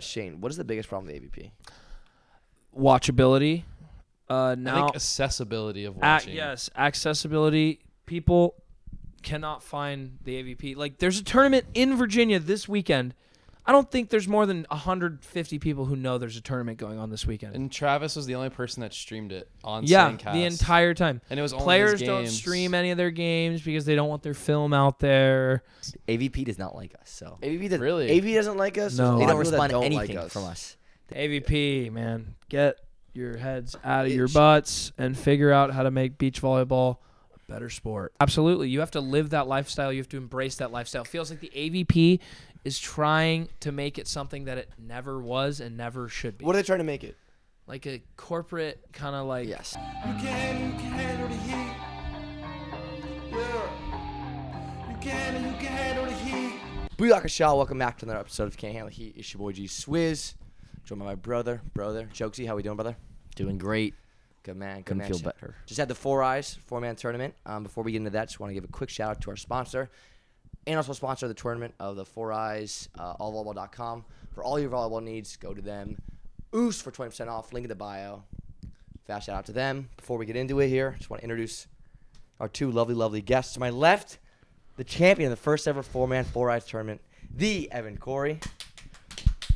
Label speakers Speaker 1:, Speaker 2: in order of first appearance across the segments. Speaker 1: Shane, what is the biggest problem with AVP?
Speaker 2: Watchability. Uh,
Speaker 3: I
Speaker 2: now,
Speaker 3: think accessibility of
Speaker 2: ac-
Speaker 3: watching.
Speaker 2: yes, accessibility. People cannot find the AVP. Like, there's a tournament in Virginia this weekend. I don't think there's more than 150 people who know there's a tournament going on this weekend.
Speaker 3: And Travis was the only person that streamed it on
Speaker 2: yeah,
Speaker 3: Sandcast.
Speaker 2: the entire time.
Speaker 3: And it was only his
Speaker 2: players don't
Speaker 3: games.
Speaker 2: stream any of their games because they don't want their film out there.
Speaker 4: AVP does not like us, so
Speaker 1: AVP does,
Speaker 3: Really?
Speaker 1: AVP doesn't like us.
Speaker 2: No.
Speaker 1: There's a
Speaker 4: they
Speaker 1: lot of people that don't
Speaker 4: don't respond to anything
Speaker 1: like us.
Speaker 4: from us.
Speaker 2: AVP, man, get your heads out of your
Speaker 1: Itch.
Speaker 2: butts and figure out how to make beach volleyball a better sport. Absolutely. You have to live that lifestyle. You have to embrace that lifestyle. Feels like the AVP is trying to make it something that it never was and never should be.
Speaker 1: What are they trying to make it?
Speaker 2: Like a corporate kind of like
Speaker 1: Yes.
Speaker 5: You can, you can handle the heat. Yeah. You can, you can handle the heat.
Speaker 1: Booyaka Shaw, welcome back to another episode of Can't Handle the Heat. It's your boy G Swizz. Joined by my brother, brother. Jokesy, how we doing, brother?
Speaker 4: Doing great.
Speaker 1: Good man. Good
Speaker 4: Couldn't
Speaker 1: man.
Speaker 4: feel
Speaker 1: Sh-
Speaker 4: better.
Speaker 1: Just had the Four Eyes four man tournament. Um, before we get into that, just want to give a quick shout out to our sponsor and also sponsor of the tournament of the Four Eyes, uh, allvolleyball.com. For all your volleyball needs, go to them. Oos for 20% off. Link in the bio. Fast shout out to them. Before we get into it here, just want to introduce our two lovely, lovely guests. To my left, the champion of the first ever four man, Four Eyes tournament, the Evan Corey.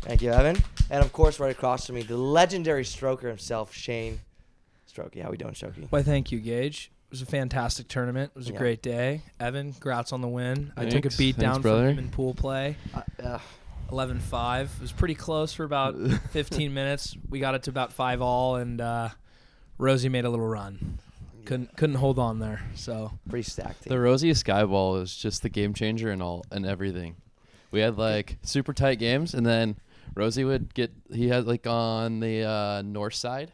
Speaker 1: Thank you, Evan. And of course, right across from me, the legendary stroker himself, Shane. Strokey, how we doing, Strokey?
Speaker 2: Why, thank you, Gage. It was a fantastic tournament. It was a
Speaker 1: Yeah.
Speaker 2: great day. Evan, congrats on the win. I took
Speaker 3: Thanks.
Speaker 2: a beat
Speaker 3: Thanks,
Speaker 2: down
Speaker 3: brother.
Speaker 2: from him in pool play,
Speaker 1: Uh, uh,
Speaker 2: 11 5. It was pretty close for about 15 minutes. We got it to about 5 all, and uh, Rosie made a little run. Couldn't couldn't hold on there. So
Speaker 1: pretty stacked.
Speaker 3: The
Speaker 1: team.
Speaker 3: Rosie Skyball is just the game changer and all and everything. We had like super tight games, and then Rosie would get he had like on the uh, north side.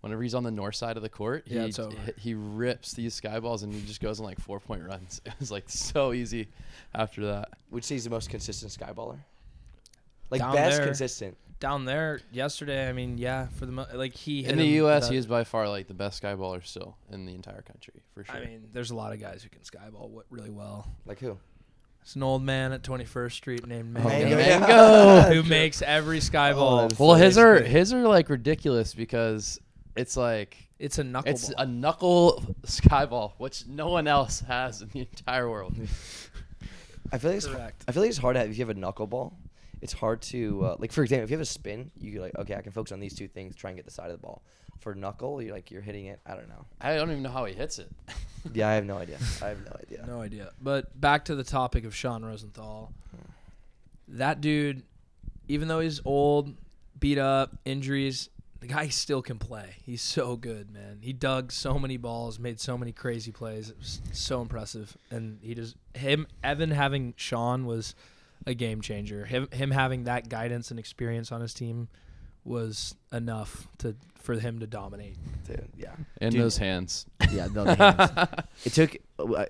Speaker 3: Whenever he's on the north side of the court,
Speaker 2: Yeah,
Speaker 3: he,
Speaker 2: it's over.
Speaker 3: he- he rips these skyballs and he just goes on like four point runs. It was like so easy after that.
Speaker 1: Which he's the most consistent skyballer? Like
Speaker 2: Down
Speaker 1: best
Speaker 2: there.
Speaker 1: consistent.
Speaker 2: down there yesterday, I mean, yeah, for the mo- like he hit
Speaker 3: in the
Speaker 2: him
Speaker 3: U.S.,
Speaker 2: without-
Speaker 3: he is by far like the best skyballer still in the entire country for sure.
Speaker 2: I mean, there's a lot of guys who can skyball what really well.
Speaker 1: Like who?
Speaker 2: It's an old man at 21st Street named Mango,
Speaker 1: Mango,
Speaker 3: Oh, yeah. Oh,
Speaker 2: who makes every skyball.
Speaker 1: that's
Speaker 3: well, his are
Speaker 2: basically.
Speaker 3: his are like ridiculous because it's like
Speaker 2: It's a knuckleball.
Speaker 3: It's a knuckle skyball, which no one else has in the entire world.
Speaker 1: I feel like it's,
Speaker 2: Correct.
Speaker 1: I feel like it's hard to have, if you have a knuckleball. It's hard to uh, like for example, if you have a spin, you could like okay, I can focus on these two things, try and get the side of the ball. For knuckle, you're like you're hitting it. I don't know.
Speaker 3: I don't even know how he hits it.
Speaker 1: Yeah, I have no idea. I have no idea.
Speaker 2: No idea. But back to the topic of Sean Rosenthal. That dude, even though he's old, beat up, injuries, the guy still can play. He's so good, man. He dug so many balls, made so many crazy plays. It was so impressive. And he just him Evan having Sean was a game changer. Him him having that guidance and experience on his team was enough to for him to dominate.
Speaker 1: Dude, yeah.
Speaker 3: And
Speaker 4: Dude.
Speaker 3: those hands.
Speaker 4: Yeah, no, the hands. it took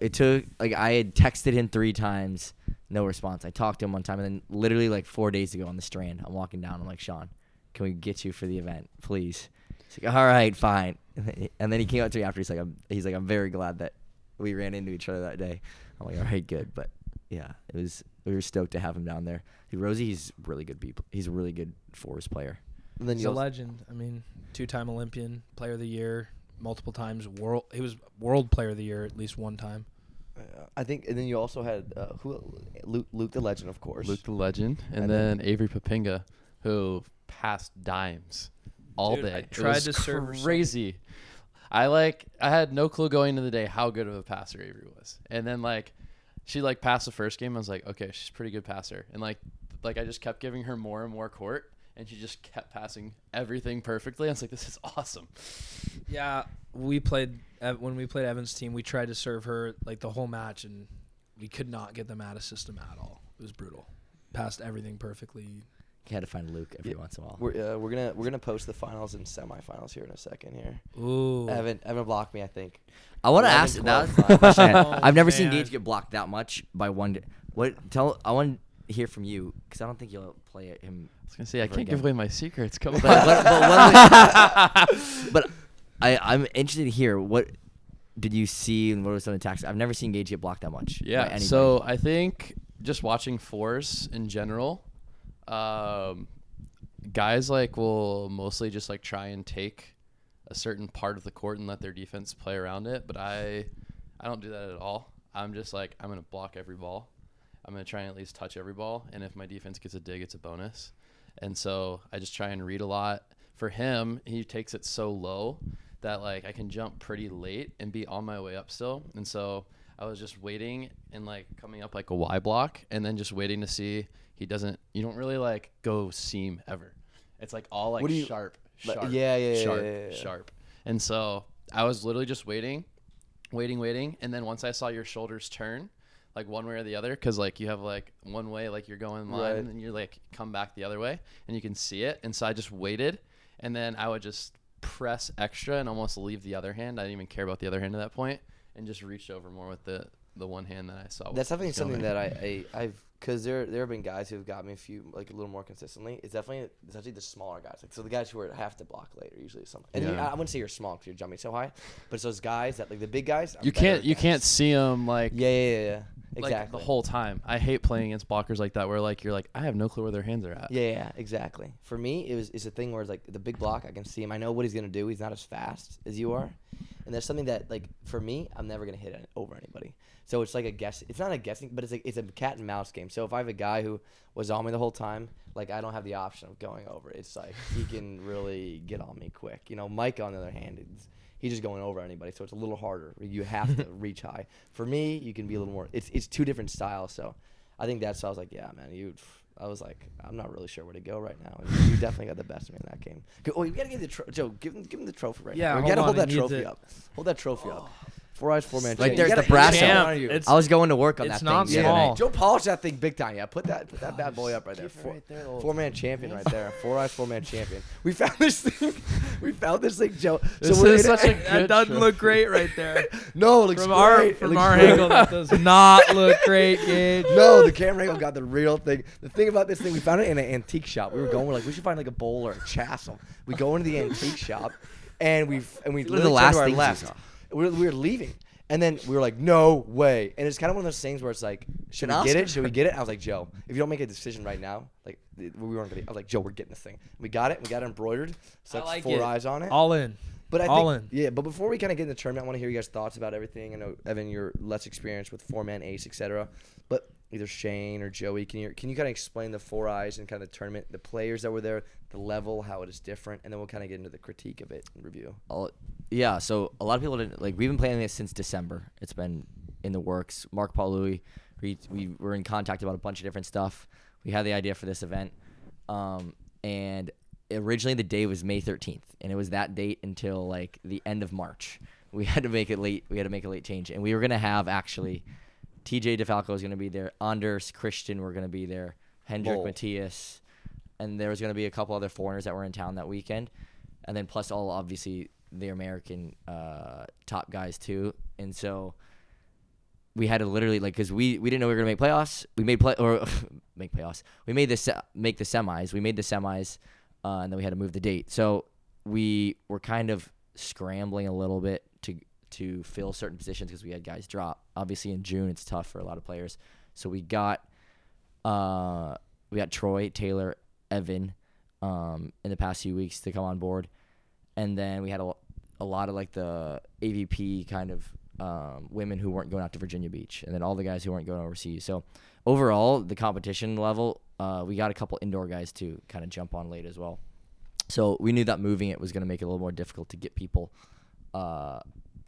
Speaker 4: it took like I had texted him three times, no response. I talked to him one time, and then literally like four days ago on the Strand, I'm walking down. I'm like, Sean, can we get you for the event, please? He's like, all right, fine. And then- And then he came up to me after. He's like, I'm, he's like, I'm very glad that we ran into each other that day. I'm like, all right, good. But yeah, it was we were stoked to have him down there. Dude, Rosie, he's really good. People, he's a really good fours player.
Speaker 1: And then
Speaker 2: He's
Speaker 1: you
Speaker 2: a
Speaker 1: also-
Speaker 2: legend. I mean, two-time Olympian, Player of the Year, multiple times world. He was World Player of the Year at least one time.
Speaker 1: uh, I think, and then you also had uh, who Luke, Luke the Legend, of course.
Speaker 3: Luke the Legend. And,
Speaker 1: And then-
Speaker 3: then, Avery Papinga, who passed dimes all
Speaker 2: Dude,
Speaker 3: day.
Speaker 2: I
Speaker 3: It
Speaker 2: tried
Speaker 3: was
Speaker 2: to serve her something.
Speaker 3: crazy. I like I had no clue going into the day how good of a passer Avery was. And then like she like passed the first game. I was like, okay, she's a pretty good passer. And like like I just kept giving her more and more court and she just kept passing everything perfectly. I was like, this is awesome.
Speaker 2: Yeah, we played Ev- when we played Evan's team. We tried to serve her like the whole match, and we could not get them out of system at all. It was brutal. Passed everything perfectly.
Speaker 4: You had to find Luke every
Speaker 1: Yeah,
Speaker 4: once in a while.
Speaker 1: We're, uh, we're gonna we're gonna post the finals and semifinals here in a second here.
Speaker 2: Ooh,
Speaker 1: Evan Evan blocked me, I think.
Speaker 4: I want to
Speaker 1: Eleven,
Speaker 4: ask. That
Speaker 1: twelve,
Speaker 4: was the question I had.
Speaker 2: Oh,
Speaker 4: I've never seen
Speaker 2: man.
Speaker 4: Gage get blocked that much by one. d- What? Tell. I want to hear from you because I don't think you'll play it- him.
Speaker 3: I was gonna say I
Speaker 4: ever
Speaker 3: can't give
Speaker 4: again.
Speaker 3: away my secrets. Come
Speaker 4: But
Speaker 3: on.
Speaker 4: but, but, what was- but I I'm interested to hear what did you see and what were some of the tactics? I've never seen Gage get blocked that much. by
Speaker 3: Yeah.
Speaker 4: anybody.
Speaker 3: So I think just watching fours in general, um, guys like will mostly just like try and take a certain part of the court and let their defense play around it, but I I don't do that at all. I'm just like I'm going to block every ball. I'm going to try and at least touch every ball and if my defense gets a dig, it's a bonus. And so I just try and read a lot. For him, he takes it so low that like I can jump pretty late and be on my way up still. And so I was just waiting and like coming up like a Y block and then just waiting to see he doesn't you don't really like go seam ever. It's like all like
Speaker 1: What do you-
Speaker 3: sharp,
Speaker 1: Like,
Speaker 3: sharp,
Speaker 1: yeah, yeah, yeah,
Speaker 3: sharp,
Speaker 1: yeah, yeah, yeah.
Speaker 3: sharp. And so I was literally just waiting, waiting, waiting, and then once I saw your shoulders turn, like one way or the other, because like you have like one way, like you're going line,
Speaker 1: Right.
Speaker 3: and then you like come back the other way, and you can see it. And so I just waited, and then I would just press extra and almost leave the other hand. I didn't even care about the other hand at that point, and just reached over more with the the one hand that I saw.
Speaker 1: That's definitely something that
Speaker 3: I.
Speaker 1: I, I I've because there there have been guys who have got me a few like a little more consistently. It's definitely it's actually the smaller guys. Like so the guys who are half the block late are usually some. And you-
Speaker 3: Yeah.
Speaker 1: I, I wouldn't say you're small because you're jumping so high, but it's those guys that like the big guys. are
Speaker 3: You
Speaker 1: better
Speaker 3: can't you
Speaker 1: guys.
Speaker 3: can't see them like
Speaker 1: Yeah yeah yeah, yeah.
Speaker 3: like,
Speaker 1: exactly
Speaker 3: the whole time. I hate playing against blockers like that where like you're like I have no clue where their hands are at.
Speaker 1: Yeah, yeah, yeah, exactly. For me, it was it's a thing where it's like the big block. I can see him. I know what he's gonna do. He's not as fast as you are, and there's something that like for me, I'm never gonna hit it over anybody. So it's like a guess. It's not a guessing, but it's like it's a cat and mouse game. So if I have a guy who was on me the whole time, like I don't have the option of going over. It's like he can really get on me quick. You know, Mike on the other hand, it's, he's just going over anybody, so it's a little harder. You have to reach high. For me, you can be a little more. It's it's two different styles. So I think that's why I was like, yeah, man, you. I was like, I'm not really sure where to go right now. And you definitely got the best of me in that game. Go, oh, you gotta give the tro- Joe, give him, give him the trophy right
Speaker 2: Yeah,
Speaker 1: now.
Speaker 2: hold
Speaker 1: you gotta
Speaker 2: on,
Speaker 1: hold
Speaker 2: I
Speaker 1: that
Speaker 2: need
Speaker 1: trophy
Speaker 2: to-
Speaker 1: up. Hold that trophy up.
Speaker 2: Oh.
Speaker 1: Four eyes, four man.
Speaker 4: Right
Speaker 1: chain.
Speaker 4: there's
Speaker 1: You
Speaker 4: the
Speaker 1: gotta hit it
Speaker 4: brasso.
Speaker 1: down on you.
Speaker 2: It's-
Speaker 4: I was going to work on
Speaker 2: it's
Speaker 4: that
Speaker 2: not
Speaker 4: thing. the other
Speaker 2: small.
Speaker 4: night.
Speaker 1: Joe, polish that thing big time. Yeah, put that put that bad boy up right there.
Speaker 3: keep it
Speaker 1: Four,
Speaker 3: right there, old
Speaker 1: man champion right there. Four eyes, four man champion. We found this thing. We found this thing, Joe.
Speaker 3: This
Speaker 1: we're
Speaker 3: is
Speaker 1: in-
Speaker 3: such a
Speaker 2: That
Speaker 3: good
Speaker 2: doesn't
Speaker 3: show.
Speaker 2: look great right there.
Speaker 1: no. It looks
Speaker 2: from our
Speaker 1: great. It
Speaker 2: from
Speaker 1: looks
Speaker 2: our
Speaker 1: great.
Speaker 2: angle, that does not look great, Gage.
Speaker 1: No, the camera angle got the real thing. The thing about this thing, we found it in an antique shop. We were going, we're like, we should find like a bowl or a chasm. We go into the antique shop, and we and we
Speaker 4: These were the
Speaker 1: literally turned
Speaker 4: last
Speaker 1: to our
Speaker 4: things you
Speaker 1: left.
Speaker 4: saw.
Speaker 1: We were, we were leaving, and then we were like, no way. And it's kind of one of those things where it's like, should
Speaker 4: An
Speaker 1: we get it?
Speaker 4: Oscar.
Speaker 1: Should we get it? I was like, Joe, if you don't make a decision right now, like th- we weren't gonna. I was like, Joe, we're getting this thing. We got it. We got it embroidered. So
Speaker 2: I like
Speaker 1: four
Speaker 2: it.
Speaker 1: eyes on it.
Speaker 2: All in.
Speaker 1: But I
Speaker 2: all
Speaker 1: think,
Speaker 2: in.
Speaker 1: Yeah, but before we kind of get in the tournament, I want to hear you guys' thoughts about everything. I know Evan, you're less experienced with four man ace, etc. But either Shane or Joey, can you can you kind of explain the four eyes and kind of the tournament, the players that were there, the level, how it is different, and then we'll kind of get into the critique of it and review.
Speaker 4: I'll- Oh, yeah, so a lot of people didn't like. We've been planning this since December. It's been in the works. Mark Paului, we we were in contact about a bunch of different stuff. We had the idea for this event, um, and originally the day was May thirteenth, and it was that date until like the end of March. We had to make it late. We had to make a late change, and we were gonna have actually. TJ DeFalco is going to be there. Anders Christian were going to be there. Hendrik
Speaker 1: Lol.
Speaker 4: Matthias. And there was going to be a couple other foreigners that were in town that weekend. And then plus all, obviously, the American uh, top guys, too. And so we had to literally, like, because we, we didn't know we were going to make playoffs. We made play or make playoffs. We made the, se- make the semis. We made the semis. Uh, and then we had to move the date. So we were kind of scrambling a little bit to to fill certain positions because we had guys drop. Obviously, in June it's tough for a lot of players. So we got uh, we got Troy Taylor Evan um, in the past few weeks to come on board, and then we had a, a lot of like the AVP kind of um, women who weren't going out to Virginia Beach, and then all the guys who weren't going overseas. So overall, the competition level, uh, we got a couple indoor guys to kind of jump on late as well. So we knew that moving it was going to make it a little more difficult to get people uh,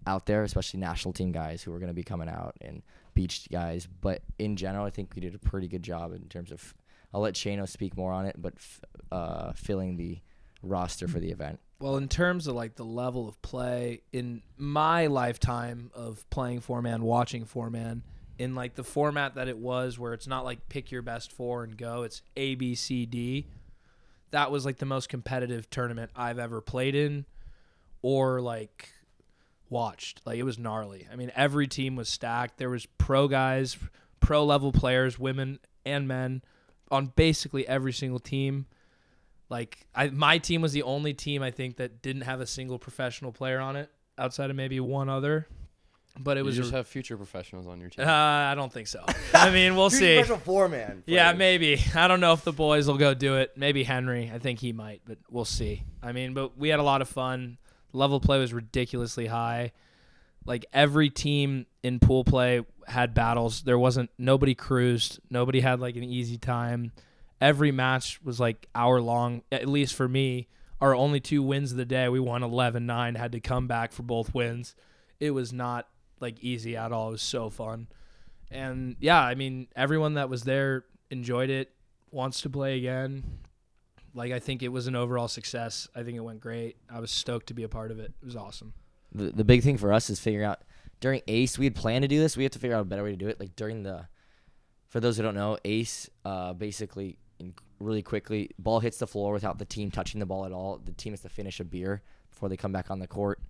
Speaker 4: out there, especially national team guys who were going to be coming out and beach guys. But in general, I think we did a pretty good job in terms of. I'll let Shano speak more on it, but f- uh, filling the roster for the event.
Speaker 2: Well, in terms of like the level of play in my lifetime of playing four man, watching four man, in like the format that it was, where it's not like pick your best four and go, it's A, B, C, D. That was like the most competitive tournament I've ever played in or like watched. Like it was gnarly. I mean, every team was stacked. There was pro guys, pro level players, women and men on basically every single team. Like I, my team was the only team I think that didn't have a single professional player on it outside of maybe one other. but it
Speaker 3: You
Speaker 2: was
Speaker 3: just
Speaker 2: a,
Speaker 3: have future professionals on your team.
Speaker 2: uh, I don't think so. I mean, we'll see.
Speaker 6: Special four man.
Speaker 2: Yeah, maybe. I don't know if the boys will go do it. Maybe Henry. I think he might, but we'll see. I mean, but we had a lot of fun. Level of play was ridiculously high. Like every team in pool play had battles. There wasn't nobody cruised. Nobody had like an easy time. Every match was like hour long, at least for me. Our only two wins of the day, we won 11 9, had to come back for both wins. It was not like easy at all. It was so fun. And yeah, I mean, everyone that was there enjoyed it, wants to play again. Like, I think it was an overall success. I think it went great. I was stoked to be a part of it. It was awesome.
Speaker 4: the, the big thing for us is figuring out during ace we had planned to do this we have to figure out a better way to do it like during the for those who don't know ace uh, basically in, really quickly ball hits the floor without the team touching the ball at all the team has to finish a beer before they come back on the court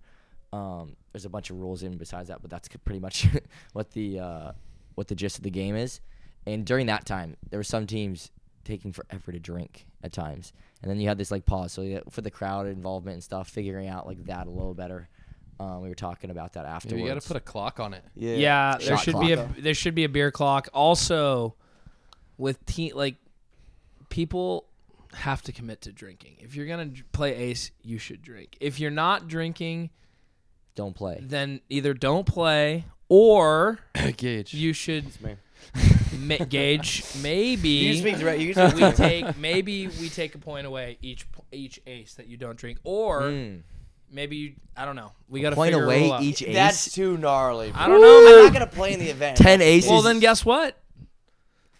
Speaker 4: um, there's a bunch of rules in besides that but that's c- pretty much what the uh, what the gist of the game is and during that time there were some teams taking forever to drink at times and then you had this like pause so yeah, for the crowd involvement and stuff figuring out like that a little better um, we were talking about that afterwards
Speaker 3: you got to put a clock on it.
Speaker 2: Yeah, there
Speaker 4: Shot
Speaker 2: should be a there should be a beer clock. Also, with team like people have to commit to drinking. If you're gonna dr- play ace, you should drink. If you're not drinking,
Speaker 4: don't play
Speaker 2: then either don't play or
Speaker 3: Gage.
Speaker 2: you should
Speaker 1: me.
Speaker 2: ma- gauge maybe
Speaker 1: You can speak direct. You can speak
Speaker 2: we take maybe we take a point away each po- each ace that you don't drink, or maybe you I don't know. We got to
Speaker 4: Hmm. point
Speaker 2: figure a
Speaker 4: away
Speaker 2: rule out.
Speaker 4: each ace
Speaker 1: That's too gnarly.
Speaker 2: I don't know.
Speaker 1: I'm
Speaker 2: man.
Speaker 1: not gonna play in the event.
Speaker 4: 10 aces
Speaker 2: Well, then guess what?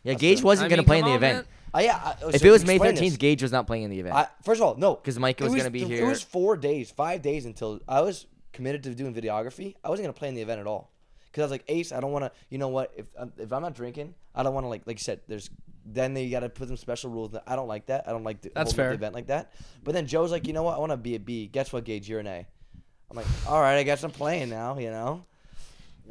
Speaker 4: yeah gage
Speaker 2: I
Speaker 4: wasn't
Speaker 2: mean,
Speaker 4: going to play in
Speaker 2: come
Speaker 4: the
Speaker 2: on,
Speaker 4: event
Speaker 2: man.
Speaker 1: Oh, yeah. I- oh,
Speaker 4: if
Speaker 1: so
Speaker 4: it was may
Speaker 1: explain
Speaker 4: 13th
Speaker 1: this.
Speaker 4: gage was not playing in the event
Speaker 1: I, first of all, no,
Speaker 4: 'Cause Micah
Speaker 1: It
Speaker 4: was gonna be
Speaker 1: th-
Speaker 4: here.
Speaker 1: It was four days, five days until I was committed to doing videography. I wasn't gonna play in the event at all because I was like, Ace, I don't want to. You know what? If um, if I'm not drinking, I don't want to like like you said. There's then they got to put some special rules. That I don't like that. I don't like the,
Speaker 2: That's
Speaker 1: holding up
Speaker 2: fair.
Speaker 1: the event like that. But then Joe's like, you know what? I want to be a B. Guess what, Gage? You're an A. I'm like, all right, I guess I'm playing now. You know.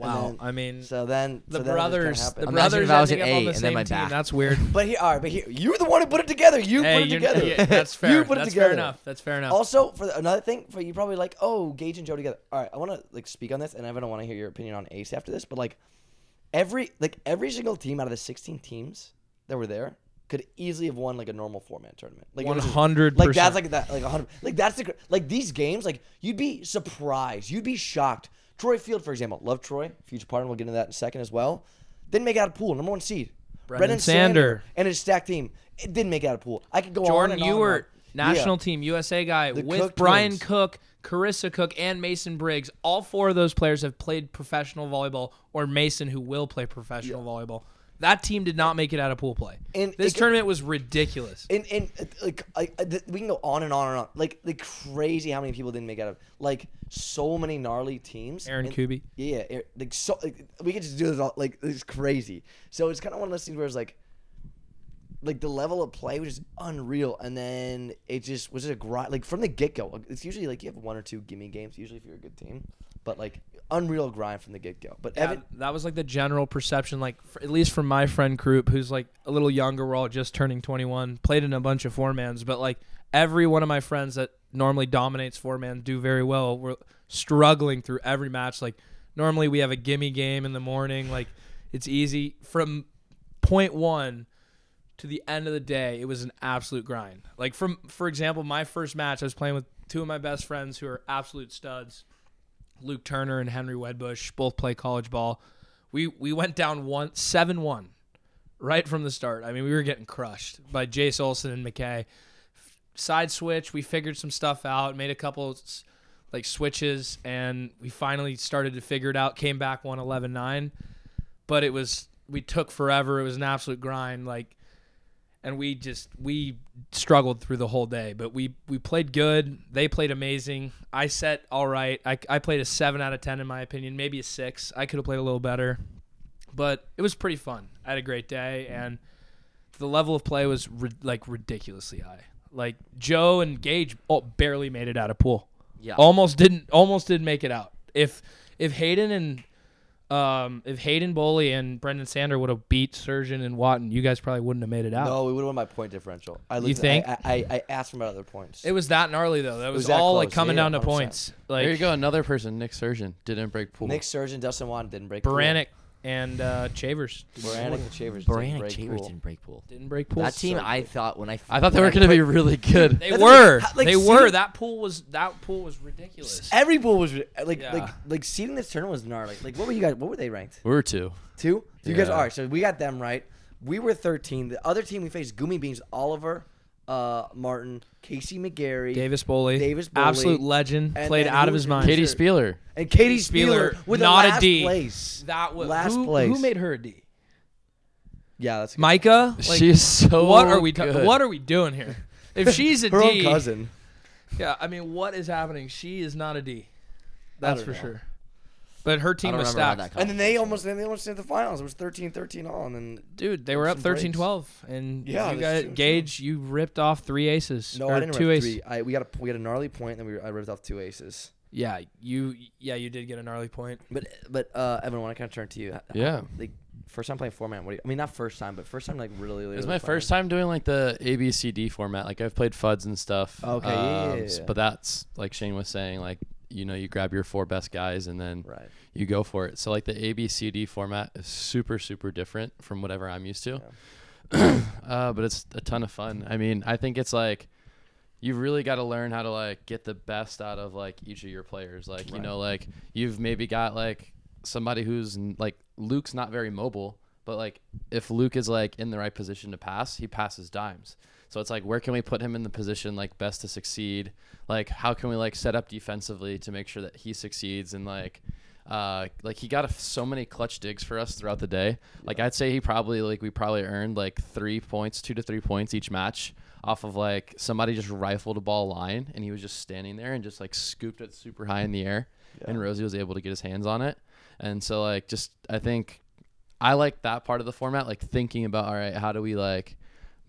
Speaker 1: And
Speaker 2: Wow,
Speaker 1: then-
Speaker 2: I mean,
Speaker 1: so then
Speaker 2: the
Speaker 1: so then it just kinda
Speaker 2: brothers,
Speaker 1: happened.
Speaker 2: the
Speaker 4: Imagine
Speaker 2: brothers
Speaker 4: if I was
Speaker 2: ending
Speaker 4: an
Speaker 2: up on
Speaker 4: A
Speaker 2: the
Speaker 4: and then
Speaker 2: same
Speaker 4: my
Speaker 2: team.
Speaker 4: back.
Speaker 2: That's weird.
Speaker 1: But here, all right, but here, you're the one who put it together. You
Speaker 2: Hey,
Speaker 1: put it
Speaker 2: you're-
Speaker 1: together.
Speaker 2: yeah, that's fair.
Speaker 1: You put
Speaker 2: that's
Speaker 1: it together.
Speaker 2: fair enough. That's fair enough.
Speaker 1: Also, for the, another thing, for you probably like, oh, Gage and Joe together. All right, I want to like speak on this, and I don't want to hear your opinion on Ace after this, but like every like every single team out of the 16 teams that were there could easily have won like a normal four man tournament. Like it was just-
Speaker 2: 100%.
Speaker 1: Like that's like that like 100. Like that's the gr- like these games. Like you'd be surprised. You'd be shocked. Troy Field, for example, love Troy, future partner. We'll get into that in a second as well. Didn't make it out of pool, number one seed.
Speaker 2: Brendan Sander.
Speaker 1: and his stacked team. It didn't make it out of pool. I could go on
Speaker 2: Jordan
Speaker 1: and on and on.
Speaker 2: Ewart,
Speaker 1: Yeah.
Speaker 2: national team, USA guy,
Speaker 1: The
Speaker 2: with
Speaker 1: Cook
Speaker 2: Brian
Speaker 1: twins.
Speaker 2: Cook, Carissa Cook, and Mason Briggs. All four of those players have played professional volleyball, or Mason, who will play professional volleyball. That team did not make it out of pool play.
Speaker 1: And
Speaker 2: this
Speaker 1: it-
Speaker 2: tournament was ridiculous.
Speaker 1: and and uh, like I, I, th- we can go on and on and on. Like like crazy how many people didn't make out of like so many gnarly teams.
Speaker 2: Aaron
Speaker 1: and,
Speaker 2: Kuby.
Speaker 1: Yeah, yeah, Aaron- like so like, we could just do this all like it's crazy. So it's kind of one of those things where it's like like the level of play was just unreal, and then it just was just a grind. Like from the get go, it's usually like you have one or two gimme games usually if you're a good team, but like unreal grind from the get go. But Evan,
Speaker 2: that, that was like the general perception, like f at least from my friend group, who's like a little younger. We're all just turning 21, played in a bunch of four mans, but like every one of my friends that normally dominates four man do very well. We're struggling through every match. Like normally we have a gimme game in the morning. Like it's easy from point one to the end of the day, it was an absolute grind. Like from for example, my first match, I was playing with two of my best friends who are absolute studs, Luke Turner and Henry Wedbush, both play college ball. We we went down one seven one right from the start. I mean, we were getting crushed by Jace Olson and McKay. Side switch, we figured some stuff out, made a couple s- like switches, and we finally started to figure it out. Came back 111 9, but it was we took forever. It was an absolute grind. Like and we just we struggled through the whole day but we we played good they played amazing i set all right i, I played a 7 out of 10 in my opinion maybe a 6 i could have played a little better but it was pretty fun i had a great day and the level of play was ri- like ridiculously high like joe and gage all barely made it out of pool
Speaker 4: Yeah.
Speaker 2: almost didn't almost didn't make it out if if hayden and um, if Hayden Bowley and Brendan Sander would have beat Surgeon and Watton, you guys probably wouldn't have made it out.
Speaker 1: No, we would have won by point differential. I looked,
Speaker 2: think?
Speaker 1: I, I, I asked him about other points.
Speaker 2: It was that gnarly though. That was,
Speaker 1: was that
Speaker 2: all like
Speaker 1: close.
Speaker 2: coming
Speaker 1: Yeah,
Speaker 2: down to
Speaker 1: 100%.
Speaker 2: points. Like
Speaker 3: there you go. Another person, Nick Surgeon, didn't break pool.
Speaker 1: Nick Surgeon, Dustin Wan didn't break.
Speaker 2: Baranek and uh, Chavers
Speaker 1: Cool. Baranek and Shavers. didn't
Speaker 4: Brandon
Speaker 1: break
Speaker 4: Chambers
Speaker 1: cool.
Speaker 4: didn't break pool.
Speaker 2: didn't break pool.
Speaker 4: that team, I thought when I
Speaker 3: I thought they were
Speaker 4: when I
Speaker 3: going to
Speaker 4: put-
Speaker 3: be really good.
Speaker 2: They
Speaker 1: That's
Speaker 2: were.
Speaker 1: like- like,
Speaker 2: they
Speaker 1: see-
Speaker 2: were. That pool was. That pool was ridiculous.
Speaker 1: Every pool was like
Speaker 2: Yeah.
Speaker 1: like like seeding this tournament was gnarly. Like what were you guys? What were they ranked?
Speaker 3: we were two.
Speaker 1: Two. So you guys
Speaker 3: Yeah.
Speaker 1: are. So we got them right. We were 13. The other team we faced: Gumi Beans, Oliver, uh, Martin, Casey McGarry,
Speaker 2: Davis Bowley,
Speaker 1: Davis Boley.
Speaker 2: absolute legend,
Speaker 1: And
Speaker 2: played
Speaker 1: then
Speaker 2: out
Speaker 1: who
Speaker 2: of his
Speaker 1: was-
Speaker 2: mind.
Speaker 3: Katie
Speaker 1: sure.
Speaker 3: Spieler.
Speaker 1: and Katie
Speaker 2: Spieler,
Speaker 1: Spieler with
Speaker 2: not a
Speaker 1: a last
Speaker 2: D.
Speaker 1: place.
Speaker 2: that was
Speaker 1: Last
Speaker 2: who,
Speaker 1: place.
Speaker 2: Who made her a D?
Speaker 1: Yeah, that's a good-
Speaker 2: Micah. Like,
Speaker 3: She's so.
Speaker 2: what are we? ta-
Speaker 3: good.
Speaker 2: what are we doing here? If she's a D,
Speaker 1: her own cousin.
Speaker 2: yeah. I mean, what is happening? She is not a D.
Speaker 1: I
Speaker 2: That's
Speaker 1: don't
Speaker 2: for
Speaker 1: know.
Speaker 2: sure. But her team
Speaker 4: I don't
Speaker 2: was
Speaker 4: remember how
Speaker 2: stacked.
Speaker 4: that
Speaker 1: And then they almost then they almost did the finals. It was 13-13 all, and then
Speaker 2: Dude, they were up
Speaker 1: Some
Speaker 2: 13
Speaker 1: breaks.
Speaker 2: 12. And
Speaker 1: Yeah, that's
Speaker 2: you got
Speaker 1: true, too.
Speaker 2: Gage, you ripped off three aces.
Speaker 1: no,
Speaker 2: or
Speaker 1: I didn't
Speaker 2: two
Speaker 1: rip
Speaker 2: aces.
Speaker 1: three. I, we got a we got a gnarly point, and then we I ripped off two aces.
Speaker 2: Yeah, you yeah, you did get a gnarly point.
Speaker 1: But but uh, Evan, I want to kind of turn to you.
Speaker 3: Yeah.
Speaker 1: like first time playing four man. What do you, I mean, not first time, but first time like really. really
Speaker 3: It was my first time doing like the ABCD format. Like I've played FUDs and stuff.
Speaker 1: Okay, yeah, yeah, yeah,
Speaker 3: s-
Speaker 1: yeah.
Speaker 3: But that's like Shane was saying, like, you know, you grab your four best guys and then
Speaker 1: Right.
Speaker 3: you go for it. So like the ABCD format is super, super different from whatever I'm used to. uh, but it's a ton of fun. I mean, I think it's like you've really got to learn how to like get the best out of like each of your players. Like, you know, like you've maybe got like somebody who's n- like Luke's not very mobile, but like if Luke is like in the right position to pass, he passes dimes. So it's like where can we put him in the position like best to succeed? Like how can we like set up defensively to make sure that he succeeds and like uh, like he got a f so many clutch digs for us throughout the day. Like I'd say he probably like we probably earned like three points, two to three points each match off of like somebody just rifled a ball line and he was just standing there and just like scooped it super high in the air and Rosie was able to get his hands on it. And so like just I think I like that part of the format, like thinking about all right, how do we like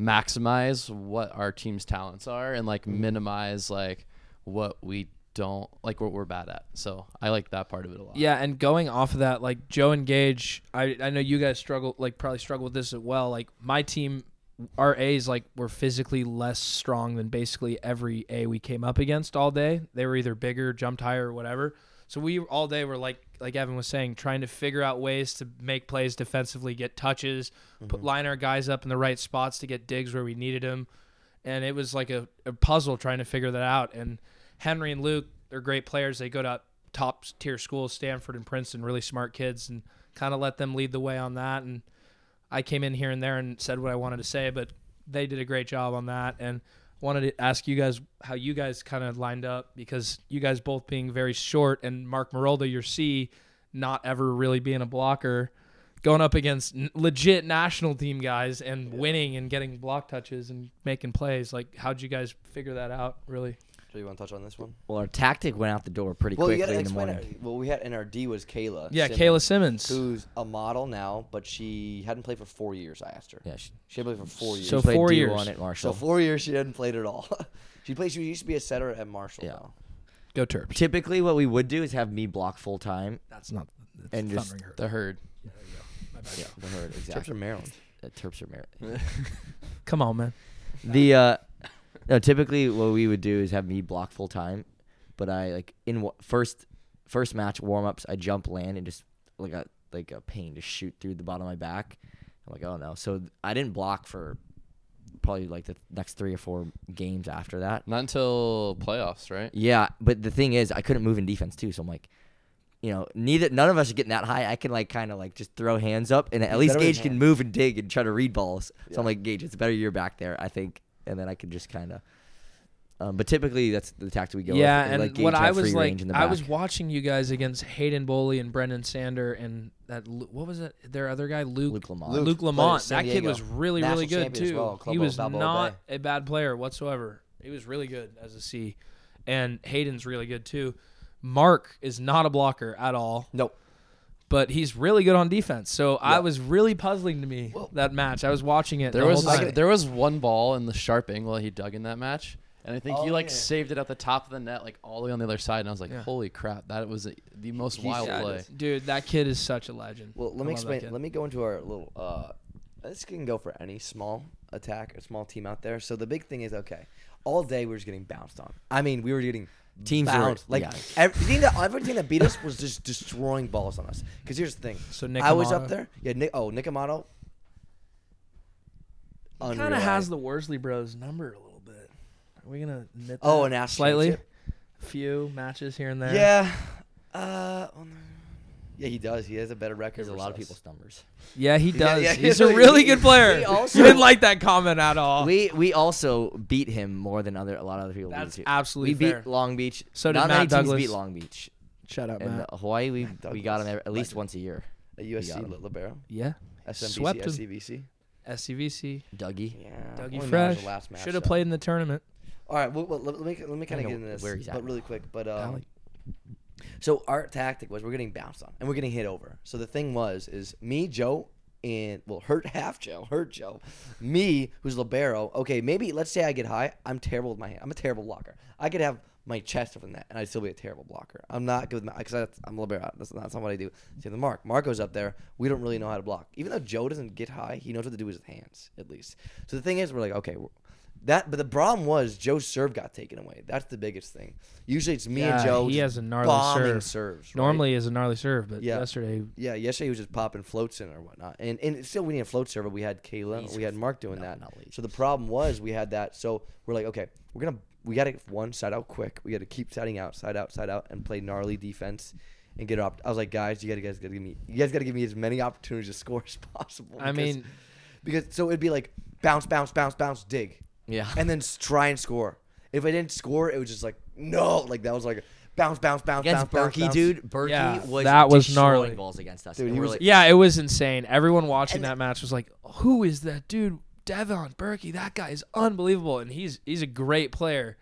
Speaker 3: maximize what our team's talents are and like minimize like what we don't like what we're bad at. So I like that part of it a lot.
Speaker 2: Yeah, and going off of that, like Joe and Gage, I I know you guys struggle like probably struggle with this as well. Like my team our A's like were physically less strong than basically every A we came up against all day. They were either bigger, jumped higher, or whatever. So we all day were like like Evan was saying, trying to figure out ways to make plays defensively, get touches, put line our guys up in the right spots to get digs where we needed them. and it was like a, a puzzle trying to figure that out. And Henry and Luke, they're great players. They go to top tier schools, Stanford and Princeton, really smart kids, and kind of let them lead the way on that. And I came in here and there and said what I wanted to say, but they did a great job on that. And wanted to ask you guys how you guys kind of lined up because you guys both being very short and Mark Merolda, your C, not ever really being a blocker. Going up against n- legit national team guys and winning and getting block touches and making plays, like how'd you guys figure that out? Really,
Speaker 1: Do you want to touch on this one?
Speaker 4: Well, our tactic went out the door pretty
Speaker 1: Well, you
Speaker 4: quickly
Speaker 1: got to
Speaker 4: in the
Speaker 1: explain.
Speaker 4: morning.
Speaker 1: It. Well, we had in our D was Kayla.
Speaker 2: yeah,
Speaker 1: Simmons,
Speaker 2: Kayla Simmons.
Speaker 1: who's a model now, but she hadn't played for four years. I asked her.
Speaker 4: Yeah, she,
Speaker 1: She had played for four years.
Speaker 2: So
Speaker 4: played
Speaker 2: four
Speaker 4: D
Speaker 2: years.
Speaker 4: one at
Speaker 1: So
Speaker 4: Marshall.
Speaker 1: four years she hadn't played at all. she played. She used to be a setter at Marshall.
Speaker 4: Yeah.
Speaker 1: though.
Speaker 2: Go Terps.
Speaker 4: Typically, what we would do is have me block full time
Speaker 2: That's not. That's
Speaker 4: And just-
Speaker 2: thundering her.
Speaker 3: The herd.
Speaker 4: Yeah, the herd
Speaker 1: Except
Speaker 4: exactly.
Speaker 1: for Maryland.
Speaker 4: Uh, Terps are merit.
Speaker 2: Come on, man.
Speaker 4: The uh, no, typically what we would do is have me block full time, but I like in wa- first first match warm ups, I jump land and just like a like a pain to shoot through the bottom of my back. I'm like, oh no! So I didn't block for probably like the next three or four games after that.
Speaker 3: Not until playoffs, right?
Speaker 4: Yeah, but the thing is, I couldn't move in defense too, so I'm like, you know, neither none of us are getting that high. I can like kind of like just throw hands up, and at least
Speaker 1: better with
Speaker 4: Gage can
Speaker 1: hands.
Speaker 4: move and dig and try to read balls. So I'm like, Gage, it's better you're back there, I think, and then I can just kind of. Um, but typically, that's the tactic we go. with,
Speaker 2: yeah,
Speaker 4: and
Speaker 2: and
Speaker 4: let Gage
Speaker 2: what
Speaker 4: have
Speaker 2: I
Speaker 4: free
Speaker 2: was like,
Speaker 4: range in the
Speaker 2: I was
Speaker 4: back.
Speaker 2: watching you guys against Hayden Bowley and Brendan Sander and that Lu- what was it? Their other guy, Luke.
Speaker 4: Luke Lamont.
Speaker 2: Luke,
Speaker 1: Luke played at
Speaker 2: Lamont.
Speaker 1: San
Speaker 2: That kid
Speaker 1: Diego.
Speaker 2: was really, really
Speaker 1: National
Speaker 2: good
Speaker 1: champion as
Speaker 2: too.
Speaker 1: well, Club
Speaker 2: he
Speaker 1: of
Speaker 2: was
Speaker 1: Balboa
Speaker 2: not
Speaker 1: Bay.
Speaker 2: a bad player whatsoever. He was really good as a C, and Hayden's really good too. Mark is not a blocker at all,
Speaker 1: Nope.
Speaker 2: but he's really good on defense. So I was really puzzling to me that match. I was watching it.
Speaker 3: There
Speaker 2: the
Speaker 3: was
Speaker 2: whole time.
Speaker 3: there was one ball in the sharp angle he dug in that match. and I think he
Speaker 1: Oh,
Speaker 3: like
Speaker 1: yeah.
Speaker 3: saved it at the top of the net, like all the way on the other side. And I was like,
Speaker 2: Yeah.
Speaker 3: holy crap, that was a, the most
Speaker 1: He's
Speaker 3: wild
Speaker 1: Yeah,
Speaker 3: play.
Speaker 2: Dude, that kid is such a legend.
Speaker 1: Well, let me explain. Let
Speaker 2: me
Speaker 1: me go into our little. Uh, this can go for any small attack or small team out there. So the big thing is okay. All day we were just getting bounced on. I mean, we were getting
Speaker 4: Teams were-
Speaker 1: bounced. like
Speaker 4: yeah.
Speaker 1: everything that every team that beat us was just destroying balls on us. Because here's the thing.
Speaker 2: So
Speaker 1: I was
Speaker 2: Nicomato-
Speaker 1: up there. Yeah. Nick, oh, Nicamato.
Speaker 2: kind of has the Worsley Bros number a little bit. Are we gonna admit
Speaker 1: Oh,
Speaker 2: that?
Speaker 1: an Ash
Speaker 2: slightly?
Speaker 1: championship?
Speaker 2: Few matches here and there.
Speaker 1: Yeah. Uh. well, no. Yeah, he does. He has a better record.
Speaker 4: There's a
Speaker 1: versus
Speaker 4: lot of
Speaker 1: us.
Speaker 4: people's numbers.
Speaker 2: yeah, he does.
Speaker 1: yeah,
Speaker 2: He's
Speaker 1: he-
Speaker 2: a really
Speaker 1: he-
Speaker 2: good player.
Speaker 1: he
Speaker 2: you didn't like that comment at all.
Speaker 4: We we also beat him more than other a lot of other people.
Speaker 2: That's
Speaker 4: beat too.
Speaker 2: absolutely
Speaker 4: we beat
Speaker 2: fair.
Speaker 4: Long Beach.
Speaker 2: So did
Speaker 4: Not many
Speaker 2: Matt
Speaker 4: teams
Speaker 2: Douglas.
Speaker 4: beat Long Beach.
Speaker 2: Shut up,
Speaker 4: And
Speaker 2: Matt.
Speaker 4: Hawaii, we,
Speaker 1: Matt
Speaker 4: we got him
Speaker 1: Douglas.
Speaker 4: every- at least once a year.
Speaker 1: A
Speaker 4: got him.
Speaker 1: USC libero.
Speaker 2: yeah,
Speaker 1: SMBC,
Speaker 2: Swept him.
Speaker 1: SCBC.
Speaker 2: SCVC.
Speaker 4: Dougie.
Speaker 1: Yeah.
Speaker 2: Dougie
Speaker 1: only matters
Speaker 2: Fresh
Speaker 1: the last
Speaker 2: should have
Speaker 1: matchup.
Speaker 2: played in the tournament.
Speaker 1: All right, well, well, let let me let me kind of
Speaker 4: know
Speaker 1: get into this,
Speaker 4: where he's at
Speaker 1: but
Speaker 4: now.
Speaker 1: really quick. But um,
Speaker 4: Alec.
Speaker 1: so our tactic was we're getting bounced on and we're getting hit over. So the thing was is me, Joe, and well, hurt half Joe, hurt Joe, me who's libero. Okay, maybe let's say I get high. I'm terrible with my hand. I'm a terrible blocker. I could have my chest up in that, and I'd still be a terrible blocker. I'm not good with my because I'm a libero. That's not, that's not what I do. Same with Mark. Marco's up there. We don't really know how to block. Even though Joe doesn't get high, he knows what to do with his hands at least. So the thing is, we're like, okay. We're, that, but the problem was Joe's serve got taken away. That's the biggest thing. Usually it's me
Speaker 2: Yeah,
Speaker 1: and Joe.
Speaker 2: he
Speaker 1: just
Speaker 2: has a gnarly
Speaker 1: bombing
Speaker 2: serve.
Speaker 1: serves. right?
Speaker 2: Normally is a gnarly serve, but
Speaker 1: Yeah.
Speaker 2: yesterday
Speaker 1: yeah. Yesterday he was just popping floats in or whatnot, and and still we need a float server. We had Kayla, we had Mark doing that.
Speaker 4: not leads.
Speaker 1: So the problem was we had that. So we're like, okay, we're gonna we gotta get one side out quick. We gotta keep setting out, side out, side out, and play gnarly defense. And get up. I was like, guys, you gotta, guys gotta give me, you guys gotta give me as many opportunities to score as possible.
Speaker 2: I
Speaker 1: because-
Speaker 2: mean-
Speaker 1: because so it'd be like bounce, bounce, bounce, bounce, dig,
Speaker 4: Yeah.
Speaker 1: and then s- try and score. If I didn't score, it was just like no, like that was like bounce, bounce, bounce,
Speaker 4: Against
Speaker 1: bounce, bounce,
Speaker 4: Berkey,
Speaker 1: bounce.
Speaker 4: dude. Berkey
Speaker 2: Yeah,
Speaker 4: was
Speaker 2: that was
Speaker 4: destroying
Speaker 2: gnarly.
Speaker 4: balls against us.
Speaker 1: Dude,
Speaker 4: And
Speaker 1: he
Speaker 4: we're
Speaker 1: was-
Speaker 4: like,
Speaker 2: Yeah, it was insane. Everyone watching that match was like, "Who is that dude? Devon Berkey. That guy is unbelievable, and he's he's a great player."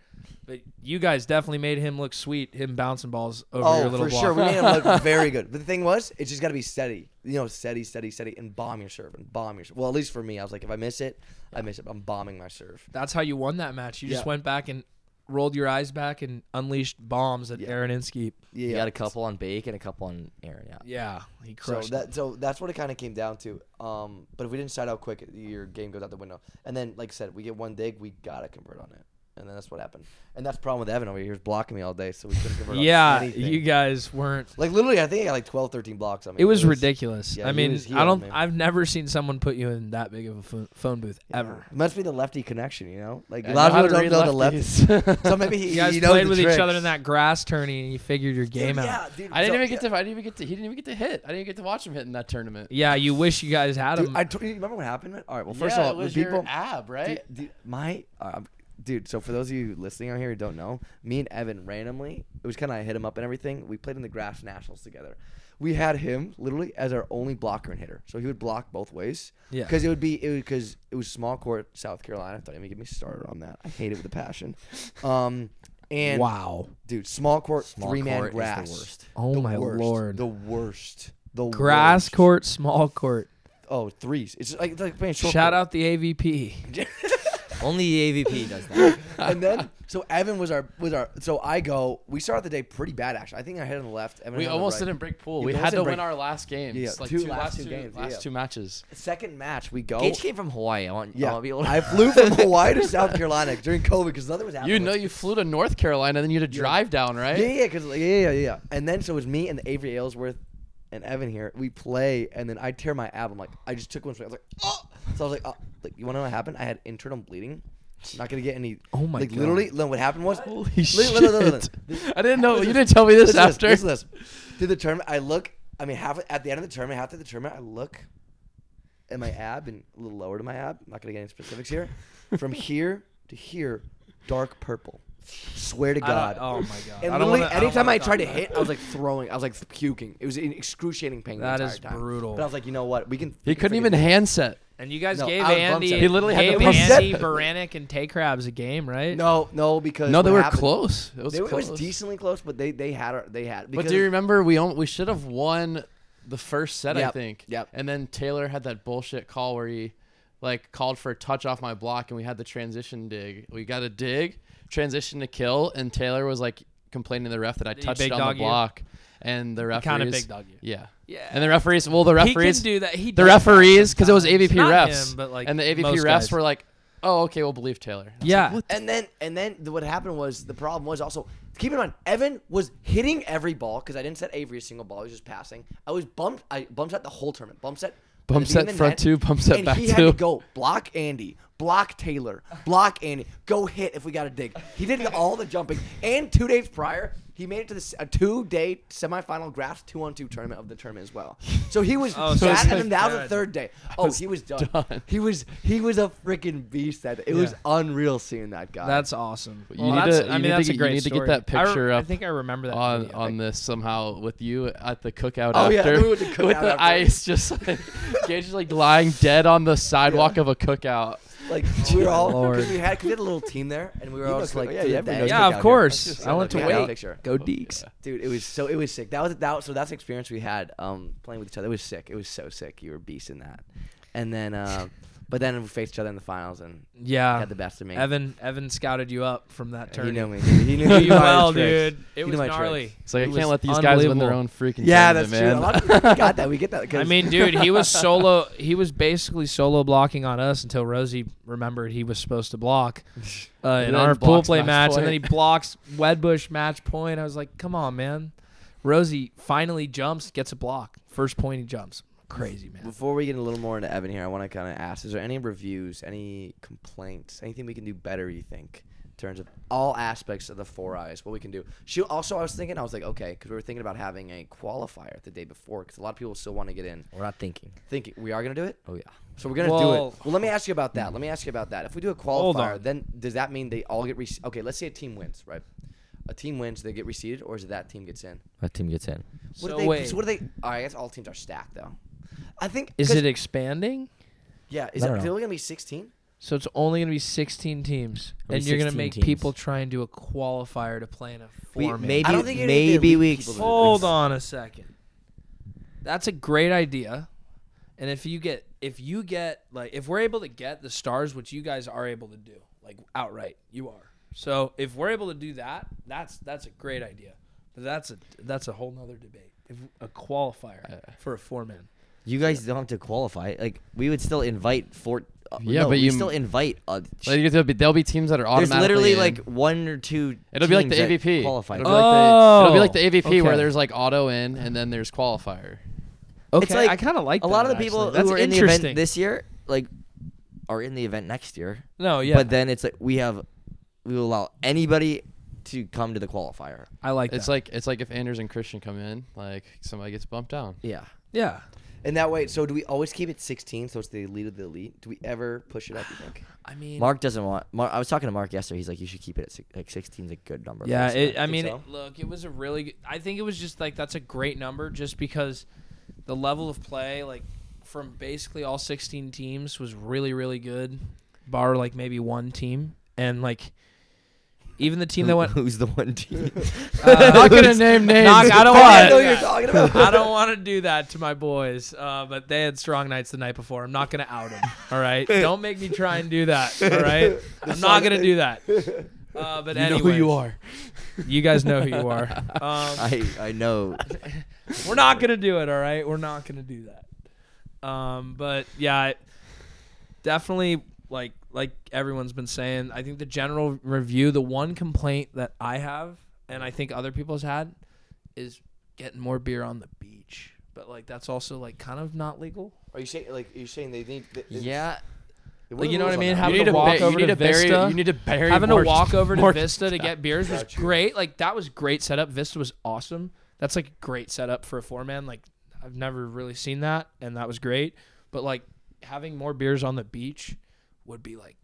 Speaker 2: But you guys definitely made him look sweet. Him bouncing balls over your
Speaker 1: Oh,
Speaker 2: little
Speaker 1: for
Speaker 2: block.
Speaker 1: sure, we made him look very good. But the thing was, it's just got to be steady. You know, steady, steady, steady, and bomb your serve and bomb your. Serve. Well, at least for me, I was like, if I miss it, I miss it. I'm bombing my serve.
Speaker 2: That's how you won that match. You just
Speaker 1: Yeah.
Speaker 2: went back and rolled your eyes back and unleashed bombs at Aaron Inskeep.
Speaker 1: Yeah,
Speaker 4: You got a couple on Bake and a couple on Aaron. Yeah.
Speaker 2: Yeah, he
Speaker 1: So
Speaker 2: crushed.
Speaker 1: that so that's what it kind of came down to. Um, but if we didn't side out quick, your game goes out the window. And then, like I said, we get one dig, we gotta convert on it. And then that's what happened. And that's the problem with Evan over here. He was blocking me all day, so we couldn't
Speaker 2: it.
Speaker 1: convert.
Speaker 2: yeah,
Speaker 1: on anything.
Speaker 2: you guys weren't.
Speaker 1: like literally, I think I got like 12, 13 blocks. I mean,
Speaker 2: It was ridiculous.
Speaker 1: yeah,
Speaker 2: I
Speaker 1: he
Speaker 2: mean,
Speaker 1: was- he
Speaker 2: I
Speaker 1: owned
Speaker 2: don't.
Speaker 1: me.
Speaker 2: I've never seen someone put you in that big of a pho- phone booth ever.
Speaker 1: It must be the lefty connection, you know. Like
Speaker 3: I
Speaker 1: a lot
Speaker 3: know
Speaker 1: of
Speaker 3: how
Speaker 1: people don't
Speaker 3: to
Speaker 1: know the
Speaker 3: read
Speaker 1: lefty.
Speaker 3: lefties.
Speaker 1: So maybe he,
Speaker 2: You guys
Speaker 1: he knows
Speaker 2: played
Speaker 1: the
Speaker 2: with each other
Speaker 1: tricks.
Speaker 2: in that grass tourney, and you figured your game out.
Speaker 1: Yeah, dude.
Speaker 3: I didn't
Speaker 1: so-
Speaker 3: even get to. I didn't even get to. He didn't even get to hit. I didn't get to watch him hit in that tournament.
Speaker 2: Yeah, you wish you guys had
Speaker 1: Dude,
Speaker 2: him.
Speaker 1: I told you remember what happened? All right. Well, first
Speaker 3: Yeah,
Speaker 1: of
Speaker 3: it
Speaker 1: all, the
Speaker 3: was
Speaker 1: people.
Speaker 3: your ab right.
Speaker 1: Dude, dude, my, uh, I'm- dude. So for those of you listening out here who don't know, me and Evan randomly, it was kind of I hit him up and everything. We played in the grass nationals together. We had him literally as our only blocker and hitter, so he would block both ways.
Speaker 2: Yeah.
Speaker 1: Because it would be it because it was small court, South Carolina. Don't even get me started on that. I hate it with a passion. Um, and
Speaker 2: wow.
Speaker 1: dude, small court,
Speaker 4: Small
Speaker 1: three man
Speaker 4: court is the
Speaker 1: grass.
Speaker 4: worst.
Speaker 2: Oh
Speaker 1: The
Speaker 2: my
Speaker 1: worst.
Speaker 2: lord.
Speaker 1: The worst. The
Speaker 2: Grass
Speaker 1: worst.
Speaker 2: court, small court.
Speaker 1: Oh, threes. It's like, it's like playing short
Speaker 2: Shout
Speaker 1: court.
Speaker 2: out Oh the AVP.
Speaker 4: Only the AVP does that.
Speaker 1: and then so Evan was our was our so I go we start the day pretty bad actually. I think I hit on the left. Evan
Speaker 3: we
Speaker 1: hit on the
Speaker 3: almost
Speaker 1: right.
Speaker 3: didn't break pool.
Speaker 1: Yeah, we
Speaker 3: we had
Speaker 1: almost
Speaker 3: to
Speaker 1: didn't
Speaker 3: win
Speaker 1: break-
Speaker 3: our last games.
Speaker 1: Yeah,
Speaker 3: like
Speaker 1: two-
Speaker 3: two
Speaker 1: last
Speaker 3: last
Speaker 1: two
Speaker 3: two
Speaker 1: games,
Speaker 3: Last
Speaker 1: yeah.
Speaker 3: two matches.
Speaker 1: Second match we go.
Speaker 4: Gage came from Hawaii. I want, I
Speaker 1: Oh. yeah,
Speaker 4: want to Oh, be able to.
Speaker 1: I flew from Hawaii to South Carolina during COVID because nothing was happening.
Speaker 3: You know, you flew to North Carolina, then you had to drive down, right?
Speaker 1: Yeah, yeah, because yeah, yeah, yeah, yeah. And then so it was me and Avery Aylesworth and Evan here. We play, and then I tear my ab. I'm like, I just took one swing. I was like, oh. So I was like, oh. like you want to know what happened? I had internal bleeding. Not gonna get any.
Speaker 2: Oh my
Speaker 1: like,
Speaker 2: God.
Speaker 1: Literally, no, what happened was.
Speaker 3: Holy
Speaker 1: Li- li- li- li- li-
Speaker 3: shit.
Speaker 1: This-
Speaker 3: I didn't know.
Speaker 1: Listen
Speaker 3: You
Speaker 1: to
Speaker 3: didn't tell me this
Speaker 1: listen to
Speaker 3: after.
Speaker 1: Listen to this. Through the tournament, I look. I mean, half at the end of the tournament, half of the tournament, I look at my ab and a little lower to my ab. I'm not gonna get any specifics here. From here to here, dark purple. Swear to
Speaker 2: I
Speaker 1: God.
Speaker 2: don't- oh my God.
Speaker 1: And
Speaker 2: I don't
Speaker 1: literally,
Speaker 2: wanna- I don't
Speaker 1: anytime I,
Speaker 2: wanna
Speaker 1: tried to
Speaker 2: talk about
Speaker 1: hit, I was like throwing. I was like puking. It was in excruciating pain.
Speaker 2: That
Speaker 1: the
Speaker 2: is
Speaker 1: entire time.
Speaker 2: brutal.
Speaker 1: But I was like, you know what? We can.
Speaker 3: He couldn't even handset.
Speaker 2: And you guys
Speaker 1: No,
Speaker 2: gave
Speaker 1: I was bummed
Speaker 2: Andy,
Speaker 1: out. He
Speaker 3: literally had
Speaker 2: gave
Speaker 3: to bump
Speaker 2: Andy
Speaker 3: set.
Speaker 2: Baranek and Tay Crabs a game, right?
Speaker 1: No, no, because
Speaker 3: No, they
Speaker 1: what
Speaker 3: were
Speaker 1: happened-
Speaker 3: close. It was
Speaker 1: They were- It
Speaker 3: close.
Speaker 1: was decently close, but they they had our, they had.
Speaker 3: But
Speaker 1: Because,
Speaker 3: do you remember we on, we should have won the first set, I
Speaker 1: Yep,
Speaker 3: think.
Speaker 1: yep.
Speaker 3: And then Taylor had that bullshit call where he like called for a touch off my block, and we had the transition dig. We got a dig. transition to kill, and Taylor was like complaining to the ref that I
Speaker 2: Did he
Speaker 3: touched
Speaker 2: big
Speaker 3: it on
Speaker 2: dog
Speaker 3: the
Speaker 2: you?
Speaker 3: block, and the referees
Speaker 2: kind of big dog you.
Speaker 3: Yeah.
Speaker 2: Yeah.
Speaker 3: And the referees, well, the referees,
Speaker 2: he can do that. He
Speaker 3: the
Speaker 2: does that
Speaker 3: referees, because it was
Speaker 2: sometimes.
Speaker 3: AVP
Speaker 2: Not
Speaker 3: refs,
Speaker 2: him, but like
Speaker 3: and the AVP refs
Speaker 2: most guys.
Speaker 3: were like, "Oh, okay, we'll believe Taylor." And I was
Speaker 2: yeah.
Speaker 3: like, "What
Speaker 1: And then and then th- what happened was the problem was also keep in mind Evan was hitting every ball because I didn't set every single ball. I was just passing. I was bumped. I bumped set the whole tournament. Bump set.
Speaker 3: Bump
Speaker 1: at the beginning of
Speaker 3: set
Speaker 1: the
Speaker 3: front
Speaker 1: net,
Speaker 3: two, bump set
Speaker 1: and
Speaker 3: back
Speaker 1: he had to
Speaker 3: two.
Speaker 1: go block Andy, block Taylor, block Andy, go hit if we got a dig. He did all the jumping. And two days prior, he made it to the, s- a two-day semifinal graphs two-on-two tournament of the tournament as well. So he was
Speaker 2: Oh,
Speaker 1: oh,
Speaker 2: so
Speaker 1: that,
Speaker 2: it's
Speaker 1: and
Speaker 2: like
Speaker 1: then that was the
Speaker 2: good.
Speaker 1: third day. Oh, he was done.
Speaker 3: done.
Speaker 1: He was he was a freaking beast. That day. it was unreal seeing that guy.
Speaker 2: That's awesome.
Speaker 3: You
Speaker 2: Well,
Speaker 3: need
Speaker 2: that's,
Speaker 3: to-
Speaker 2: I mean,
Speaker 3: you need to
Speaker 2: that's
Speaker 3: get-
Speaker 2: a
Speaker 3: you
Speaker 2: great
Speaker 3: need to get
Speaker 2: story.
Speaker 3: that
Speaker 2: I re-
Speaker 3: picture
Speaker 2: I,
Speaker 3: up
Speaker 2: think I remember that.
Speaker 3: on
Speaker 2: video.
Speaker 3: on this somehow with you at the cookout
Speaker 1: Oh,
Speaker 3: after
Speaker 1: yeah, we went to cookout
Speaker 3: with the
Speaker 1: after.
Speaker 3: ice just like Gage is like lying dead on the sidewalk of a cookout.
Speaker 1: Like we were all
Speaker 4: Lord.
Speaker 1: because we had 'cause we had a little team there, and we were all just like,
Speaker 7: yeah,
Speaker 1: to the
Speaker 7: yeah, everybody
Speaker 1: day.
Speaker 7: knows
Speaker 2: yeah,
Speaker 7: out
Speaker 2: of
Speaker 7: here.
Speaker 2: course. I went to
Speaker 1: Yeah,
Speaker 2: wait.
Speaker 1: that picture.
Speaker 4: Go Deeks.
Speaker 1: dude. It was so it was sick. That was that. Was, so that's the experience we had um, playing with each other. It was sick. It was so sick. You were a beast in that, and then uh, but then we faced each other in the finals and
Speaker 2: Yeah,
Speaker 1: got the best of me.
Speaker 2: Evan. Evan scouted you up from that
Speaker 1: he
Speaker 2: tournament.
Speaker 1: knew me. Dude. He
Speaker 2: He
Speaker 1: knew,
Speaker 2: knew
Speaker 1: he
Speaker 2: you
Speaker 1: knew my
Speaker 2: well,
Speaker 1: tricks.
Speaker 2: dude.
Speaker 1: He
Speaker 2: It
Speaker 1: knew
Speaker 2: was
Speaker 1: my
Speaker 2: gnarly.
Speaker 1: tricks.
Speaker 3: It's like
Speaker 2: It
Speaker 3: I
Speaker 2: was
Speaker 3: can't let these guys win their
Speaker 2: unbelievable.
Speaker 3: own freaking
Speaker 1: Yeah, that's
Speaker 3: tournament,
Speaker 1: true. A
Speaker 3: man.
Speaker 1: lot of people got that. We get that. 'cause-
Speaker 2: I mean, dude, he was solo. He was basically solo blocking on us until Rosie remembered he was supposed to block uh, in
Speaker 3: then
Speaker 2: our
Speaker 3: blocks
Speaker 2: pool play
Speaker 3: match
Speaker 2: match,
Speaker 3: point.
Speaker 2: and then he blocks Wedbush match point. I was like, come on, man. Rosie finally jumps, gets a block. First point, he jumps. Crazy man.
Speaker 1: Before we get a little more into Evan here, I want to kind of ask: Is there any reviews, any complaints, anything we can do better? You think, in terms of all aspects of the four eyes, what we can do? She also, I was thinking, I was like, okay, because we were thinking about having a qualifier the day before, because a lot of people still want to get in.
Speaker 4: We're not thinking.
Speaker 1: Thinking we are gonna do it,
Speaker 4: Oh yeah.
Speaker 1: so we're gonna
Speaker 2: Well-
Speaker 1: do it. Well, let me ask you about that. Let me ask you about that. If we do a
Speaker 2: Hold
Speaker 1: qualifier,
Speaker 2: on.
Speaker 1: then does that mean they all get re- okay? Let's say a team wins, right? A team wins, they get reseeded, or is it that team gets in?
Speaker 4: That team gets in.
Speaker 1: What
Speaker 2: So
Speaker 1: do they,
Speaker 2: wait.
Speaker 1: So what do they? All right, I guess all teams are stacked though. I think
Speaker 2: Is
Speaker 1: 'cause-
Speaker 2: it expanding?
Speaker 1: yeah? Is
Speaker 4: I
Speaker 1: it
Speaker 4: don't
Speaker 1: is it
Speaker 4: know.
Speaker 1: only gonna be sixteen?
Speaker 2: So it's only going to be 16 teams,
Speaker 4: It'll be
Speaker 2: and you're going to
Speaker 4: 16
Speaker 2: make
Speaker 4: teams.
Speaker 2: people try and do a qualifier to play in a
Speaker 4: We,
Speaker 2: four. man.
Speaker 4: maybe
Speaker 1: I don't think you need to
Speaker 4: maybe
Speaker 1: leave
Speaker 4: we
Speaker 1: people to
Speaker 2: Hold on a second. That's a great idea. And if you get if you get like if we're able to get the stars, which you guys are able to do, like outright, you are. So if we're able to do that, that's that's a great idea. But that's a that's a whole nother debate. If a qualifier for a four man.
Speaker 4: You guys don't have to qualify. Like we would still invite four. Uh,
Speaker 3: Yeah,
Speaker 4: no,
Speaker 3: but
Speaker 4: we
Speaker 3: you-
Speaker 4: still invite. Uh,
Speaker 3: Like, there'll, be, there'll be teams that are
Speaker 4: there's
Speaker 3: automatically
Speaker 4: literally
Speaker 3: in.
Speaker 4: like one or two.
Speaker 3: it'll be like the
Speaker 4: teams that
Speaker 3: AVP.
Speaker 4: qualify.
Speaker 3: It'll be like the,
Speaker 2: Oh,
Speaker 3: it'll be like the AVP where
Speaker 2: okay.
Speaker 3: there's like auto in and then there's qualifier.
Speaker 2: Okay,
Speaker 4: It's like
Speaker 2: I kind of like
Speaker 4: a lot
Speaker 2: that,
Speaker 4: of the people
Speaker 2: actually.
Speaker 4: who
Speaker 2: that's
Speaker 4: are in the
Speaker 2: interesting.
Speaker 4: event this year, like, are in the event next year.
Speaker 2: no, yeah,
Speaker 4: But then it's like we have, we will allow anybody to come to the qualifier.
Speaker 2: I like
Speaker 3: It's
Speaker 2: that.
Speaker 3: like it's like if Anders and Christian come in, like somebody gets bumped down.
Speaker 4: Yeah.
Speaker 2: yeah.
Speaker 1: And that way, so do we always keep it 16? So it's the elite of the elite. Do we ever push it up? You think?
Speaker 2: I mean,
Speaker 4: Mark doesn't want. Mark, I was talking to Mark yesterday. He's like, you should keep it at six, like 16 is a good number. for
Speaker 2: Yeah,
Speaker 4: us."
Speaker 2: it, I
Speaker 1: Think
Speaker 2: mean,
Speaker 1: so?
Speaker 2: it- look, it was a really. Good, I think it was just like that's a great number, just because the level of play, like from basically all 16 teams, was really, really good, bar like maybe one team, and like even the team that went.
Speaker 4: Who's the one team?
Speaker 2: Uh,
Speaker 3: not gonna name names.
Speaker 2: Knock- I don't
Speaker 3: Fuck.
Speaker 2: want.
Speaker 1: I know who you're talking about.
Speaker 2: I don't want to do that to my boys, uh, but they had strong nights the night before. I'm not gonna out them. All right, don't make me try and do that. All right, I'm not gonna do that. Uh, but anyway,
Speaker 3: are.
Speaker 2: You guys know who you are. Um,
Speaker 4: I I know.
Speaker 2: we're not gonna do it. All right, we're not gonna do that. Um, but yeah, I- definitely like like everyone's been saying. I think the general review, the one complaint that I have, and I think other people's had, is getting more beer on the beach. But like that's also like kind of not legal.
Speaker 1: Are you saying like are you saying they need? th- th-
Speaker 4: Yeah.
Speaker 1: what
Speaker 2: Like
Speaker 1: are
Speaker 2: you know
Speaker 1: the rules
Speaker 2: what I
Speaker 1: on
Speaker 2: mean?
Speaker 1: that?
Speaker 2: Having
Speaker 3: need
Speaker 2: to
Speaker 3: to
Speaker 2: walk
Speaker 3: ba- you
Speaker 2: over
Speaker 3: need
Speaker 2: to
Speaker 3: to bury-
Speaker 2: Vista.
Speaker 3: you need to bury
Speaker 2: having
Speaker 3: more-
Speaker 2: to walk over to
Speaker 3: more-
Speaker 2: Vista to get beers was
Speaker 1: Got you.
Speaker 2: great. Like that was great setup. Vista was awesome. That's like a great setup for a four man. Like I've never really seen that, and that was great. But like having more beers on the beach would be like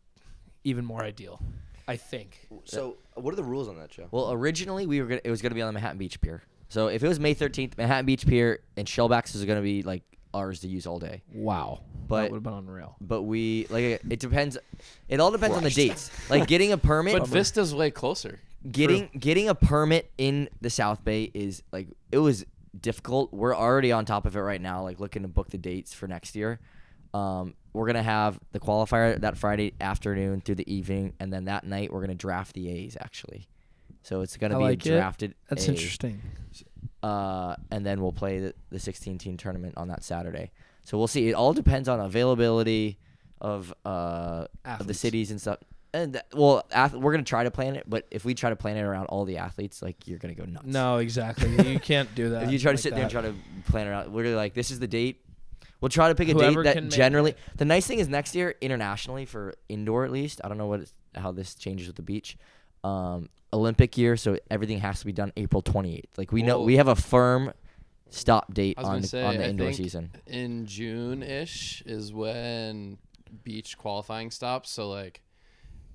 Speaker 2: even more ideal. I think.
Speaker 1: So what are the rules on that show?
Speaker 4: Well, originally we were gonna, it was gonna be on the Manhattan Beach Pier. So if it was May 13th, Manhattan Beach Pier and Shellbacks is gonna be like ours to use all day.
Speaker 2: Wow.
Speaker 4: But-
Speaker 2: that would have been unreal.
Speaker 4: But we like it depends. It all depends on the dates. Like getting a permit,
Speaker 3: But Vista's way closer.
Speaker 4: getting getting a permit in the South Bay is like it was difficult. We're already on top of it right now, like looking to book the dates for next year. Um, we're gonna have the qualifier that Friday afternoon through the evening, and then that night we're gonna draft the A's actually. So it's gonna
Speaker 2: I
Speaker 4: be
Speaker 2: like it.
Speaker 4: a drafted.
Speaker 2: That's
Speaker 4: A,
Speaker 2: interesting.
Speaker 4: Uh, and then we'll play the, the 16 team tournament on that Saturday. So we'll see. It all depends on availability of uh of the
Speaker 2: Athletes.
Speaker 4: cities and stuff. And th- well, ath- we're gonna try to plan it, but if we try to plan it around all the athletes, like you're gonna go nuts.
Speaker 2: No, exactly. You can't do that.
Speaker 4: If you try to
Speaker 2: like
Speaker 4: sit there
Speaker 2: that.
Speaker 4: and try to plan it out, we're gonna like, this is the date. We'll try to pick a
Speaker 2: Whoever
Speaker 4: date
Speaker 2: can
Speaker 4: that
Speaker 2: make
Speaker 4: generally.
Speaker 2: it.
Speaker 4: The nice thing is next year internationally for indoor at least. I don't know what it's, how this changes with the beach. Um, Olympic year, so everything has to be done April 28th. Like we know
Speaker 3: Whoa.
Speaker 4: we have a firm stop date
Speaker 3: I was
Speaker 4: on
Speaker 3: gonna
Speaker 4: the,
Speaker 3: say
Speaker 4: on the
Speaker 3: I
Speaker 4: indoor
Speaker 3: think
Speaker 4: season.
Speaker 3: in June ish is when beach qualifying stops. So like,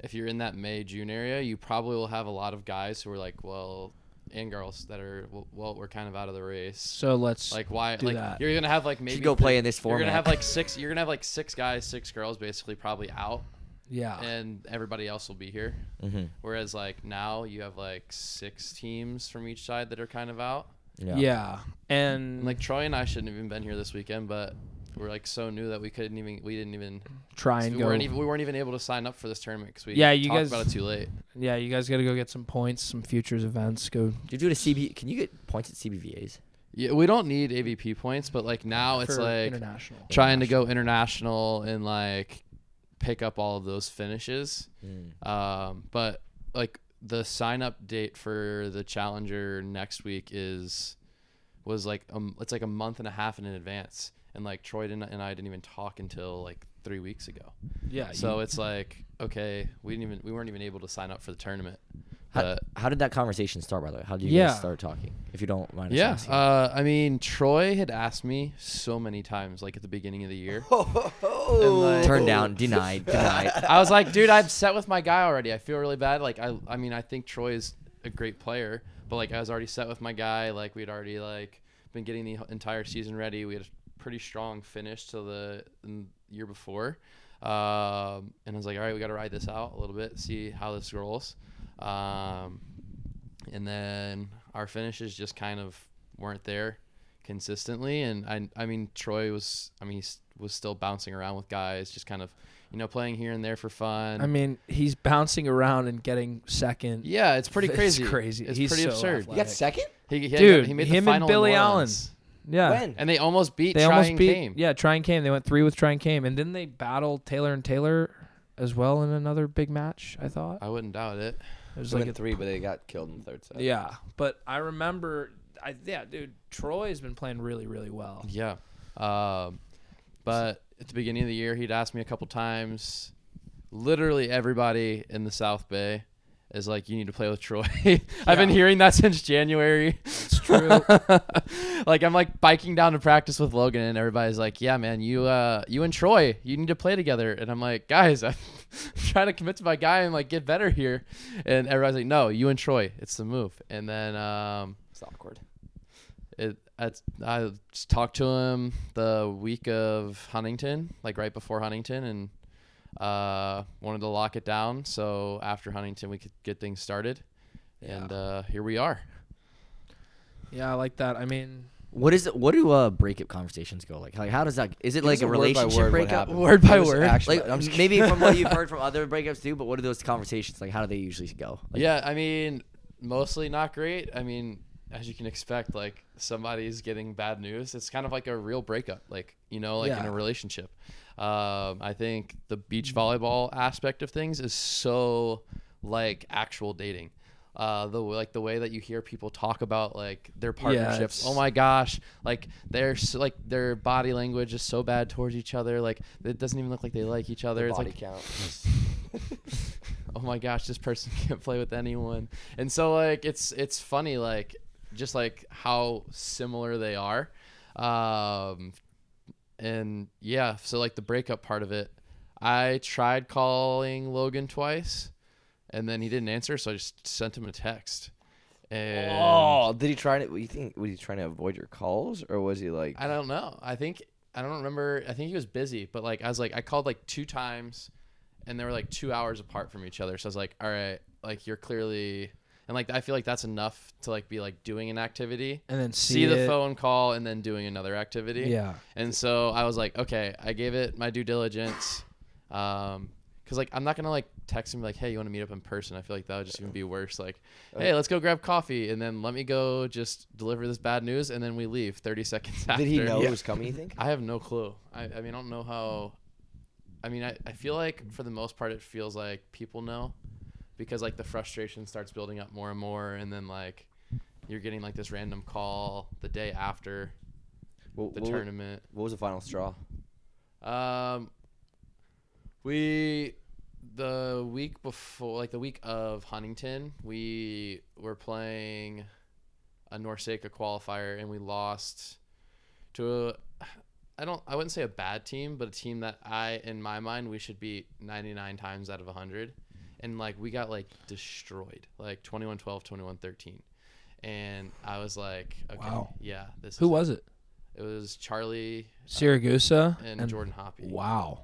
Speaker 3: if you're in that May June area, you probably will have a lot of guys who are like, well, and girls that are well, well we're kind of out of the race.
Speaker 2: So let's.
Speaker 3: Like why?
Speaker 2: do
Speaker 3: like
Speaker 2: that.
Speaker 3: you're gonna have like maybe
Speaker 4: go play in this
Speaker 3: You're gonna
Speaker 4: format.
Speaker 3: have like six. You're gonna have like six guys, six girls, basically probably out,
Speaker 2: yeah.
Speaker 3: and everybody else will be here.
Speaker 4: Mm-hmm.
Speaker 3: Whereas like now you have like six teams from each side that are kind of out.
Speaker 4: Yeah.
Speaker 2: Yeah. And
Speaker 3: And
Speaker 2: like
Speaker 3: like Troy and I shouldn't have even been here this weekend, but we're like so new that we couldn't even we didn't even
Speaker 2: try and
Speaker 3: we
Speaker 2: go.
Speaker 3: weren't even we weren't even able to sign up for this tournament because we
Speaker 2: Yeah, you
Speaker 3: talked
Speaker 2: guys-
Speaker 3: about it too late.
Speaker 2: yeah, you guys got to go get some points, some futures events. Go.
Speaker 4: Do you do it at CB? Can you get points at CBVAs?
Speaker 3: Yeah, we don't need AVP points, but like now it's
Speaker 2: for
Speaker 3: like
Speaker 2: international.
Speaker 3: trying to go international and like pick up all of those finishes. Um, but like the sign up date for the challenger next week is was like um it's like a month and a half in advance, and like Troy didn't, and I didn't even talk until like three weeks ago.
Speaker 2: Yeah.
Speaker 3: So it's like okay, we didn't even we weren't even able to sign up for the tournament.
Speaker 4: How,
Speaker 3: But
Speaker 4: how did that conversation start, by the way? How did you
Speaker 2: Yeah.
Speaker 4: guys start talking? If you don't mind, us
Speaker 3: yeah,
Speaker 4: asking.
Speaker 3: uh, I mean Troy had asked me so many times, like at the beginning of the year. And, like-
Speaker 4: Turned down, denied, denied.
Speaker 3: I was like, dude, I'm set with my guy already. I feel really bad. Like, I, I mean, I think Troy is a great player, but like, I was already set with my guy. Like, we'd already like been getting the entire season ready. We had a pretty strong finish to the n- year before, um, and I was like, all right, we got to ride this out a little bit, see how this rolls. Um, and then our finishes just kind of weren't there consistently and I I mean Troy was I mean he s- was still bouncing around with guys just kind of you know playing here and there for fun
Speaker 2: I mean, he's bouncing around and getting second.
Speaker 3: yeah it's pretty
Speaker 2: It's
Speaker 3: crazy
Speaker 2: crazy.
Speaker 3: it's
Speaker 2: He's
Speaker 3: pretty
Speaker 2: so
Speaker 3: absurd
Speaker 2: athletic.
Speaker 1: You got second?
Speaker 3: he, he had-
Speaker 2: Dude,
Speaker 3: he made
Speaker 2: him and
Speaker 3: the final in
Speaker 2: Billy
Speaker 3: New
Speaker 2: Allen.
Speaker 3: Orleans.
Speaker 2: Yeah.
Speaker 1: When?
Speaker 3: and they almost beat
Speaker 2: They
Speaker 3: Try
Speaker 2: almost
Speaker 3: and
Speaker 2: beat.
Speaker 3: Came.
Speaker 2: Yeah, try and came. They went three with try and came, and then they battled Taylor and Taylor as well in another big match. I thought
Speaker 3: I wouldn't doubt it
Speaker 2: it was
Speaker 1: They
Speaker 2: like
Speaker 1: went
Speaker 2: a
Speaker 1: three, but they got killed in the third set.
Speaker 2: Yeah, but I remember, I yeah, dude, Troy's been playing really, really well.
Speaker 3: yeah um but at the beginning of the year he'd asked me a couple times literally everybody in the South Bay is like you need to play with Troy I've been
Speaker 2: Yeah.
Speaker 3: hearing that since January
Speaker 2: It's true.
Speaker 3: like I'm like biking down to practice with Logan, and everybody's like, "Yeah, man, you uh, you and Troy, you need to play together." And I'm like, "Guys, I'm trying to commit to my guy and like get better here." And everybody's like, "No, you and Troy, it's the move." And then um,
Speaker 1: It's awkward.
Speaker 3: it I, I just talked to him the week of Huntington, like right before Huntington, and uh, wanted to lock it down so after Huntington we could get things started. And
Speaker 2: Yeah.
Speaker 3: uh, here we are.
Speaker 2: yeah, I like that. I mean,
Speaker 4: What is it? What do uh breakup conversations go like? Like how does that? Is it like
Speaker 1: us
Speaker 4: a
Speaker 1: a word by
Speaker 4: relationship
Speaker 1: word what
Speaker 4: breakup?
Speaker 1: happened.
Speaker 3: Word by
Speaker 1: It was
Speaker 3: word.
Speaker 1: actually-
Speaker 4: Like
Speaker 1: I'm just
Speaker 4: maybe from what you've heard from other breakups too, but what are those conversations like? How do they usually go? Like,
Speaker 3: yeah, I mean, mostly not great. I mean, as you can expect, like somebody's getting bad news. It's kind of like a real breakup, like you know, like in
Speaker 2: Yeah.
Speaker 3: a relationship. Um, I think the beach volleyball aspect of things is so like actual dating. Uh, the w- like the way that you hear people talk about like their partnerships.
Speaker 2: it's-
Speaker 3: oh my gosh, like they're so, like their body language is so bad towards each other. Like it doesn't even look like they like each other.
Speaker 1: Their
Speaker 3: it's
Speaker 1: body
Speaker 3: like
Speaker 1: count.
Speaker 3: oh my gosh, this person can't play with anyone. And so like it's it's funny like just like how similar they are. Um and yeah, so like the breakup part of it, I tried calling Logan twice and then he didn't answer, so I just sent him a text. And
Speaker 1: Oh, did he try to? You think was he trying to avoid your calls, or was he like?
Speaker 3: I don't know. I think I don't remember. I think he was busy, but like I was like I called like two times, and they were like two hours apart from each other. So I was like, all right, like you're clearly and like I feel like that's enough to like be like doing an activity
Speaker 2: And then
Speaker 3: see,
Speaker 2: see
Speaker 3: the
Speaker 2: it.
Speaker 3: phone call and then doing another activity.
Speaker 2: Yeah.
Speaker 3: And so I was like, okay, I gave it my due diligence. Um, cause like I'm not gonna like text him like, hey, you want to meet up in person? I feel like that would just even be worse. Like,
Speaker 1: Uh,
Speaker 3: hey, let's go grab coffee and then let me go just deliver this bad news and then we leave 30 seconds after.
Speaker 1: Did he know it was coming? You think?
Speaker 3: I have no clue. I, I mean, I don't know how. I mean, I, I feel like for the most part, it feels like people know because like the frustration starts building up more and more. And then like you're getting like this random call the day after
Speaker 1: What,
Speaker 3: the
Speaker 1: what, wa-
Speaker 3: tournament.
Speaker 1: what was the final straw?
Speaker 3: Um, we the week before, like the week of Huntington, we were playing a Norseca qualifier and we lost to a. I don't. I wouldn't say a bad team, but a team that I, in my mind, we should beat 99 times out of 100, and like we got like destroyed, like 21-12, 21-13, and I was like, okay,
Speaker 2: Wow.
Speaker 3: yeah, this.
Speaker 2: Who
Speaker 3: is
Speaker 2: was it?
Speaker 3: it? Was Charlie
Speaker 2: Syracuse
Speaker 3: and, Jordan Hoppy?
Speaker 2: Wow.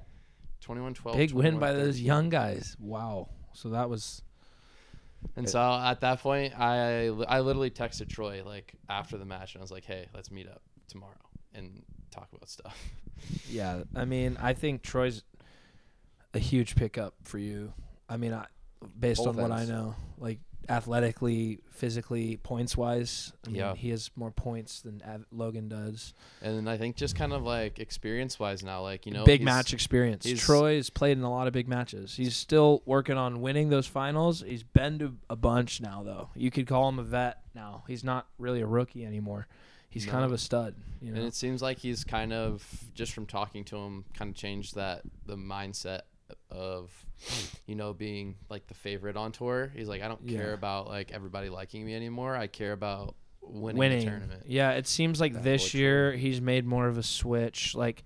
Speaker 3: 21 12
Speaker 2: Big win by those young guys. Wow. So that was
Speaker 3: and so at that point i i literally texted troy like after the match and i was like hey let's meet up tomorrow and talk about stuff
Speaker 2: Yeah, I mean, I think Troy's a huge pickup for you. I mean, I, based
Speaker 1: Both
Speaker 2: on what I
Speaker 1: ends.
Speaker 2: know, like athletically, physically, points wise, I mean,
Speaker 3: Yeah.
Speaker 2: he has more points than Av- Logan does.
Speaker 3: and then i think just kind of like experience wise now like you know
Speaker 2: big
Speaker 3: he's-
Speaker 2: match experience.
Speaker 3: he's-
Speaker 2: Troy's played in a lot of big matches. He's still working on winning those finals. He's been to a bunch now, though. You could call him a vet now. He's not really a rookie anymore. He's kind
Speaker 3: No.
Speaker 2: of a stud. You know,
Speaker 3: and it seems like he's kind of just from talking to him kind of changed that the mindset of you know being like the favorite on tour he's like i don't
Speaker 2: Yeah.
Speaker 3: care about like everybody liking me anymore i care about winning, the
Speaker 2: winning.
Speaker 3: tournament
Speaker 2: Yeah, it seems like this
Speaker 3: Unfortunately.
Speaker 2: year he's made more of a switch. Like,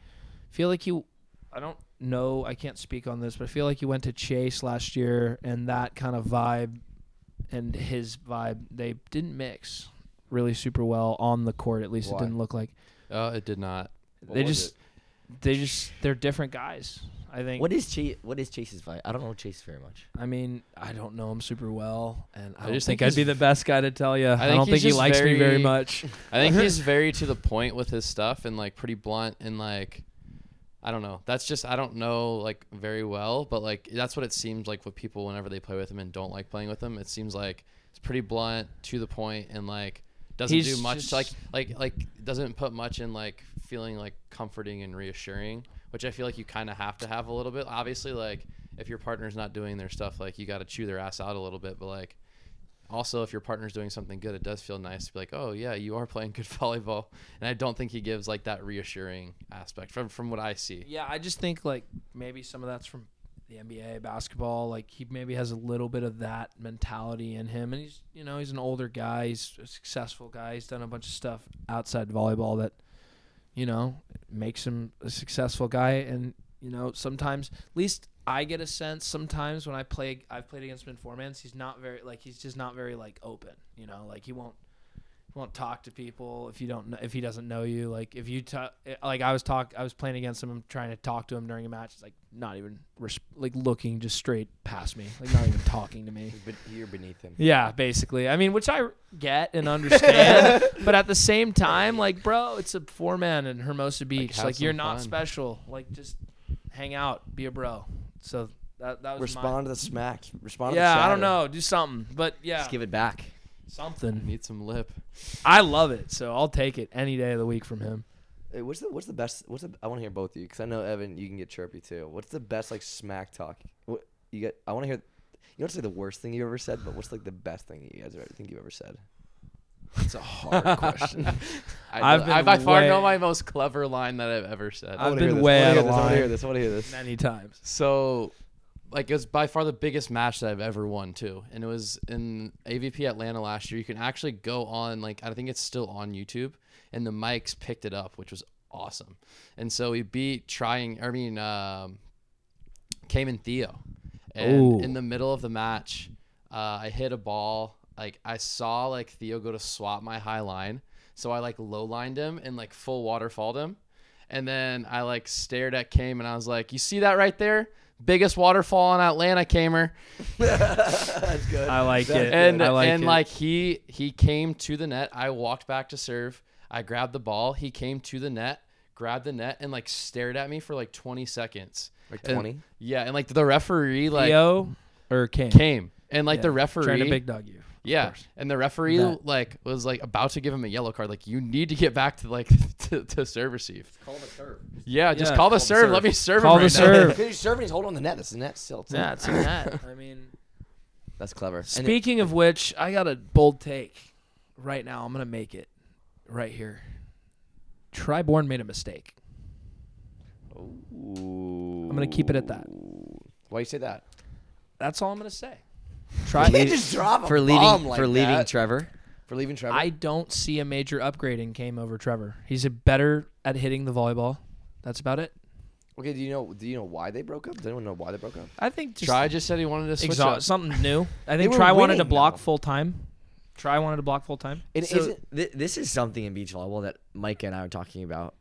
Speaker 2: feel like you. I don't know. I can't speak on this, but I feel like you went to Chase last year, and that kind of vibe, and his vibe, they didn't mix really super well on the court. At least
Speaker 1: Why?
Speaker 2: it didn't look like
Speaker 3: uh, it did not
Speaker 2: they
Speaker 1: was
Speaker 2: just. They just. They're different guys. I think.
Speaker 4: What is Chase? What is Chase's fight? I don't know Chase very much.
Speaker 2: I mean, I don't know him super well, and I,
Speaker 3: I
Speaker 2: don't
Speaker 3: just
Speaker 2: think,
Speaker 3: think
Speaker 2: I'd be
Speaker 3: he's-
Speaker 2: the best guy to tell you. I,
Speaker 3: think
Speaker 2: don't think
Speaker 3: he's
Speaker 2: he
Speaker 3: just
Speaker 2: likes me very
Speaker 3: very-
Speaker 2: much.
Speaker 3: I think he's very to the point with his stuff and like pretty blunt and like I don't know. That's just I don't know like very well, but like that's what it seems like with people whenever they play with him and don't like playing with him. It seems like it's pretty blunt, to the point, and like doesn't
Speaker 2: He's
Speaker 3: do much
Speaker 2: just-
Speaker 3: like like like doesn't put much in like feeling like comforting and reassuring, which I feel like you kind of have to have a little bit. Obviously, like if your partner's not doing their stuff, like you got to chew their ass out a little bit, but like also if your partner's doing something good it does feel nice to be like oh yeah you are playing good volleyball and i don't think he gives like that reassuring aspect from from what i see
Speaker 2: Yeah, I just think like maybe some of that's from the NBA basketball. Like he maybe has a little bit of that mentality in him, and he's you know he's an older guy, he's a successful guy, he's done a bunch of stuff outside volleyball that you know makes him a successful guy. And you know sometimes, at least I get a sense sometimes when I play, I've played against Minformans, he's not very like he's just not very like open. You know, like he won't won't talk to people if you don't know, if he doesn't know you. Like if you ta- like I was talk I was playing against him, I'm trying to talk to him during a match. It's like not even res- like looking just straight past me, like not even talking to me.
Speaker 1: But you're beneath him.
Speaker 2: Yeah, basically. I mean, which I get and understand, but at the same time, like bro, it's a four man in Hermosa Beach.
Speaker 3: have
Speaker 2: Like, you're
Speaker 3: some
Speaker 2: not
Speaker 3: fun.
Speaker 2: special. Like just hang out, be a bro. So that that was
Speaker 1: Respond to the smack. Respond.
Speaker 2: My,
Speaker 1: to the
Speaker 2: yeah, I don't
Speaker 1: chatter.
Speaker 2: know. Do something, but yeah,
Speaker 4: Just give it back.
Speaker 2: something.
Speaker 3: need some lip
Speaker 2: I love it, so I'll take it any day of the week from him.
Speaker 1: Hey, What's the What's the best? What's the? I want to hear both of you because I know Evan, you can get chirpy too. What's the best like smack talk? What you get? I want to hear. You don't say the worst thing you ever said, but what's like the best thing you guys ever think you've ever said?
Speaker 2: It's a hard question.
Speaker 3: I,
Speaker 2: I've
Speaker 3: have
Speaker 2: been
Speaker 3: i by far
Speaker 2: way-
Speaker 3: know my most clever line that i've ever said
Speaker 2: I've
Speaker 1: wanna
Speaker 2: been
Speaker 1: hear this.
Speaker 2: way
Speaker 1: I wanna
Speaker 2: out of
Speaker 1: hear
Speaker 2: line.
Speaker 1: this. I want to hear this. I want to hear this.
Speaker 2: Many times.
Speaker 3: so like it was by far the biggest match that i've ever won too and it was in avp atlanta last year you can actually go on like i think it's still on youtube and the mics picked it up which was awesome and so we beat trying i mean um Came in Theo. And
Speaker 2: Ooh.
Speaker 3: in the middle of the match, uh, I hit a ball. Like I saw like Theo go to swap my high line. So I like low lined him and like full waterfalled him. And then I like stared at Kame and I was like, You see that right there? biggest waterfall in Atlanta, Kamer.
Speaker 1: That's good.
Speaker 2: I like it.
Speaker 3: and
Speaker 2: I like
Speaker 3: and
Speaker 2: it.
Speaker 3: like he he came to the net. I walked back to serve. I grabbed the ball. He came to the net, grabbed the net, and like stared at me for like 20 seconds.
Speaker 1: Like
Speaker 3: And-
Speaker 1: 20?
Speaker 3: yeah, and like the referee like
Speaker 2: Theo or Kane.
Speaker 3: came and like
Speaker 2: Yeah,
Speaker 3: the referee
Speaker 2: trying to big dog you.
Speaker 3: yeah, and the referee
Speaker 2: That.
Speaker 3: like was like about to give him a yellow card. Like you need to get back to like to, to serve receive. Call the serve. Yeah, just
Speaker 2: Yeah,
Speaker 3: call the serve. Let me serve.
Speaker 2: Call
Speaker 3: him
Speaker 2: the
Speaker 3: right now.
Speaker 2: serve.
Speaker 1: Because he's serving, he's holding on the net. That's the net still. It's
Speaker 2: Yeah, it's in that. I mean,
Speaker 1: That's clever.
Speaker 2: speaking of which, I got a bold take right now. I'm gonna make it right here. Triborn made a mistake. I'm gonna keep it at that.
Speaker 1: Why you say that?
Speaker 2: That's all I'm gonna say.
Speaker 4: For lead-
Speaker 1: just drop a
Speaker 4: for leading
Speaker 1: bomb like
Speaker 4: for leading
Speaker 1: that.
Speaker 4: Trevor.
Speaker 1: For leaving Trevor?
Speaker 2: I don't see a major upgrade in Kame over Trevor. He's a better at hitting the volleyball. That's about it.
Speaker 1: okay, do you know do you know why they broke up? Does anyone know why they broke up?
Speaker 2: I think just
Speaker 3: Try just said he wanted to switch
Speaker 2: exhaust
Speaker 3: up.
Speaker 2: something new. I think
Speaker 1: were
Speaker 2: Try wanted to
Speaker 1: winning,
Speaker 2: block
Speaker 1: though.
Speaker 2: full time. Try wanted to block full time.
Speaker 1: It
Speaker 4: so
Speaker 1: not
Speaker 4: thi- this is something in beach volleyball that Micah and I were talking about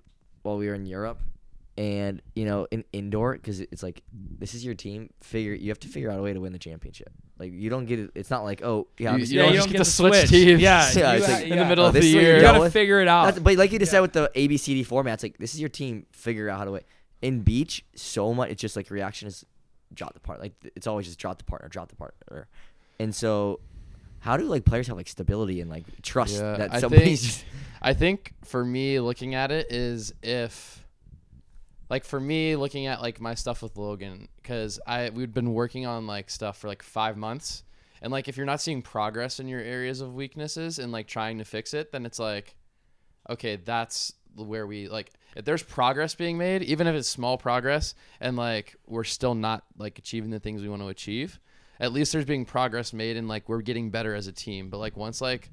Speaker 4: while we were in Europe, and you know, in indoor because it's like this is your team. Figure you have to figure out a way to win the championship. Like you don't get it. It's not like oh yeah, I'm
Speaker 3: You-
Speaker 4: just-
Speaker 3: you don't just get to switch teams.
Speaker 2: Yeah,
Speaker 4: Yeah,
Speaker 2: you
Speaker 4: it's
Speaker 2: ha-
Speaker 4: like-
Speaker 3: in the
Speaker 2: yeah.
Speaker 3: middle
Speaker 4: Oh,
Speaker 3: of
Speaker 4: this
Speaker 3: the
Speaker 4: is what you
Speaker 3: year.
Speaker 2: You
Speaker 4: got
Speaker 2: gotta
Speaker 4: with-
Speaker 2: figure it out.
Speaker 4: That's- but like you just said with the ABCD format, it's like this is your team. Figure out how to win. In beach, so much it's just like reaction is drop the partner. Like th- it's always just drop the partner, drop the partner. And so, how do like players have like stability and like trust
Speaker 3: Yeah,
Speaker 4: that
Speaker 3: I
Speaker 4: somebody's
Speaker 3: think- I think for me looking at it is if like for me looking at like my stuff with Logan cuz I we'd been working on like stuff for like 5 months and like if you're not seeing progress in your areas of weaknesses and like trying to fix it then it's like okay that's where we like if there's progress being made even if it's small progress and like we're still not like achieving the things we want to achieve at least there's being progress made and like we're getting better as a team but like once like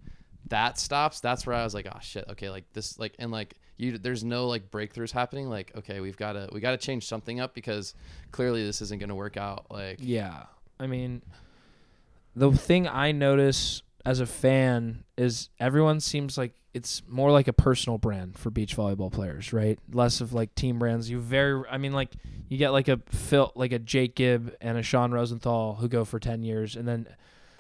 Speaker 3: that stops that's where i was like oh shit okay like this like and like you there's no like breakthroughs happening like okay we've got to we got to change something up because clearly this isn't going to work out like
Speaker 2: Yeah. I mean, the thing I notice as a fan is everyone seems like it's more like a personal brand for beach volleyball players, right? Less of like team brands. You very, I mean, like you get like a Phil, like a Jake Gibb and a Sean Rosenthal who go for ten years, and then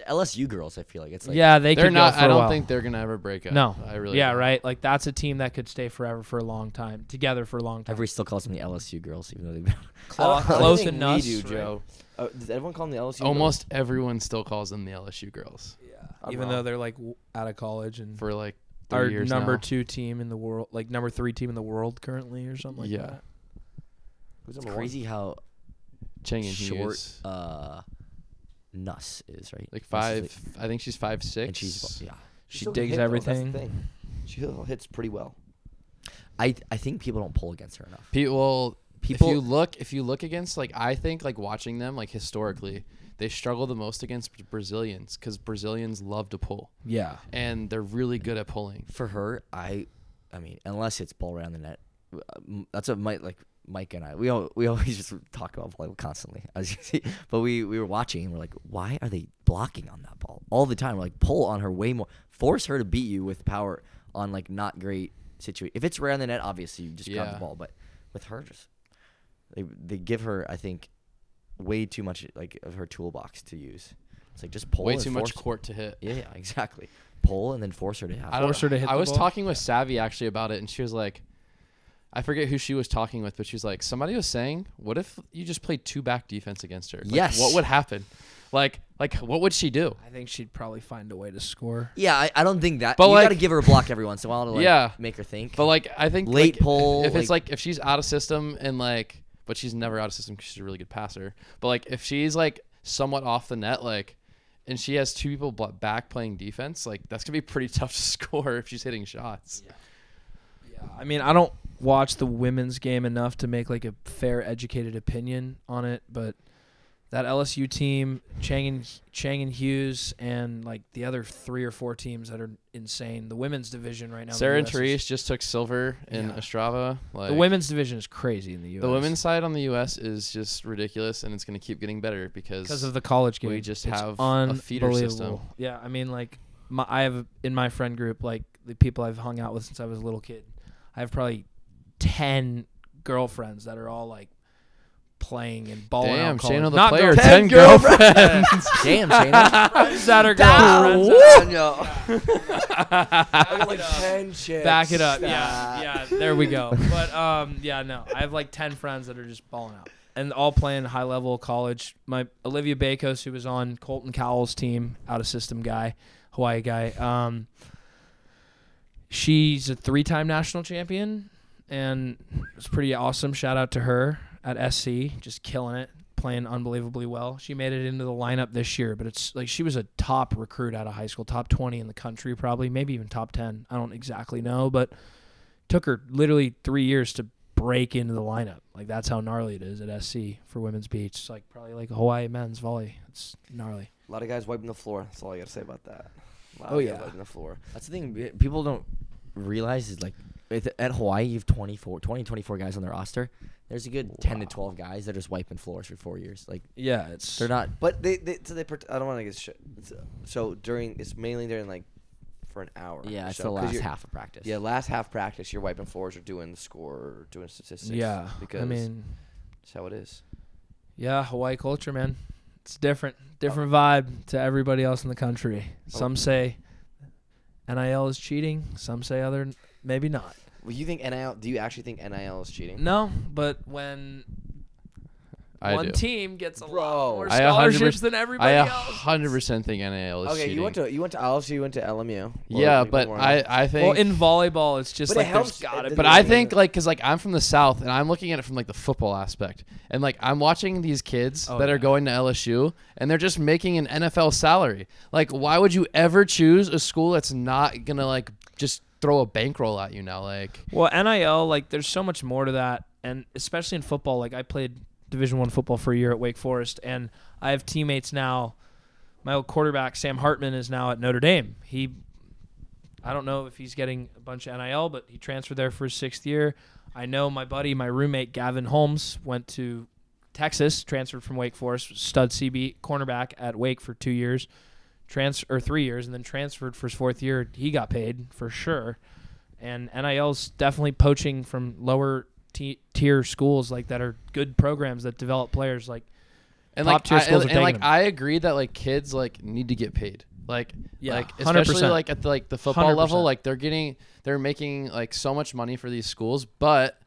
Speaker 4: LSU girls. I feel like it's like
Speaker 2: yeah, they
Speaker 3: they're
Speaker 2: could
Speaker 3: not
Speaker 2: go for
Speaker 3: i
Speaker 2: a
Speaker 3: don't
Speaker 2: while.
Speaker 3: think they're going to ever break up
Speaker 2: no,
Speaker 3: i really
Speaker 2: yeah,
Speaker 3: don't.
Speaker 2: right. Like that's a team that could stay forever for a long time, together for a long time.
Speaker 4: everybody still calls them the LSU girls, even though they've been.
Speaker 2: Clo-
Speaker 1: I don't
Speaker 2: close
Speaker 1: think
Speaker 2: and
Speaker 1: we
Speaker 2: nuts,
Speaker 1: do,
Speaker 2: right?
Speaker 1: Joe. Uh, does everyone call them the
Speaker 2: Oh,
Speaker 1: LSU?
Speaker 3: almost everyone still calls them the lsu girls
Speaker 1: I'm
Speaker 2: even
Speaker 1: wrong.
Speaker 2: though they're like w- out of college and
Speaker 3: for like three
Speaker 2: our
Speaker 3: years
Speaker 2: number
Speaker 3: now.
Speaker 2: two team in the world, like number three team in the world currently, or something like
Speaker 3: Yeah.
Speaker 2: that.
Speaker 1: Who's
Speaker 4: It's
Speaker 1: number one?
Speaker 4: crazy how
Speaker 3: Chang and
Speaker 4: short
Speaker 3: Hughes.
Speaker 4: uh, Nuss is right.
Speaker 3: like
Speaker 4: Nuss is,
Speaker 3: five. I think she's five six.
Speaker 4: and she's yeah.
Speaker 2: She
Speaker 1: still can
Speaker 2: digs
Speaker 1: hit, though, that's the
Speaker 2: everything.
Speaker 1: thing. She still hits pretty well.
Speaker 4: I I think people don't pull against her enough.
Speaker 3: people.
Speaker 4: People-
Speaker 3: if you look, if you look against, like I think, like watching them, like historically, they struggle the most against Brazilians because Brazilians love to pull,
Speaker 2: Yeah.
Speaker 3: and they're really good at pulling.
Speaker 4: for her, I, I mean, unless it's ball around the net, uh, m- that's what Mike like. Mike and I, we all, we always just talk about volleyball constantly, as you see. But we we were watching and we're like, why are they blocking on that ball all the time? We're like, pull on her way more, force her to beat you with power on like not great situation. If it's around the net, obviously you just grab
Speaker 3: Yeah.
Speaker 4: the ball. But with her, just they they give her, I think, way too much like of her toolbox to use. It's like just pull
Speaker 3: Way
Speaker 4: and
Speaker 3: too much
Speaker 4: force-
Speaker 3: court to hit.
Speaker 4: Yeah, yeah, exactly. Pull and then force her to have.
Speaker 3: I
Speaker 2: Force her to hit
Speaker 3: I
Speaker 2: the
Speaker 3: was
Speaker 2: ball?
Speaker 3: talking with Savvy actually about it, and she was like, I forget who she was talking with, but she was like, somebody was saying, what if you just played two back defense against her? Like,
Speaker 4: Yes.
Speaker 3: What would happen? Like, like what would she do?
Speaker 2: I think she'd probably find a way to score.
Speaker 4: Yeah, I, I don't think that.
Speaker 3: But,
Speaker 4: you
Speaker 3: like-
Speaker 4: gotta give her a block every once in a while to like
Speaker 3: Yeah.
Speaker 4: make her think.
Speaker 3: But like I think
Speaker 4: Late
Speaker 3: like,
Speaker 4: pull,
Speaker 3: If it's
Speaker 4: like-
Speaker 3: like if she's out of system and like, but she's never out of system because she's a really good passer. But like if she's like somewhat off the net, like, and she has two people bl- back playing defense, like that's gonna be pretty tough to score if she's hitting shots.
Speaker 2: Yeah. I mean, I don't watch the women's game enough to make like a fair, educated opinion on it, but that LSU team, Chang and Chang and Hughes, and like the other three or four teams that are insane. The women's division right now. in the
Speaker 3: Sarah and
Speaker 2: US is-
Speaker 3: Therese just took silver in
Speaker 2: Yeah.
Speaker 3: Ostrava. Like
Speaker 2: The women's division is crazy in the U.S.
Speaker 3: the women's side on the U.S. is just ridiculous, and it's gonna keep getting better because
Speaker 2: because of the college game.
Speaker 3: we just
Speaker 2: It's
Speaker 3: have a feeder system.
Speaker 2: unbelievable. Yeah, I mean, like my, I have in my friend group, like the people I've hung out with since I was a little kid, I have probably ten girlfriends that are all like
Speaker 3: Damn,
Speaker 2: out. college.
Speaker 3: Shano the
Speaker 2: Not
Speaker 3: player,
Speaker 2: girls.
Speaker 3: 10 girlfriends.
Speaker 4: Damn, Shane.
Speaker 2: Is that her girlfriend?
Speaker 1: Daniel.
Speaker 2: Back it up. Back it up. Yeah, yeah. There we go. But um, yeah, no. I have like ten friends that are just balling out and all playing high level college. My Olivia Bakos, who was on Colton Cowell's team, out of system guy, Hawaii guy. Um, she's a three time national champion, and it's pretty awesome. Shout out to her at SC, just killing it. Playing unbelievably well. She made it into the lineup this year, but it's like she was a top recruit out of high school, top 20 in the country, probably, maybe even top 10. I don't exactly know, but took her literally three years to break into the lineup. Like that's how gnarly it is at SC for women's beach. It's like probably like Hawaii men's volley. It's gnarly.
Speaker 1: A lot of guys wiping the floor. That's all I gotta say about that. A lot
Speaker 6: Oh,
Speaker 1: of guys
Speaker 6: yeah.
Speaker 1: wiping the floor.
Speaker 4: That's the thing. eh, People don't realize is like at at Hawaii, you have 24, 20, 24 guys on their roster. There's a good 10 to 12 guys that are just wiping floors for four years. Like,
Speaker 2: Yeah, it's
Speaker 4: they're not.
Speaker 1: But they, they so they prote- I don't want to get shit. It's, uh, So during it's mainly during like for an hour.
Speaker 4: Yeah,
Speaker 1: or
Speaker 4: it's
Speaker 1: so,
Speaker 4: the
Speaker 1: 'cause
Speaker 4: last
Speaker 1: you're-
Speaker 4: half of practice.
Speaker 1: Yeah, last half practice, you're wiping floors or doing the score or doing statistics.
Speaker 2: yeah.
Speaker 1: because
Speaker 2: I mean,
Speaker 1: that's how it is.
Speaker 2: yeah, Hawaii culture, man. It's different, different
Speaker 3: Oh.
Speaker 2: vibe to everybody else in the country. Some say NIL is cheating. Some say other, maybe not.
Speaker 1: Well, you think nil? Do you actually think nil is cheating?
Speaker 2: No, but when
Speaker 3: I
Speaker 2: one
Speaker 3: do.
Speaker 2: team gets a lot
Speaker 1: Bro.
Speaker 2: more
Speaker 3: I a hundred
Speaker 2: scholarships
Speaker 3: per-
Speaker 2: than everybody
Speaker 3: I
Speaker 2: else.
Speaker 3: 100% think NIL is
Speaker 1: Okay,
Speaker 3: cheating.
Speaker 1: you went to you went to LSU, you went to LMU. Well,
Speaker 3: yeah,
Speaker 1: like,
Speaker 3: but
Speaker 1: we're-
Speaker 3: I, I think
Speaker 2: Well, in volleyball, it's just
Speaker 1: But it
Speaker 2: like
Speaker 1: helps-
Speaker 2: there's gotta.
Speaker 1: it-
Speaker 2: be
Speaker 3: But
Speaker 1: Yeah,
Speaker 3: I
Speaker 1: yeah.
Speaker 3: think like because like I'm from the South and I'm looking at it from like the football aspect, and like I'm watching these kids
Speaker 2: Oh,
Speaker 3: that
Speaker 2: yeah.
Speaker 3: are going to LSU and they're just making an NFL salary. Like, why would you ever choose a school that's not gonna like just throw a bankroll at you now? Like,
Speaker 2: Well, NIL, like there's so much more to that, and especially in football. Like I played Division One football for a year at Wake Forest, and I have teammates now. My old quarterback Sam Hartman is now at Notre Dame. He, I don't know if he's getting a bunch of NIL, but he transferred there for his sixth year. I know my buddy, my roommate Gavin Holmes went to Texas, transferred from Wake Forest, was stud CB cornerback at Wake for two years, trans or three years, and then transferred for his fourth year. He got paid for sure and NIL's definitely poaching from lower t- tier schools like that are good programs that develop players like
Speaker 3: and like
Speaker 2: Top-tier
Speaker 3: I,
Speaker 2: schools
Speaker 3: and,
Speaker 2: are taking
Speaker 3: and, like
Speaker 2: them.
Speaker 3: I agree that like kids like need to get paid. Like,
Speaker 2: Yeah,
Speaker 3: like
Speaker 2: 100%.
Speaker 3: especially like at the, like the football
Speaker 2: 100%.
Speaker 3: level, like they're getting they're making like so much money for these schools, but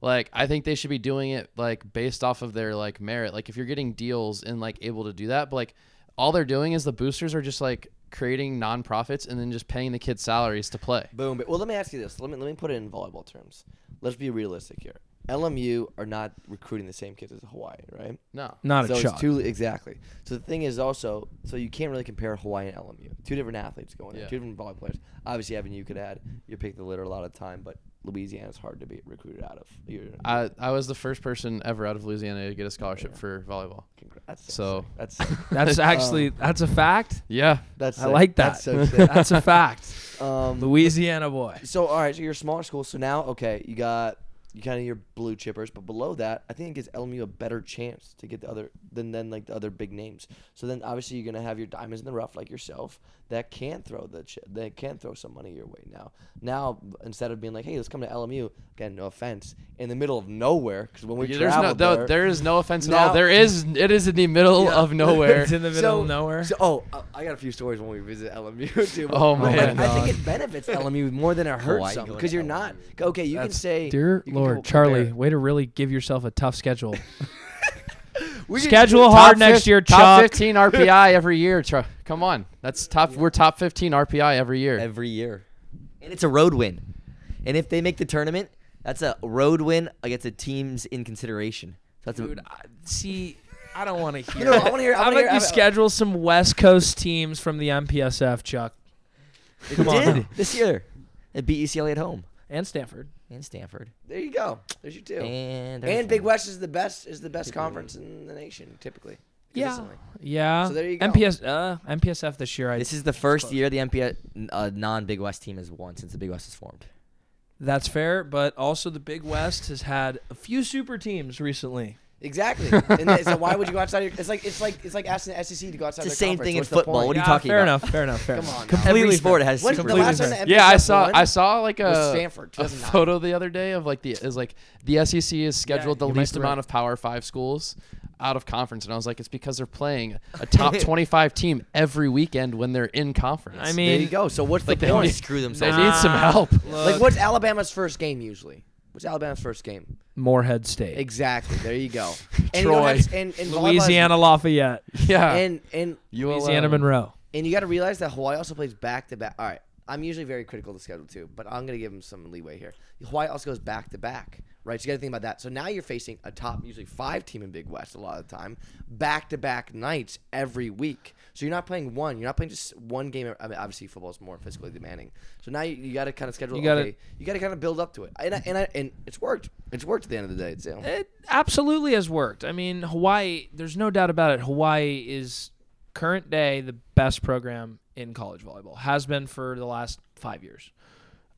Speaker 3: like I think they should be doing it like based off of their like merit. Like if you're getting deals and like able to do that, but like all they're doing is the boosters are just like creating nonprofits and then just paying the kids salaries to play.
Speaker 1: Boom. But, well, let me ask you this. Let me let me put it in volleyball terms. Let's be realistic here. LMU are not recruiting the same kids as Hawaii, right?
Speaker 3: No.
Speaker 2: not
Speaker 1: so
Speaker 2: a shot.
Speaker 1: It's two, exactly. So the thing is also, so you can't really compare Hawaii and LMU. Two different athletes going there,
Speaker 3: Yeah.
Speaker 1: two different volleyball players. Obviously, having you could add, you pick the litter a lot of time, but Louisiana's hard to be recruited out of. You're,
Speaker 3: I, I was the first person ever out of Louisiana to get a scholarship for volleyball.
Speaker 1: congrats.
Speaker 3: So-
Speaker 1: sick. that's sick.
Speaker 2: that's actually that's a fact.
Speaker 3: Yeah.
Speaker 1: that's
Speaker 2: I
Speaker 1: sick.
Speaker 2: like that.
Speaker 1: Um, That's so sick.
Speaker 2: That's a fact.
Speaker 1: um,
Speaker 2: Louisiana boy.
Speaker 1: So all right, so you're a smaller school. So now, okay, you got you kind of your blue chippers, but below that, I think it gives LMU a better chance to get the other than than like the other big names. So then obviously you're gonna have your diamonds in the rough like yourself that can throw the ch- that can throw some money your way now. Now instead of being like, hey, let's come to LMU. Again, no offense, in the middle of nowhere because when we
Speaker 3: Yeah, There's no,
Speaker 1: traveled
Speaker 3: no
Speaker 1: there,
Speaker 3: there is no offense at
Speaker 1: Now-
Speaker 3: all. There is it is in the middle
Speaker 1: Yeah.
Speaker 3: of nowhere.
Speaker 2: It's in the middle
Speaker 1: So-
Speaker 2: of nowhere.
Speaker 1: So, oh, I- I got a few stories when we visit LMU too.
Speaker 3: Oh, man.
Speaker 1: I think it benefits LMU more than it hurts
Speaker 4: Hawaii
Speaker 1: some
Speaker 4: going
Speaker 1: because
Speaker 4: to
Speaker 1: you're not okay. You can say,
Speaker 2: Dear
Speaker 1: you can
Speaker 2: Lord,
Speaker 1: compare-
Speaker 2: Charlie, way to really give yourself a tough schedule.
Speaker 1: We can-
Speaker 2: schedule
Speaker 3: Top
Speaker 2: hard
Speaker 3: fif-
Speaker 2: next year,
Speaker 3: Top
Speaker 2: Chuck.
Speaker 3: 15 RPI every year. Chuck. Come on, that's top. We're top 15 RPI every year.
Speaker 4: every year. And it's a road win. And if they make the tournament, that's a road win against a team's in consideration. So that's
Speaker 2: Dude,
Speaker 4: a,
Speaker 2: I, see, I don't want to hear.
Speaker 1: You know, I
Speaker 2: it.
Speaker 1: wanna hear- I
Speaker 2: How
Speaker 1: wanna
Speaker 2: about
Speaker 1: hear- I-
Speaker 2: you schedule some West Coast teams from the MPSF, Chuck,
Speaker 4: they
Speaker 2: come on
Speaker 4: did
Speaker 2: now.
Speaker 4: this year. They beat UCLA at home
Speaker 2: and Stanford.
Speaker 4: and Stanford.
Speaker 1: There you go. There's your two. And,
Speaker 4: And
Speaker 1: Big
Speaker 4: everything.
Speaker 1: West is the best is the best conference in the nation typically. consistently.
Speaker 2: Yeah.
Speaker 1: So there you go.
Speaker 2: MPS, uh, MPSF this year. I,
Speaker 4: This is the first
Speaker 2: close.
Speaker 4: year the MPS uh, non Big West team has won since the Big West was formed.
Speaker 2: that's fair, but also the Big West has had a few super teams recently.
Speaker 1: Exactly. and then- so why would you go outside? Your, it's like it's like it's like asking the SEC to go outside.
Speaker 4: It's the
Speaker 1: their
Speaker 4: same
Speaker 1: conference.
Speaker 4: thing in
Speaker 1: What's the
Speaker 4: football.
Speaker 1: point?
Speaker 4: What are you
Speaker 2: Ah,
Speaker 4: talking
Speaker 2: fair
Speaker 4: about?
Speaker 2: enough. Fair enough. Fair
Speaker 1: Come
Speaker 2: enough.
Speaker 1: on. now.
Speaker 4: Every
Speaker 2: Completely
Speaker 4: sport
Speaker 2: fair.
Speaker 4: has
Speaker 1: When's the
Speaker 4: completely
Speaker 1: last time
Speaker 4: fair.
Speaker 1: the
Speaker 3: Yeah, I
Speaker 1: NFL
Speaker 3: saw
Speaker 1: won?
Speaker 3: I saw like
Speaker 1: With
Speaker 3: a
Speaker 1: Stanford,
Speaker 3: a
Speaker 1: 2009.
Speaker 3: photo the other day of like the is like the SEC is scheduled
Speaker 2: you
Speaker 3: the
Speaker 2: might
Speaker 3: least
Speaker 2: be
Speaker 3: amount
Speaker 2: right.
Speaker 3: of Power Five schools out of conference, and I was like, it's because they're playing a top twenty-five team every weekend when they're in conference.
Speaker 2: I
Speaker 1: There you
Speaker 2: mean,
Speaker 1: go. So what's
Speaker 3: like
Speaker 1: the
Speaker 3: they
Speaker 1: point?
Speaker 3: only
Speaker 4: They screw
Speaker 3: they
Speaker 4: themselves.
Speaker 3: need some
Speaker 2: Nah.
Speaker 3: help.
Speaker 2: Look.
Speaker 1: Like what's Alabama's first game usually? What's Alabama's first game?
Speaker 2: Morehead State,
Speaker 1: Exactly. There you go. And you don't
Speaker 3: Troy.
Speaker 1: have to- and, and volleyball is-
Speaker 2: Louisiana Lafayette,
Speaker 3: Yeah,
Speaker 1: And and
Speaker 3: ULM.
Speaker 2: Louisiana Monroe.
Speaker 1: and you got to realize that Hawaii also plays back to back. All right, I'm usually very critical of the schedule too, but I'm gonna give them some leeway here. Hawaii also goes back to back, right? So you got to think about that. So now you're facing a top usually five team in Big West a lot of the time, back to back nights every week. So you're not playing one. You're not playing just one game. I mean, obviously football is more physically demanding. So now you, you got to kind of schedule.
Speaker 2: You gotta-
Speaker 1: okay, you got to kind of build up to it. And I, and I, and it's worked. It's worked at the end of the day. It's you know,
Speaker 2: It absolutely has worked. I mean, Hawaii. There's no doubt about it. Hawaii is current day the best program in college volleyball. Has been for the last five years.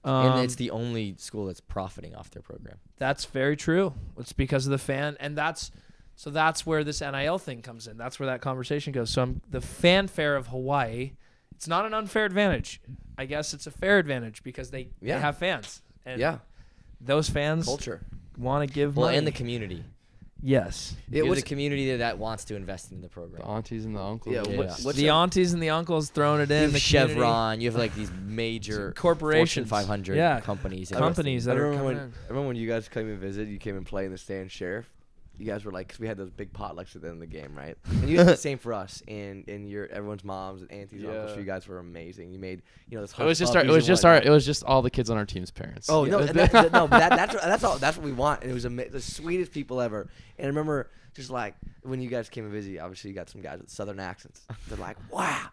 Speaker 2: Um,
Speaker 4: and it's the only school that's profiting off their program.
Speaker 2: That's very true. It's because of the fan, and that's so that's where this NIL thing comes in. That's where that conversation goes. So I'm, the fanfare of Hawaii, it's not an unfair advantage. I guess it's a fair advantage because they,
Speaker 1: Yeah.
Speaker 2: they have fans, and
Speaker 1: yeah,
Speaker 2: those fans
Speaker 1: culture.
Speaker 2: want to give
Speaker 4: Well,
Speaker 2: money.
Speaker 4: and the community.
Speaker 2: yes,
Speaker 4: It
Speaker 1: It
Speaker 4: was a
Speaker 1: was
Speaker 4: community that- that wants to invest in
Speaker 3: the
Speaker 4: the program.
Speaker 3: aunties and the uncles.
Speaker 1: yeah.
Speaker 3: Yeah,
Speaker 1: What, what's
Speaker 2: the
Speaker 1: that-
Speaker 2: aunties and the uncles throwing it in.
Speaker 4: You have
Speaker 2: the community.
Speaker 4: Chevron. You have like these major
Speaker 2: Corporations.
Speaker 4: Fortune 500
Speaker 2: Yeah.
Speaker 4: companies. investing.
Speaker 2: companies that
Speaker 1: I
Speaker 2: are
Speaker 1: remember
Speaker 2: coming
Speaker 1: when,
Speaker 2: in.
Speaker 1: I remember when you guys came and visited, you came and played in the stand sheriff. You guys were like, because we had those big potlucks at the end of the game, right? And you did the same for us, and and your everyone's moms and aunties, and uncles.
Speaker 3: Yeah.
Speaker 1: for You guys were amazing. You made you know this.
Speaker 3: It was just
Speaker 1: hush
Speaker 3: our. It
Speaker 1: puppies
Speaker 3: was
Speaker 1: and
Speaker 3: just our.
Speaker 1: whatnot.
Speaker 3: It was just all the kids on our team's parents.
Speaker 1: Oh
Speaker 3: Yeah.
Speaker 1: no, and that, that- no, but that, that's what- that's all. That's what we want. And it was ama- the sweetest people ever. And I remember just like when you guys came and visit, obviously you got some guys with southern accents. They're like, wow.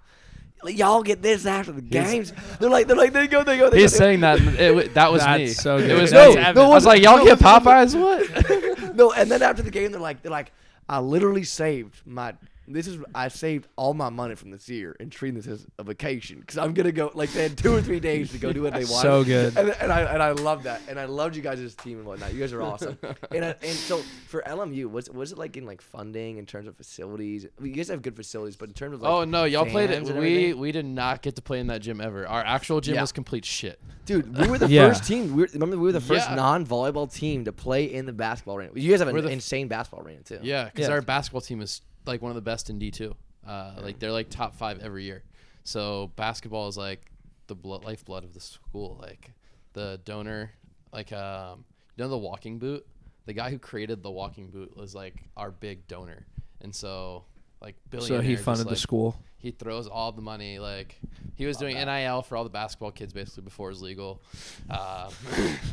Speaker 1: like, Y'all get this after the games. They're like, they're like, they go, they go. They
Speaker 3: He's
Speaker 1: go, they go.
Speaker 3: saying that it, w- that was
Speaker 2: That's
Speaker 3: me.
Speaker 2: so
Speaker 3: It
Speaker 2: good.
Speaker 3: was
Speaker 2: That's
Speaker 3: me.
Speaker 2: Evan.
Speaker 3: I was like, y'all
Speaker 1: No,
Speaker 3: get
Speaker 1: no, no, no.
Speaker 3: Popeyes? What?
Speaker 1: no, and then after the game, they're like, they're like, I literally saved my. This is I saved all my money from this year and treating this as a vacation because I'm gonna go. Like they had two or three days to go do what they wanted.
Speaker 2: So good.
Speaker 1: And, and I and I love that. And I loved you guys as a team and whatnot. You guys are awesome. and I, and so for LMU, was was it like in like funding in terms of facilities? I mean, you guys have good facilities, but in terms of like,
Speaker 3: oh no, y'all played it.
Speaker 1: fans and
Speaker 3: We
Speaker 1: everything?
Speaker 3: we did not get to play in that gym ever. Our actual gym
Speaker 1: Yeah.
Speaker 3: was complete shit.
Speaker 1: dude, we were the
Speaker 2: Yeah.
Speaker 1: first team. We were, remember we were the first
Speaker 3: Yeah.
Speaker 1: non-volleyball team to play in the basketball arena. You guys have an
Speaker 3: We're the f-
Speaker 1: insane basketball arena too.
Speaker 3: Yeah, because
Speaker 2: Yeah.
Speaker 3: our basketball team is like one of the best in D two. Uh, like they're like top five every year. So basketball is like the blood, lifeblood of the school. Like the donor, like um, you know the walking boot. The guy who created the walking boot was like our big donor, and so like
Speaker 2: So
Speaker 3: billionaire.
Speaker 2: he
Speaker 3: just,
Speaker 2: funded the
Speaker 3: like,
Speaker 2: school.
Speaker 3: He throws all the money. Like he was doing nil for all the basketball kids basically before it was legal. Uh,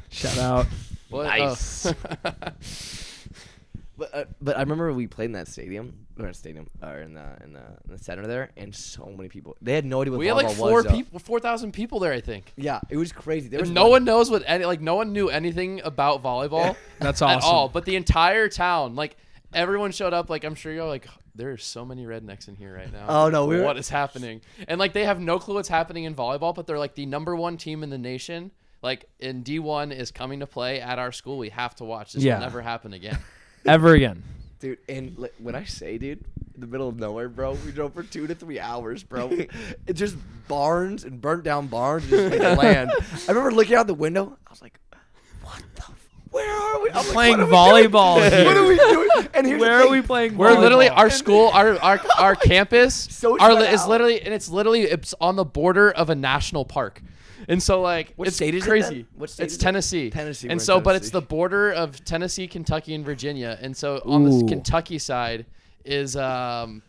Speaker 2: Shout out.
Speaker 3: what- oh.
Speaker 4: Nice.
Speaker 1: But uh, but I remember we played in that stadium or in stadium or in the in the, in the center there, and so many people. They had no idea what
Speaker 3: we
Speaker 1: volleyball
Speaker 3: had like
Speaker 1: was.
Speaker 3: four
Speaker 1: though.
Speaker 3: people, four thousand people there, I think.
Speaker 1: Yeah, it was crazy. There was
Speaker 3: And no one knows what any like no one knew anything about volleyball
Speaker 2: That's
Speaker 3: at all.
Speaker 2: awesome.
Speaker 3: But the entire town, like everyone showed up. Like I'm sure you're like, there are so many rednecks in here right now.
Speaker 1: Oh, no, we were-
Speaker 3: what is happening? And like they have no clue what's happening in volleyball, but they're like the number one team in the nation. Like in D1 is coming to play at our school. We have to watch. This
Speaker 2: Yeah.
Speaker 3: will never happen again.
Speaker 2: Ever again.
Speaker 1: dude. And li- when I say dude, in the middle of nowhere, bro, we drove for two to three hours, bro. it just barns and burnt down barns, and just like land. I remember looking out the window. I was like, what the. f- Where are we? I'm like,
Speaker 2: Playing
Speaker 1: what are we doing?
Speaker 2: volleyball here.
Speaker 1: What are we doing? And here's the
Speaker 2: Where are
Speaker 1: thing.
Speaker 2: we playing?
Speaker 3: We're literally
Speaker 2: volleyball?
Speaker 3: our school, our our, our campus,
Speaker 1: So
Speaker 3: our
Speaker 1: shut
Speaker 3: li- is
Speaker 1: out.
Speaker 3: literally and it's literally it's on the border of a national park, and so like
Speaker 1: What
Speaker 3: it's
Speaker 1: state is it
Speaker 3: crazy.
Speaker 1: then? What state
Speaker 3: it's
Speaker 1: is it?
Speaker 3: Tennessee.
Speaker 1: Tennessee, we're in
Speaker 3: And so, but it's the
Speaker 1: Tennessee.
Speaker 3: border of Tennessee, Kentucky, and Virginia, and so on the
Speaker 2: Ooh.
Speaker 3: Kentucky side is um,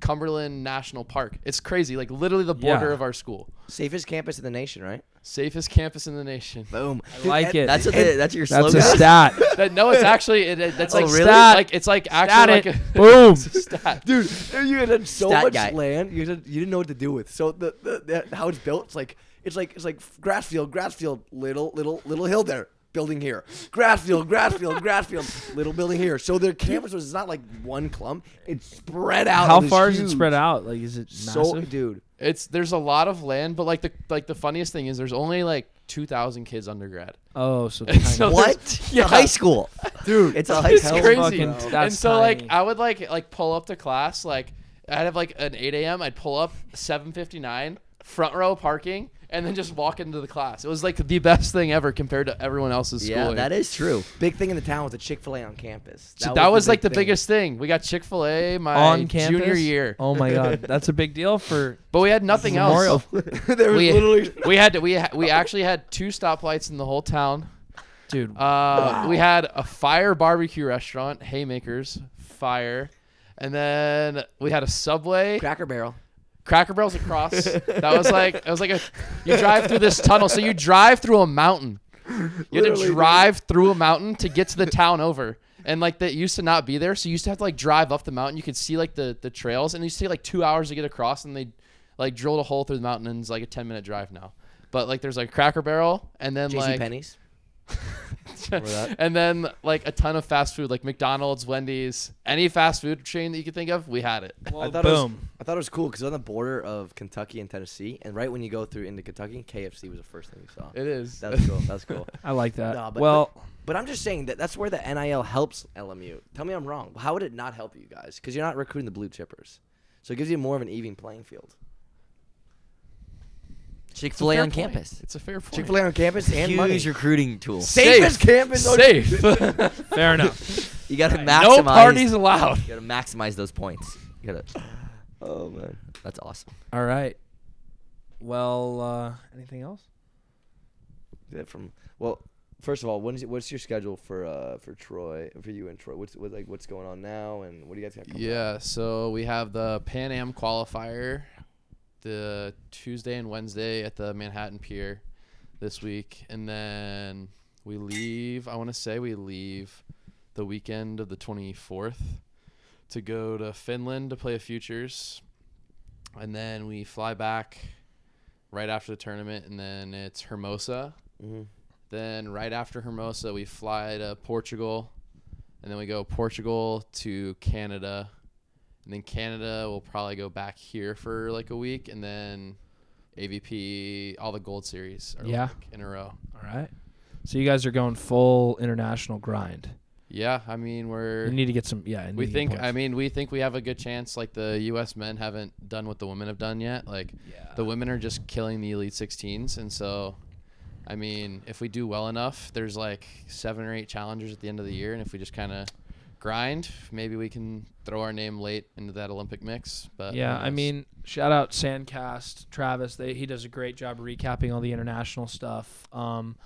Speaker 3: Cumberland National Park. It's crazy, like literally the border
Speaker 2: Yeah.
Speaker 3: of our school,
Speaker 1: Safest campus in the nation, right?
Speaker 3: safest campus in the nation.
Speaker 1: Boom.
Speaker 2: I like it.
Speaker 4: That's what the, that's your
Speaker 2: That's
Speaker 4: slogan.
Speaker 2: a stat.
Speaker 3: That, no, it's actually it, it- that's
Speaker 4: Oh,
Speaker 3: like
Speaker 4: really?
Speaker 3: stat. Like it's like
Speaker 2: Stat
Speaker 3: actually
Speaker 2: it.
Speaker 3: like a
Speaker 2: Boom.
Speaker 3: it's a stat.
Speaker 1: dude. You had done so
Speaker 4: Stat
Speaker 1: much
Speaker 4: guy.
Speaker 1: land, you didn't, you didn't know what to do with. So the, the, the how it's built, it's like it's like it's like grass field, grass field, little little little hill there, building here, grass field, grass field, grass field, little building here. So their campus was not like one clump; it's spread out.
Speaker 2: How
Speaker 1: It was
Speaker 2: far is it
Speaker 1: huge.
Speaker 2: spread out? Like, is it
Speaker 1: So,
Speaker 2: massive?
Speaker 1: dude,
Speaker 3: It's there's a lot of land, but like the like the funniest thing is there's only like two thousand kids undergrad.
Speaker 2: Oh, so, it's kind
Speaker 3: So
Speaker 2: of-
Speaker 3: there's-
Speaker 4: What? High school. dude. It's like
Speaker 3: it's
Speaker 4: hell.
Speaker 3: crazy.
Speaker 2: fucking-
Speaker 3: and
Speaker 2: that's
Speaker 3: so like
Speaker 2: tiny.
Speaker 3: I would like like pull up to class like I'd have like an 8 a.m. I'd pull up 7:59 front row parking and then just walk into the class. It was like the best thing ever compared to everyone else's
Speaker 4: Yeah,
Speaker 3: schooling.
Speaker 4: that is true.
Speaker 1: Big thing in the town was a Chick Fil A on campus.
Speaker 3: So that was like the
Speaker 1: big thing.
Speaker 3: biggest thing. We got Chick Fil A my
Speaker 2: on campus
Speaker 3: junior year,
Speaker 2: Oh my god, that's a big deal for
Speaker 3: but we had nothing else.
Speaker 2: Memorial.
Speaker 1: there was
Speaker 3: We,
Speaker 1: literally
Speaker 3: we had to, we ha- we actually had two stoplights in the whole town.
Speaker 2: dude.
Speaker 3: Uh, We had a fire barbecue restaurant, Haymakers, fire, and then we had a Subway.
Speaker 1: Cracker Barrel.
Speaker 3: Cracker Barrel's across. that was like it was like a you drive through this tunnel. So you drive through a mountain. You had to drive through a mountain to get to the town over. And like that used to not be there, so you used to have to like drive up the mountain. You could see like the the trails, and you see like two hours to get across. And they like drilled a hole through the mountain, and it's like a ten minute drive now. But like there's like Cracker Barrel, and then
Speaker 1: JC
Speaker 3: like
Speaker 1: Penney's.
Speaker 3: and then like a ton of fast food, like McDonald's, Wendy's, any fast food chain that you could think of, we had it.
Speaker 2: Well,
Speaker 1: thought it was-
Speaker 2: boom.
Speaker 1: I thought it was cool because on the border of Kentucky and Tennessee, and right when you go through into Kentucky, KFC was the first thing you saw.
Speaker 3: It is.
Speaker 1: That was cool. That was cool.
Speaker 2: I like that.
Speaker 1: Nah, but-
Speaker 2: well,
Speaker 1: But I'm just saying that that's where the NIL helps LMU. Tell me I'm wrong. How would it not help you guys? Because you're not recruiting the blue chippers, so it gives you more of an even playing field.
Speaker 4: Chick Fil A
Speaker 3: Fair
Speaker 4: on
Speaker 3: point.
Speaker 4: campus.
Speaker 3: It's a fair point.
Speaker 1: Chick Fil A on campus and
Speaker 4: Huge
Speaker 1: money.
Speaker 4: recruiting tool.
Speaker 1: Safest campus. on-
Speaker 3: Safe.
Speaker 2: fair enough.
Speaker 4: You gotta maximize.
Speaker 3: no parties allowed.
Speaker 4: You gotta maximize those points. You gotta.
Speaker 1: Oh man.
Speaker 4: That's awesome.
Speaker 2: All right. Well, uh, anything else?
Speaker 1: That from well, first of all, when's it, what's your schedule for uh for Troy for you and Troy? What's what, like what's going on now and what do you guys got? Coming up?
Speaker 3: Yeah, so we have the Pan Am qualifier the Tuesday and Wednesday at the Manhattan Pier this week. And then we leave, I want to say we leave the weekend of the 24th to go to Finland to play a futures. And then we fly back right after the tournament, and then it's Hermosa.
Speaker 1: Mhm.
Speaker 3: Then right after Hermosa, we fly to Portugal, and then we go Portugal to Canada, and then Canada will probably go back here for like a week, and then AVP all the Gold Series are
Speaker 2: Yeah.
Speaker 3: like in a row.
Speaker 2: All right. So you guys are going full international grind.
Speaker 3: Yeah, I mean we're
Speaker 2: You need to get some. Yeah. you need
Speaker 3: we
Speaker 2: to get
Speaker 3: think
Speaker 2: points.
Speaker 3: I mean we think we have a good chance. Like the U.S. men haven't done what the women have done yet. Like
Speaker 2: Yeah.
Speaker 3: the women are just killing the elite 16s, and so I mean if we do well enough, there's like seven or eight challengers at the end of the year, and if we just kind of grind, maybe we can throw our name late into that Olympic mix. But
Speaker 2: Yeah,
Speaker 3: who
Speaker 2: I
Speaker 3: knows?
Speaker 2: mean, shout out Sandcast, Travis. They he does a great job recapping all the international stuff. Um,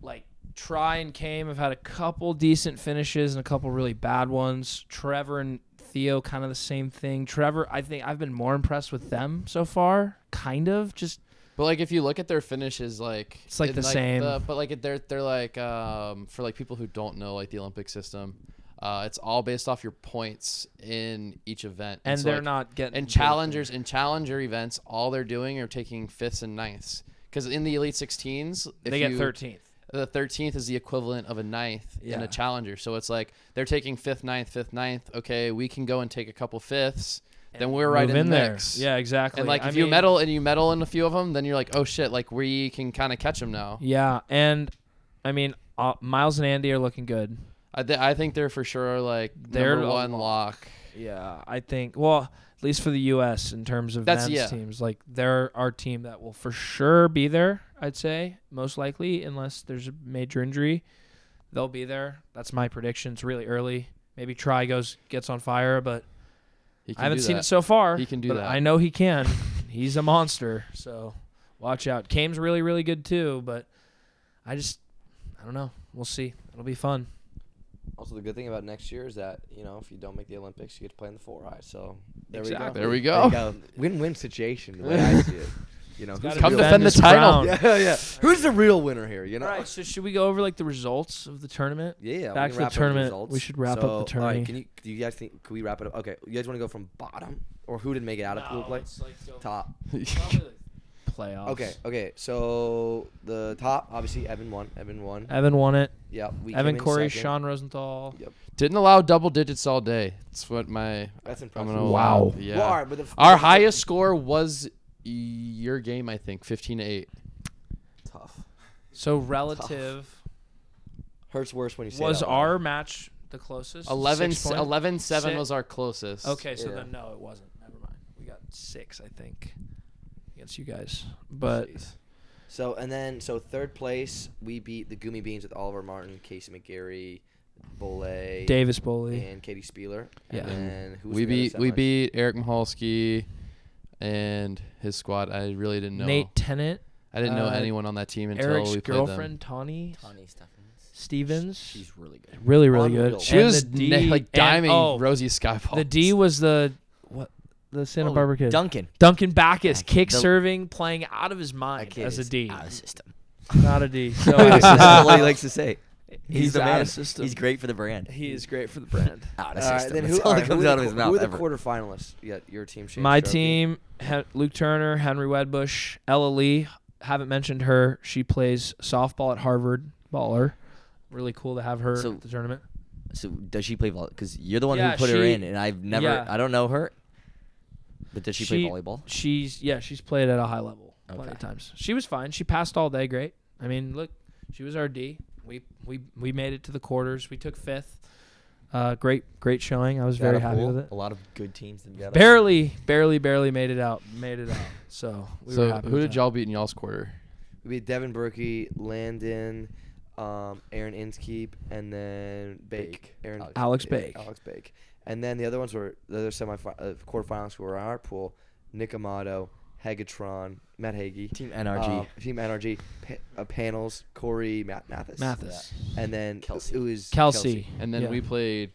Speaker 2: like Try and Came have had a couple decent finishes and a couple really bad ones. Trevor and Theo kind of the same thing. Trevor, I think I've been more impressed with them so far. Kind of just
Speaker 3: But like, if you look at their finishes, like
Speaker 2: It's, like,
Speaker 3: in,
Speaker 2: the same.
Speaker 3: but like, they're they're like um, for like people who don't know like the Olympic system, uh, it's all based off your points in each event,
Speaker 2: and
Speaker 3: so,
Speaker 2: they're
Speaker 3: like,
Speaker 2: not getting
Speaker 3: And challengers in challenger events, all they're doing are taking fifths and ninths. Because in the elite 16s, if
Speaker 2: They get
Speaker 3: you-
Speaker 2: 13th.
Speaker 3: The 13th is the equivalent of a ninth in
Speaker 2: Yeah.
Speaker 3: a challenger. So it's like they're taking fifth, ninth, fifth, ninth. Okay, we can go and take a couple fifths. Then we're right
Speaker 2: Move
Speaker 3: in,
Speaker 2: in
Speaker 3: the
Speaker 2: there.
Speaker 3: mix.
Speaker 2: Yeah, exactly.
Speaker 3: And like,
Speaker 2: I
Speaker 3: if you
Speaker 2: mean-
Speaker 3: medal and you medal in a few of them, then you're like, oh shit, like we can kind of catch them now.
Speaker 2: Yeah, and I mean, uh, Miles and Andy are looking good.
Speaker 3: I, th- I think they're for sure like
Speaker 2: They're
Speaker 3: number
Speaker 2: a
Speaker 3: one lock.
Speaker 2: Yeah, I think. Well, at least for the U.S. in terms of
Speaker 3: That's-
Speaker 2: men's
Speaker 3: yeah.
Speaker 2: teams, like they're our team that will for sure be there. I'd say most likely, unless there's a major injury, they'll be there. That's my prediction. It's really early. Maybe Try goes gets on fire, but
Speaker 3: He can
Speaker 2: I haven't
Speaker 3: do
Speaker 2: seen
Speaker 3: that.
Speaker 2: it so far.
Speaker 3: He can do
Speaker 2: but
Speaker 3: that.
Speaker 2: I know he can. He's a monster. So watch out. Kame's really really good too, but I just I don't know. We'll see. It'll be fun.
Speaker 1: Also, the good thing about next year is that you know if you don't make the Olympics, you get to play in the four eye. So there
Speaker 2: Exactly.
Speaker 3: There we
Speaker 1: we go.
Speaker 3: go.
Speaker 1: There you go. Win-win situation. The way I see it. You know, who's
Speaker 2: Gotta
Speaker 1: the
Speaker 3: Come
Speaker 1: real,
Speaker 3: defend the
Speaker 2: his
Speaker 3: title.
Speaker 2: crown.
Speaker 1: yeah, yeah. Who's the real winner here? You know.
Speaker 2: All right, so should we go over like the results of the tournament?
Speaker 1: Yeah, yeah. we can
Speaker 2: Back to the
Speaker 1: wrap up
Speaker 2: tournament.
Speaker 1: results.
Speaker 2: We should wrap up the
Speaker 1: all right,
Speaker 2: tournament.
Speaker 1: can you? Do you guys think? Can we wrap it up? Okay. You guys want to go from bottom or who did make it out of pool play? Top.
Speaker 2: Playoffs.
Speaker 1: Okay. Okay. So the top, obviously, Evan won. Evan won.
Speaker 2: Evan won it.
Speaker 1: Yeah. We came
Speaker 2: Evan
Speaker 1: in
Speaker 2: Corey,
Speaker 1: second.
Speaker 2: Sean Rosenthal.
Speaker 3: Didn't allow double digits all day. That's what my
Speaker 1: That's impressive.
Speaker 3: I'm gonna
Speaker 2: Wow.
Speaker 3: allow- Yeah.
Speaker 1: Well, all right, but the-
Speaker 3: Our highest score was your game, I think, 15 to 8.
Speaker 1: Tough.
Speaker 2: So relative.
Speaker 1: Hurts worse when you say it
Speaker 2: Was
Speaker 1: out loud.
Speaker 2: our match the closest?
Speaker 3: 11,
Speaker 2: Six point?
Speaker 3: 11 7
Speaker 2: Six-
Speaker 3: was our closest.
Speaker 2: Okay, so
Speaker 1: Yeah.
Speaker 2: then no, it wasn't. Never mind. We got six, I think, against you guys. But
Speaker 1: So and then so third place we beat the Goomy Beans with Oliver Martin, Casey McGarry, Bolay,
Speaker 2: Davis Bowley,
Speaker 1: and Katie Spieler.
Speaker 2: Yeah.
Speaker 1: And then who was
Speaker 3: we
Speaker 1: in the other
Speaker 3: beat we
Speaker 1: semis?
Speaker 3: beat Eric Maholsky and his squad. I really didn't know.
Speaker 2: Nate Tennant,
Speaker 3: I didn't know
Speaker 2: uh,
Speaker 3: anyone on that team until
Speaker 2: Eric's
Speaker 3: we played
Speaker 2: girlfriend Tawny
Speaker 4: Tawny Stephens.
Speaker 2: Stevens.
Speaker 4: She's really good.
Speaker 2: really, really
Speaker 1: Unreal.
Speaker 2: good.
Speaker 3: them. She
Speaker 2: And
Speaker 3: was
Speaker 2: the D-
Speaker 3: na-
Speaker 2: and-
Speaker 3: like diming
Speaker 2: oh,
Speaker 3: Rosie Skyfall.
Speaker 2: the D was the what? The Santa
Speaker 4: Oh,
Speaker 2: Barbara kid.
Speaker 4: Duncan.
Speaker 2: Duncan Backus,
Speaker 4: Duncan.
Speaker 2: kick
Speaker 4: The-
Speaker 2: serving, playing out of his mind
Speaker 4: That kid
Speaker 2: as a
Speaker 4: is
Speaker 2: D.
Speaker 4: Out of system.
Speaker 2: Not a D. So
Speaker 4: That's what he likes to say.
Speaker 2: he's,
Speaker 4: He's, the
Speaker 2: out
Speaker 4: man.
Speaker 2: of system.
Speaker 4: He's great for the brand.
Speaker 2: He is great for the brand.
Speaker 4: Out of
Speaker 1: All right,
Speaker 4: system.
Speaker 1: then
Speaker 4: That's
Speaker 1: who,
Speaker 4: all
Speaker 1: all
Speaker 4: that
Speaker 1: right,
Speaker 4: comes
Speaker 1: who
Speaker 4: out
Speaker 1: were
Speaker 4: of his
Speaker 1: the,
Speaker 4: mouth
Speaker 1: Who were the
Speaker 4: ever.
Speaker 1: quarterfinalists? Yeah, your team. Shane
Speaker 2: My
Speaker 1: Stroke.
Speaker 2: team, Hen- Luke Turner, Henry Wedbush, Ella Lee. Haven't mentioned her. She plays softball at Harvard. Baller. Really cool to have her
Speaker 4: So-
Speaker 2: at the tournament.
Speaker 4: So does she play volleyball? Because you're the one
Speaker 2: Yeah,
Speaker 4: who put her
Speaker 2: she-
Speaker 4: in, and I've never.
Speaker 2: yeah.
Speaker 4: I don't know her. But does she, play volleyball?
Speaker 2: She's yeah, she's played at a high level plenty of
Speaker 4: Okay.
Speaker 2: times. She was fine. She passed all day great. I mean, look, she was our D. We we we made it to the quarters. We took fifth. Uh, great great showing. I was very happy with it.
Speaker 4: A lot of good teams.
Speaker 2: Barely, barely, barely made it out. Made it out. So we were
Speaker 3: so
Speaker 2: happy.
Speaker 3: who
Speaker 2: with
Speaker 3: did
Speaker 2: that.
Speaker 3: y'all beat in y'all's quarter?
Speaker 1: We beat Devin Berkey, Landon, um, Aaron Inskeep, and then Bake.
Speaker 4: Bake.
Speaker 1: Aaron
Speaker 2: Alex Bake.
Speaker 1: Alex Bake. And then the other ones were the other semi uh, quarterfinals were our pool. Nick Amato, Hegatron, Matt Hagee.
Speaker 4: Team NRG.
Speaker 1: um, team NRG. Pa- uh, panels, Corey, Matt Mathis.
Speaker 2: Mathis,
Speaker 1: And then
Speaker 4: Kelsey.
Speaker 1: it was
Speaker 2: Kelsey.
Speaker 3: And then
Speaker 2: Yeah.
Speaker 3: we played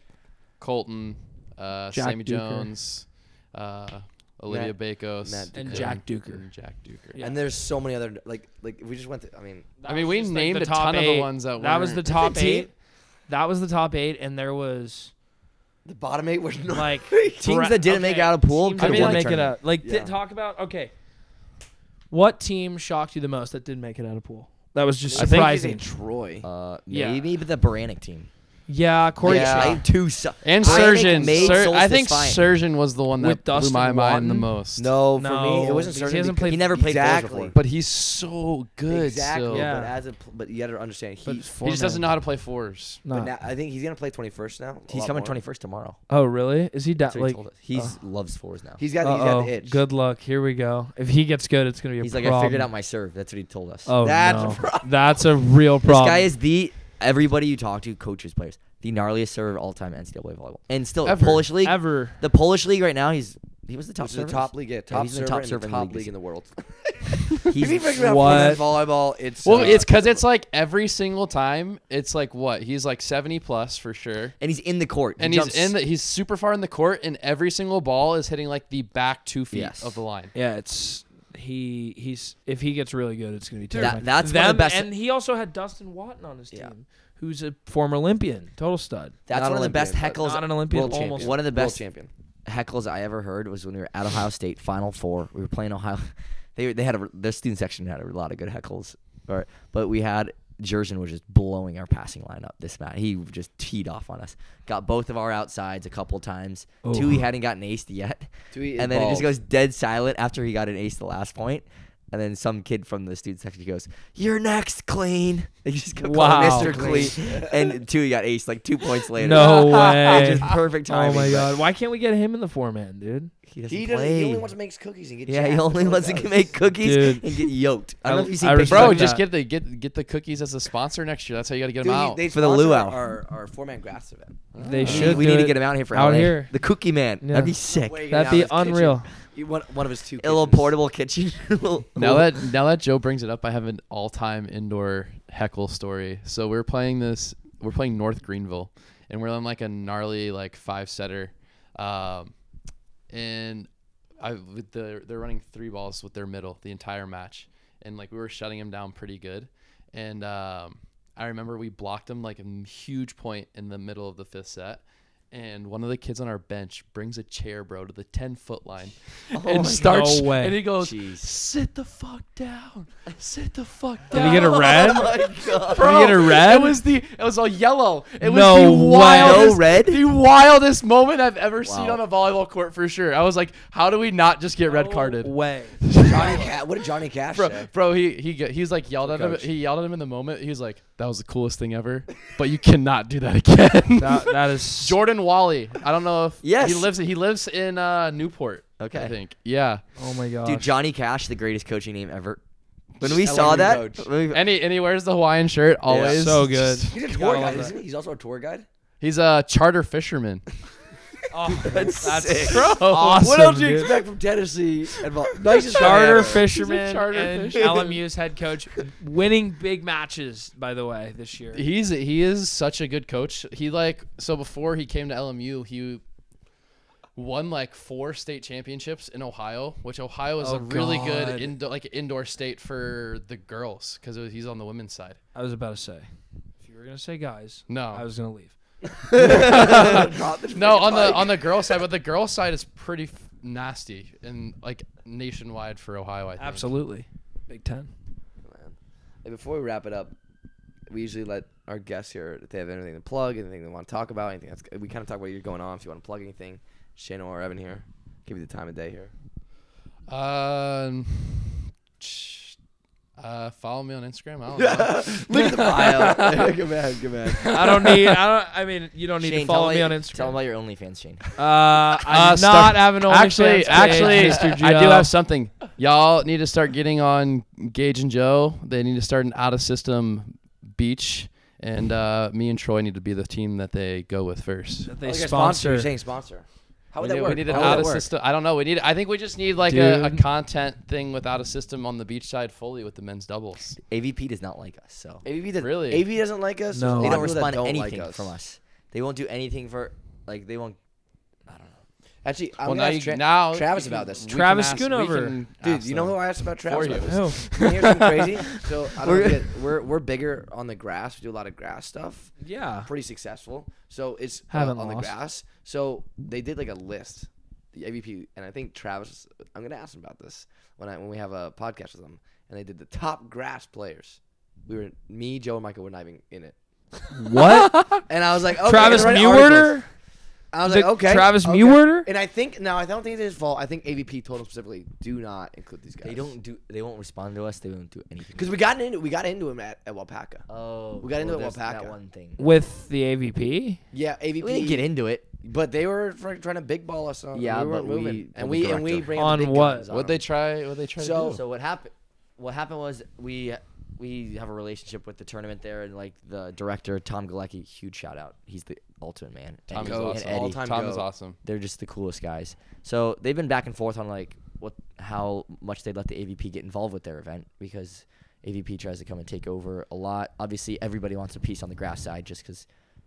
Speaker 3: Colton, uh,
Speaker 2: Jack
Speaker 3: Sammy
Speaker 2: Duker.
Speaker 3: Jones, uh, Olivia
Speaker 1: Matt-
Speaker 3: Bakos,
Speaker 1: Matt Duker.
Speaker 2: And Jack Duker.
Speaker 3: and Jack Duker.
Speaker 2: Yeah.
Speaker 1: And there's so many other like like we just went. Through, I mean,
Speaker 3: I mean, we
Speaker 2: was just,
Speaker 3: named
Speaker 2: the
Speaker 3: a
Speaker 2: top
Speaker 3: ton of the
Speaker 2: eight.
Speaker 3: ones that
Speaker 2: that was the
Speaker 3: weren't.
Speaker 2: top
Speaker 1: Fifteen?
Speaker 2: eight. That was the top eight, and there was
Speaker 1: the bottom eight were not
Speaker 2: like
Speaker 4: Teams that didn't make it out of pool
Speaker 2: Teams
Speaker 3: could've
Speaker 2: that didn't
Speaker 3: won the
Speaker 2: make it
Speaker 4: tournament.
Speaker 2: out. Like th-
Speaker 1: Yeah.
Speaker 2: talk about okay. What team shocked you the most that didn't make it out of pool? That was just
Speaker 3: I think-
Speaker 2: surprising.
Speaker 1: Troy.
Speaker 4: Uh,
Speaker 2: Yeah.
Speaker 4: maybe the Baranic team.
Speaker 2: yeah, Corey
Speaker 1: Yeah.
Speaker 2: Shaw.
Speaker 4: I two. Su-
Speaker 3: And
Speaker 4: Baranic
Speaker 3: Surgeon.
Speaker 4: made
Speaker 3: Sur- I
Speaker 4: Solstice
Speaker 3: think
Speaker 4: fine.
Speaker 3: Surgeon was the one that
Speaker 2: With
Speaker 3: blew
Speaker 2: Dustin
Speaker 3: my mind the
Speaker 2: Watten?
Speaker 3: most.
Speaker 1: No, for me
Speaker 2: No,
Speaker 1: it wasn't
Speaker 2: he
Speaker 1: certain.
Speaker 2: hasn't
Speaker 1: because-
Speaker 2: played-
Speaker 4: He never played fours
Speaker 1: exactly.
Speaker 4: before.
Speaker 3: But he's so good.
Speaker 1: Exactly.
Speaker 3: still.
Speaker 2: Yeah.
Speaker 1: But as a pl- but you got to understand he.
Speaker 2: But
Speaker 1: But,
Speaker 2: four
Speaker 3: He just doesn't
Speaker 2: man.
Speaker 3: know how to play fours.
Speaker 2: Nah.
Speaker 1: now I think he's gonna play 21st now. a
Speaker 4: He's
Speaker 1: lot
Speaker 4: coming
Speaker 1: more.
Speaker 4: twenty first tomorrow.
Speaker 2: Oh really? Is he da-
Speaker 4: That's what he
Speaker 2: like? uh,
Speaker 4: told us. He's loves fours now.
Speaker 1: He's got he's got
Speaker 2: uh-oh,
Speaker 1: the itch.
Speaker 2: Good luck. Here we go. If he gets good, it's gonna be a
Speaker 4: He's like,
Speaker 2: problem.
Speaker 4: I figured out my serve. That's what he told us.
Speaker 2: Oh
Speaker 1: That's a
Speaker 2: no.
Speaker 1: problem.
Speaker 2: That's a real
Speaker 4: this
Speaker 2: problem.
Speaker 4: guy is the everybody you talk to, coaches, players, the gnarliest server of all time NCAA volleyball, and still
Speaker 3: Ever.
Speaker 4: Polish league.
Speaker 2: ever.
Speaker 4: The Polish league right now, he's he was the top
Speaker 1: Top the
Speaker 4: server.
Speaker 1: top league, yeah, top
Speaker 4: he's in
Speaker 1: server,
Speaker 4: the top
Speaker 1: and
Speaker 4: server in the
Speaker 1: top
Speaker 4: league
Speaker 1: league
Speaker 4: this
Speaker 1: in the world.
Speaker 4: He's
Speaker 1: if you figure out
Speaker 2: What?
Speaker 1: women's volleyball, it's
Speaker 3: Well,
Speaker 1: uh,
Speaker 3: it's because it's like every single time, it's like what he's like seventy plus for sure,
Speaker 4: and he's in the court. He
Speaker 3: and he's
Speaker 4: jumps-
Speaker 3: in the he's super far in the court, and every single ball is hitting like the back two feet
Speaker 4: Yes.
Speaker 3: of the line.
Speaker 2: Yeah, it's he he's if he gets really good, it's gonna be terrible.
Speaker 4: that's one of the best-
Speaker 2: And he also had Dustin Watton on his team,
Speaker 4: Yeah.
Speaker 2: who's a former Olympian, total stud.
Speaker 4: That's
Speaker 1: Not
Speaker 4: one of the best
Speaker 1: Olympian, but
Speaker 4: heckles.
Speaker 2: Not an Olympian,
Speaker 4: world champion.
Speaker 2: almost.
Speaker 4: One of the
Speaker 1: world
Speaker 4: best
Speaker 1: champion.
Speaker 4: heckles I ever heard was when we were at Ohio State Final Four. We were playing Ohio. They they had a, their student section had a lot of good heckles, or, but we had Jerzen was just blowing our passing line up. This match, he just teed off on us. Got both of our outsides a couple times.
Speaker 2: Oh.
Speaker 4: Two, he hadn't gotten aced yet,
Speaker 1: Dewey
Speaker 4: and then it just
Speaker 1: involved.
Speaker 4: goes dead silent after he got an ace the last point. And then some kid from the student section goes, "You're next, Clean." They just kept calling
Speaker 2: Wow.
Speaker 4: Mr. Clean, and two, he got aced like two points later.
Speaker 2: No way.
Speaker 4: It's just perfect
Speaker 2: Oh
Speaker 4: timing.
Speaker 2: my
Speaker 4: but
Speaker 2: god, why can't we get him in the four man, dude?
Speaker 4: He doesn't
Speaker 1: He, doesn't,
Speaker 4: play.
Speaker 1: he only wants to make cookies and get
Speaker 4: Yeah, he
Speaker 1: jacked.
Speaker 4: only
Speaker 1: That's
Speaker 4: wants
Speaker 1: all he
Speaker 4: to
Speaker 1: does.
Speaker 4: make cookies
Speaker 2: Dude.
Speaker 4: and get yoked. I don't
Speaker 2: I-
Speaker 4: know if you see
Speaker 2: I
Speaker 4: pictures.
Speaker 2: respect
Speaker 3: Bro,
Speaker 2: Like
Speaker 3: just
Speaker 2: that.
Speaker 3: get the get get the cookies as a sponsor next year. That's how you got to get them
Speaker 1: Dude, he-
Speaker 3: out.
Speaker 1: they
Speaker 4: For the
Speaker 1: sponsored
Speaker 4: luau.
Speaker 1: Our, our four man grass event.
Speaker 2: They
Speaker 4: Ah. We-
Speaker 2: should.
Speaker 4: We
Speaker 2: do
Speaker 4: need to
Speaker 2: it.
Speaker 4: get him out here for
Speaker 2: out
Speaker 4: LA.
Speaker 2: here.
Speaker 4: The Cookie Man.
Speaker 2: Yeah.
Speaker 4: That'd be sick.
Speaker 1: Way to get
Speaker 2: That'd
Speaker 1: out
Speaker 2: be
Speaker 1: of his kitchen.
Speaker 2: unreal.
Speaker 1: You- One, one of his two.
Speaker 4: A little
Speaker 1: kitchens.
Speaker 4: portable kitchen. Little-
Speaker 3: Now that now that Joe brings it up, I have an all time indoor heckle story. So we're playing this we're playing North Greenville and we're on like a gnarly like five setter. Um and I with the they're running three balls with their middle the entire match. And like we were shutting them down pretty good. And um I remember we blocked them like a m- huge point in the middle of the fifth set. and one of the kids on our bench brings a chair, bro, to the ten foot line,
Speaker 2: Oh my
Speaker 3: and starts.
Speaker 2: God. No way.
Speaker 3: And he goes,
Speaker 4: Jeez.
Speaker 3: "Sit the fuck down. Sit the fuck
Speaker 2: Did
Speaker 3: down."
Speaker 2: he get a red?
Speaker 4: Oh
Speaker 3: Bro,
Speaker 2: get a red?
Speaker 3: It was the it was all yellow. It was
Speaker 2: No
Speaker 3: the
Speaker 2: way.
Speaker 3: wildest,
Speaker 4: No red?
Speaker 3: the wildest moment I've ever seen
Speaker 4: Wow.
Speaker 3: on a volleyball court for sure. I was like, how do we not just get red carded?
Speaker 2: Way.
Speaker 1: Johnny Cat. What did Johnny Cash
Speaker 3: Bro,
Speaker 1: say?
Speaker 3: bro, he he g- he's like yelled at him. He yelled at him in the moment. He was like, "That was the coolest thing ever," but you cannot do that again.
Speaker 2: That, that is
Speaker 3: Jordan Wally. I don't know if
Speaker 4: Yes.
Speaker 3: he lives he lives in uh, Newport. I
Speaker 4: Okay.
Speaker 3: think yeah.
Speaker 2: Oh my god.
Speaker 4: Dude, Johnny Cash, the greatest coaching name ever. When we
Speaker 1: Just
Speaker 4: saw
Speaker 1: LMU
Speaker 4: that,
Speaker 1: coach.
Speaker 4: when we-
Speaker 3: And he, and he wears the Hawaiian shirt always.
Speaker 2: so good.
Speaker 1: He's a
Speaker 2: Gotta
Speaker 1: tour
Speaker 2: love
Speaker 1: guide,
Speaker 2: that.
Speaker 1: isn't he? He's also a tour guide.
Speaker 3: He's a charter fisherman.
Speaker 2: Oh,
Speaker 4: that's sick.
Speaker 2: awesome.
Speaker 1: what else do you
Speaker 2: dude.
Speaker 1: expect from Tennessee? And Vol- nicest guy
Speaker 2: Charter
Speaker 1: ever.
Speaker 2: fisherman
Speaker 3: charter
Speaker 2: and
Speaker 3: fisherman.
Speaker 2: LMU's head coach, winning big matches by the way this year.
Speaker 3: He's he is such a good coach. He like so before he came to LMU, he won like four state championships in Ohio, which Ohio is
Speaker 2: Oh,
Speaker 3: a really
Speaker 2: God.
Speaker 3: good indoor like indoor state for the girls because he's on the women's side.
Speaker 2: I was about to say, if you were gonna say guys,
Speaker 3: No,
Speaker 2: I was gonna leave.
Speaker 3: no on the on the girl side, but the girl side is pretty f- nasty and like nationwide for Ohio. I think.
Speaker 2: Absolutely, Big Ten.
Speaker 1: Hey, before we wrap it up, we usually let our guests here if they have anything to plug, anything they want to talk about, anything that's we kind of talk about you're going on. If you want to plug anything, Shane or Evan here, give you the time of day here.
Speaker 3: Um, sh- uh, follow me on Instagram. I don't know.
Speaker 1: Look at the bio. good man, good man.
Speaker 2: I don't need. I don't. I mean, you don't need to
Speaker 4: Shane,
Speaker 2: follow
Speaker 4: tell
Speaker 2: me on Instagram.
Speaker 4: Tell them about your OnlyFans, Shane.
Speaker 2: Uh, I'm
Speaker 3: Uh,
Speaker 2: not
Speaker 3: start-
Speaker 2: having an
Speaker 3: Actually,
Speaker 2: OnlyFans page,
Speaker 3: actually,
Speaker 2: Mr.
Speaker 3: I do
Speaker 2: Gio.
Speaker 3: have something. Y'all need to start getting on Gage and Joe. They need to start an out of system beach, and uh, me and Troy need to be the team that they go with first.
Speaker 2: That they
Speaker 1: Like a sponsor.
Speaker 2: sponsor.
Speaker 1: You're saying sponsor. How
Speaker 3: We
Speaker 1: would
Speaker 3: need,
Speaker 1: that
Speaker 3: we
Speaker 1: work?
Speaker 3: need an
Speaker 1: How would
Speaker 3: out
Speaker 1: that
Speaker 3: of
Speaker 1: work?
Speaker 3: system. I don't know. We need. I think we just need like a, a
Speaker 2: Dude.
Speaker 3: content thing without a system on the beach side fully with the men's doubles.
Speaker 4: AVP does not like us, so
Speaker 1: AVB doesn't,
Speaker 3: Really?
Speaker 1: AVB doesn't like us.
Speaker 2: No.
Speaker 1: There's
Speaker 4: they
Speaker 1: a lot of people that
Speaker 4: don't respond to
Speaker 1: don't like
Speaker 4: anything from us. They won't do anything for like they won't.
Speaker 1: Actually, I'm
Speaker 3: well,
Speaker 1: gonna
Speaker 3: now,
Speaker 1: ask
Speaker 3: you,
Speaker 1: Tra-
Speaker 3: now
Speaker 1: Travis
Speaker 3: you can-
Speaker 1: about this.
Speaker 3: we can
Speaker 2: Travis
Speaker 3: ask- we
Speaker 2: Schoonover.
Speaker 3: can
Speaker 1: Dude,
Speaker 3: ask
Speaker 1: you know
Speaker 3: them.
Speaker 1: who I asked about
Speaker 3: For
Speaker 1: Travis about
Speaker 3: you.
Speaker 1: this?
Speaker 2: Oh.
Speaker 1: You wanna hear something crazy. So I don't get, we're we're bigger on the grass. We do a lot of grass stuff.
Speaker 2: Yeah.
Speaker 1: pretty successful. So it's uh, on
Speaker 2: Haven't
Speaker 1: the
Speaker 2: lost.
Speaker 1: grass. So they did like a list, the AVP, and I think Travis. I'm gonna ask him about this when I when we have a podcast with them, and they did the top grass players. We were me, Joe, and Michael were not even in it,
Speaker 2: What?
Speaker 1: and I was like, okay,
Speaker 2: Travis
Speaker 1: I'm gonna write articles.
Speaker 2: Muwerder?
Speaker 1: I was
Speaker 2: The
Speaker 1: like, okay,
Speaker 2: Travis
Speaker 1: okay.
Speaker 2: Muwerder?
Speaker 1: and I think no, I don't think it's his fault. I think AVP told him specifically, do not include these guys.
Speaker 4: They don't do. They won't respond to us. They won't do anything.
Speaker 1: because we got into we got into him at, at Wapaka.
Speaker 4: oh,
Speaker 1: we got into it
Speaker 4: there's
Speaker 1: with
Speaker 4: that
Speaker 1: Wapaka.
Speaker 4: one thing.
Speaker 2: With the AVP?
Speaker 1: Yeah, AVP.
Speaker 4: We didn't get into it.
Speaker 1: But they were fr- trying to big ball us on.
Speaker 4: Yeah,
Speaker 1: we weren't
Speaker 4: but we-
Speaker 1: moving,
Speaker 4: but
Speaker 1: and
Speaker 4: we
Speaker 1: we and
Speaker 4: directed.
Speaker 1: we bring
Speaker 2: On
Speaker 1: the big
Speaker 2: what?
Speaker 1: guns on
Speaker 3: What
Speaker 1: them.
Speaker 3: they try? What they try to do?
Speaker 4: So what happened? What happened was we we have a relationship with the tournament there, and like the director Tom Galecki, huge shout out. He's the ultimate man.
Speaker 3: Tom
Speaker 4: And-
Speaker 3: is
Speaker 4: and
Speaker 3: awesome.
Speaker 4: Eddie.
Speaker 1: All-time
Speaker 3: Tom is
Speaker 1: goat.
Speaker 3: awesome.
Speaker 4: they're just the coolest guys. So they've been back and forth on like what how much they'd let the AVP get involved with their event because AVP tries to come and take over a lot. Obviously, everybody wants a piece on the grass side just because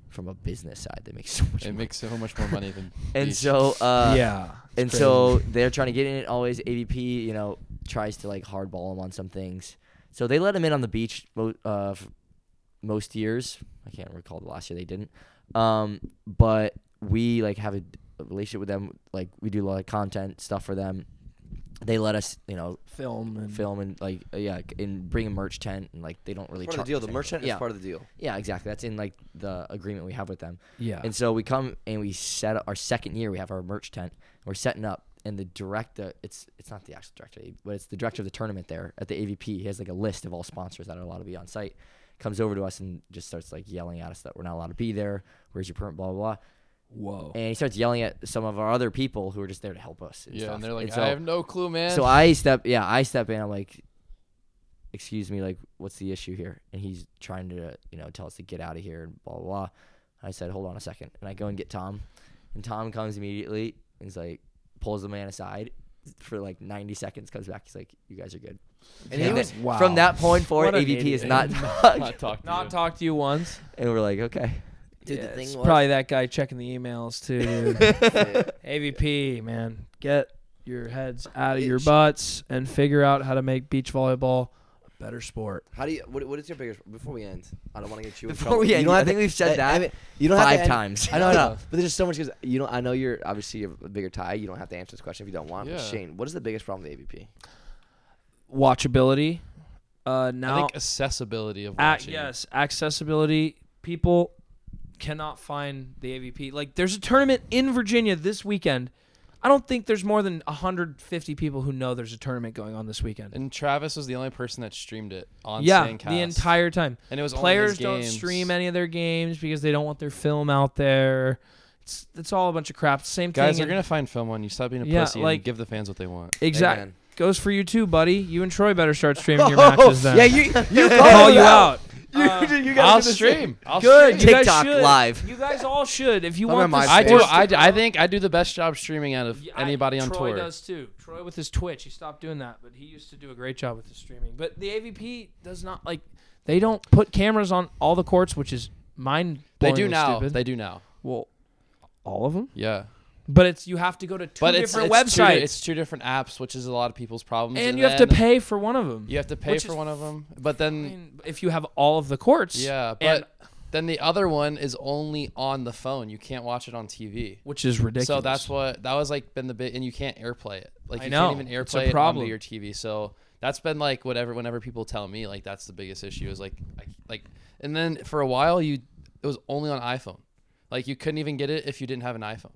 Speaker 4: from a business side they make so much.
Speaker 3: It
Speaker 4: money.
Speaker 3: makes so much more money than.
Speaker 4: and
Speaker 3: beach.
Speaker 4: so uh,
Speaker 2: yeah. it's
Speaker 4: and
Speaker 2: crazy.
Speaker 4: so they're trying to get in it always. AVP, you know, tries to like hardball him on some things. So they let him in on the beach mo- uh, f- most years. I can't recall the last year they didn't. Um, but we like have a, a relationship with them. Like we do a lot of content stuff for them. They let us, you know,
Speaker 2: film and
Speaker 4: film and like uh, yeah, and bring a merch tent and like they don't really
Speaker 1: part of the deal.
Speaker 4: charge
Speaker 1: The
Speaker 4: us
Speaker 1: merchant
Speaker 4: anything.
Speaker 1: is part of the deal.
Speaker 4: Yeah, exactly. That's in like the agreement we have with them.
Speaker 2: Yeah.
Speaker 4: And so we come and we set up our second year. We have our merch tent. We're setting up, and the director it's it's not the actual director, but it's the director of the tournament there at the AVP. He has like a list of all sponsors that are allowed to be on site. Comes over to us and just starts like yelling at us that we're not allowed to be there. Where's your permit? Blah blah. blah.
Speaker 3: Oh.
Speaker 2: Whoa.
Speaker 4: And he starts yelling at some of our other people who are just there to help us. and
Speaker 3: Yeah,
Speaker 4: stuff.
Speaker 3: and they're like,
Speaker 4: so-
Speaker 3: I have no clue, man.
Speaker 4: so I step, yeah, I step in. I'm like, excuse me, like, what's the issue here? And he's trying to, you know, tell us to get out of here and blah blah. blah. I said, hold on a second, and I go and get Tom, and Tom comes immediately and he's like, pulls the man aside for like 90 seconds, comes back, he's like, you guys are good.
Speaker 1: And
Speaker 2: Yeah.
Speaker 1: he
Speaker 4: And
Speaker 1: was
Speaker 4: then
Speaker 2: Wow.
Speaker 4: from that point
Speaker 2: What
Speaker 4: forward,
Speaker 2: an
Speaker 4: AVP is
Speaker 2: idiot.
Speaker 4: not,
Speaker 3: not talk to
Speaker 2: Not
Speaker 3: you.
Speaker 2: talk to you once.
Speaker 4: and we're like, okay,
Speaker 1: dude.
Speaker 2: Yeah,
Speaker 1: the thing
Speaker 2: it's
Speaker 1: was,
Speaker 2: probably that guy checking the emails too. dude. AVP, man, get your heads out of your
Speaker 1: Bitch.
Speaker 2: butts and figure out how to make beach volleyball a Better sport.
Speaker 6: How do you? What, what is your biggest? Before we end, I don't want to get you. in
Speaker 4: Before
Speaker 6: trouble.
Speaker 4: we
Speaker 6: You
Speaker 4: end,
Speaker 6: don't
Speaker 4: I
Speaker 6: have
Speaker 4: think
Speaker 6: to-
Speaker 4: we've said that
Speaker 6: you don't have to
Speaker 4: five
Speaker 6: end-
Speaker 4: times.
Speaker 6: I know, I know. But there's so much because you know. I know you're obviously you're a bigger tie. You don't have to answer this question if you don't want.
Speaker 3: Yeah.
Speaker 6: But Shane, what is the biggest problem with the AVP?
Speaker 2: Watchability. Uh,
Speaker 3: I
Speaker 2: now
Speaker 3: think accessibility of
Speaker 2: Ac-
Speaker 3: watching.
Speaker 2: yes, accessibility. People cannot find the AVP. Like, there's a tournament in Virginia this weekend. I don't think there's more than 150 people who know there's a tournament going on this weekend.
Speaker 3: And Travis was the only person that streamed it on
Speaker 2: yeah,
Speaker 3: Standcast.
Speaker 2: the entire time.
Speaker 3: And it was only his
Speaker 2: Players don't
Speaker 3: games.
Speaker 2: stream any of their games because they don't want their film out there. It's it's all a bunch of crap. Same
Speaker 3: Guys,
Speaker 2: thing.
Speaker 3: they're gonna find film on you. Stop being a
Speaker 2: Yeah,
Speaker 3: pussy
Speaker 2: like-
Speaker 3: and give the fans what they want.
Speaker 2: exactly
Speaker 6: Amen.
Speaker 2: goes for you too, buddy. You and Troy better start streaming your matches then.
Speaker 6: Yeah,
Speaker 3: Oh,
Speaker 6: you Oh, you
Speaker 2: call you out.
Speaker 3: I'll stream. I'll
Speaker 2: Good.
Speaker 3: Stream.
Speaker 2: You guys
Speaker 4: TikTok
Speaker 2: should.
Speaker 4: live.
Speaker 2: You guys all should. If you
Speaker 6: Look at
Speaker 2: want
Speaker 6: my
Speaker 2: this
Speaker 3: I do.
Speaker 2: sport
Speaker 6: Or-
Speaker 2: to
Speaker 3: I, d-
Speaker 2: grow.
Speaker 3: I think I do the best job streaming out of
Speaker 2: Yeah, I-
Speaker 3: anybody on
Speaker 2: Troy
Speaker 3: tour.
Speaker 2: does too. Troy with his Twitch, he stopped doing that, but he used to do a great job with his streaming. But the AVP does not like they don't put cameras on all the courts, which is mind.
Speaker 3: They do now.
Speaker 2: Stupid.
Speaker 3: They do now.
Speaker 2: well, all of them.
Speaker 3: Yeah.
Speaker 2: But it's you have to go to two
Speaker 3: But it's,
Speaker 2: different
Speaker 3: it's two di-
Speaker 2: websites,
Speaker 3: it's two different apps, which is a lot of people's problems.
Speaker 2: and you have to
Speaker 3: then
Speaker 2: pay for one of them.
Speaker 3: You have to pay
Speaker 2: which
Speaker 3: for
Speaker 2: is
Speaker 3: one of them. But then
Speaker 2: if you have all of the courts,
Speaker 3: Yeah, but
Speaker 2: and-
Speaker 3: then the other one is only on the phone. You can't watch it on TV.
Speaker 2: which is ridiculous.
Speaker 3: So that's what that was like been the bit, and you can't AirPlay it. Like
Speaker 2: I
Speaker 3: you
Speaker 2: know.
Speaker 3: can't even
Speaker 2: It's a
Speaker 3: AirPlay it onto
Speaker 2: problem.
Speaker 3: your TV. So that's been like whatever. Whenever people tell me like that's the biggest issue is like I, like, and then for a while you it was only on iPhone. Like you couldn't even get it if you didn't have an iPhone.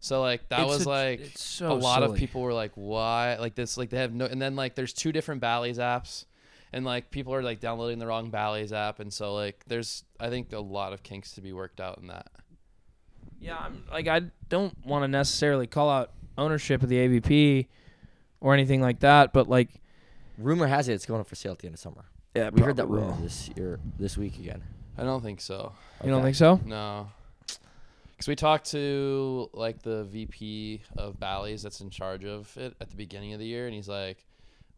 Speaker 3: So like that
Speaker 2: It's
Speaker 3: was
Speaker 2: a-
Speaker 3: like
Speaker 2: it's so
Speaker 3: a lot of
Speaker 2: silly.
Speaker 3: people were like why like this like they have no and then like there's two different Bally's apps and like people are like downloading the wrong Bally's app and so like there's I think a lot of kinks to be worked out in that.
Speaker 2: Yeah, I'm like I don't want to necessarily call out ownership of the AVP or anything like that, but like
Speaker 4: Rumor has it it's going up for sale at the end of summer.
Speaker 2: yeah,
Speaker 4: We heard that rumor this year, this week again.
Speaker 3: I don't think so.
Speaker 2: You don't
Speaker 4: Okay.
Speaker 2: think so?
Speaker 3: No. Because we talked to like the VP of Bally's that's in charge of it at the beginning of the year, and he's like,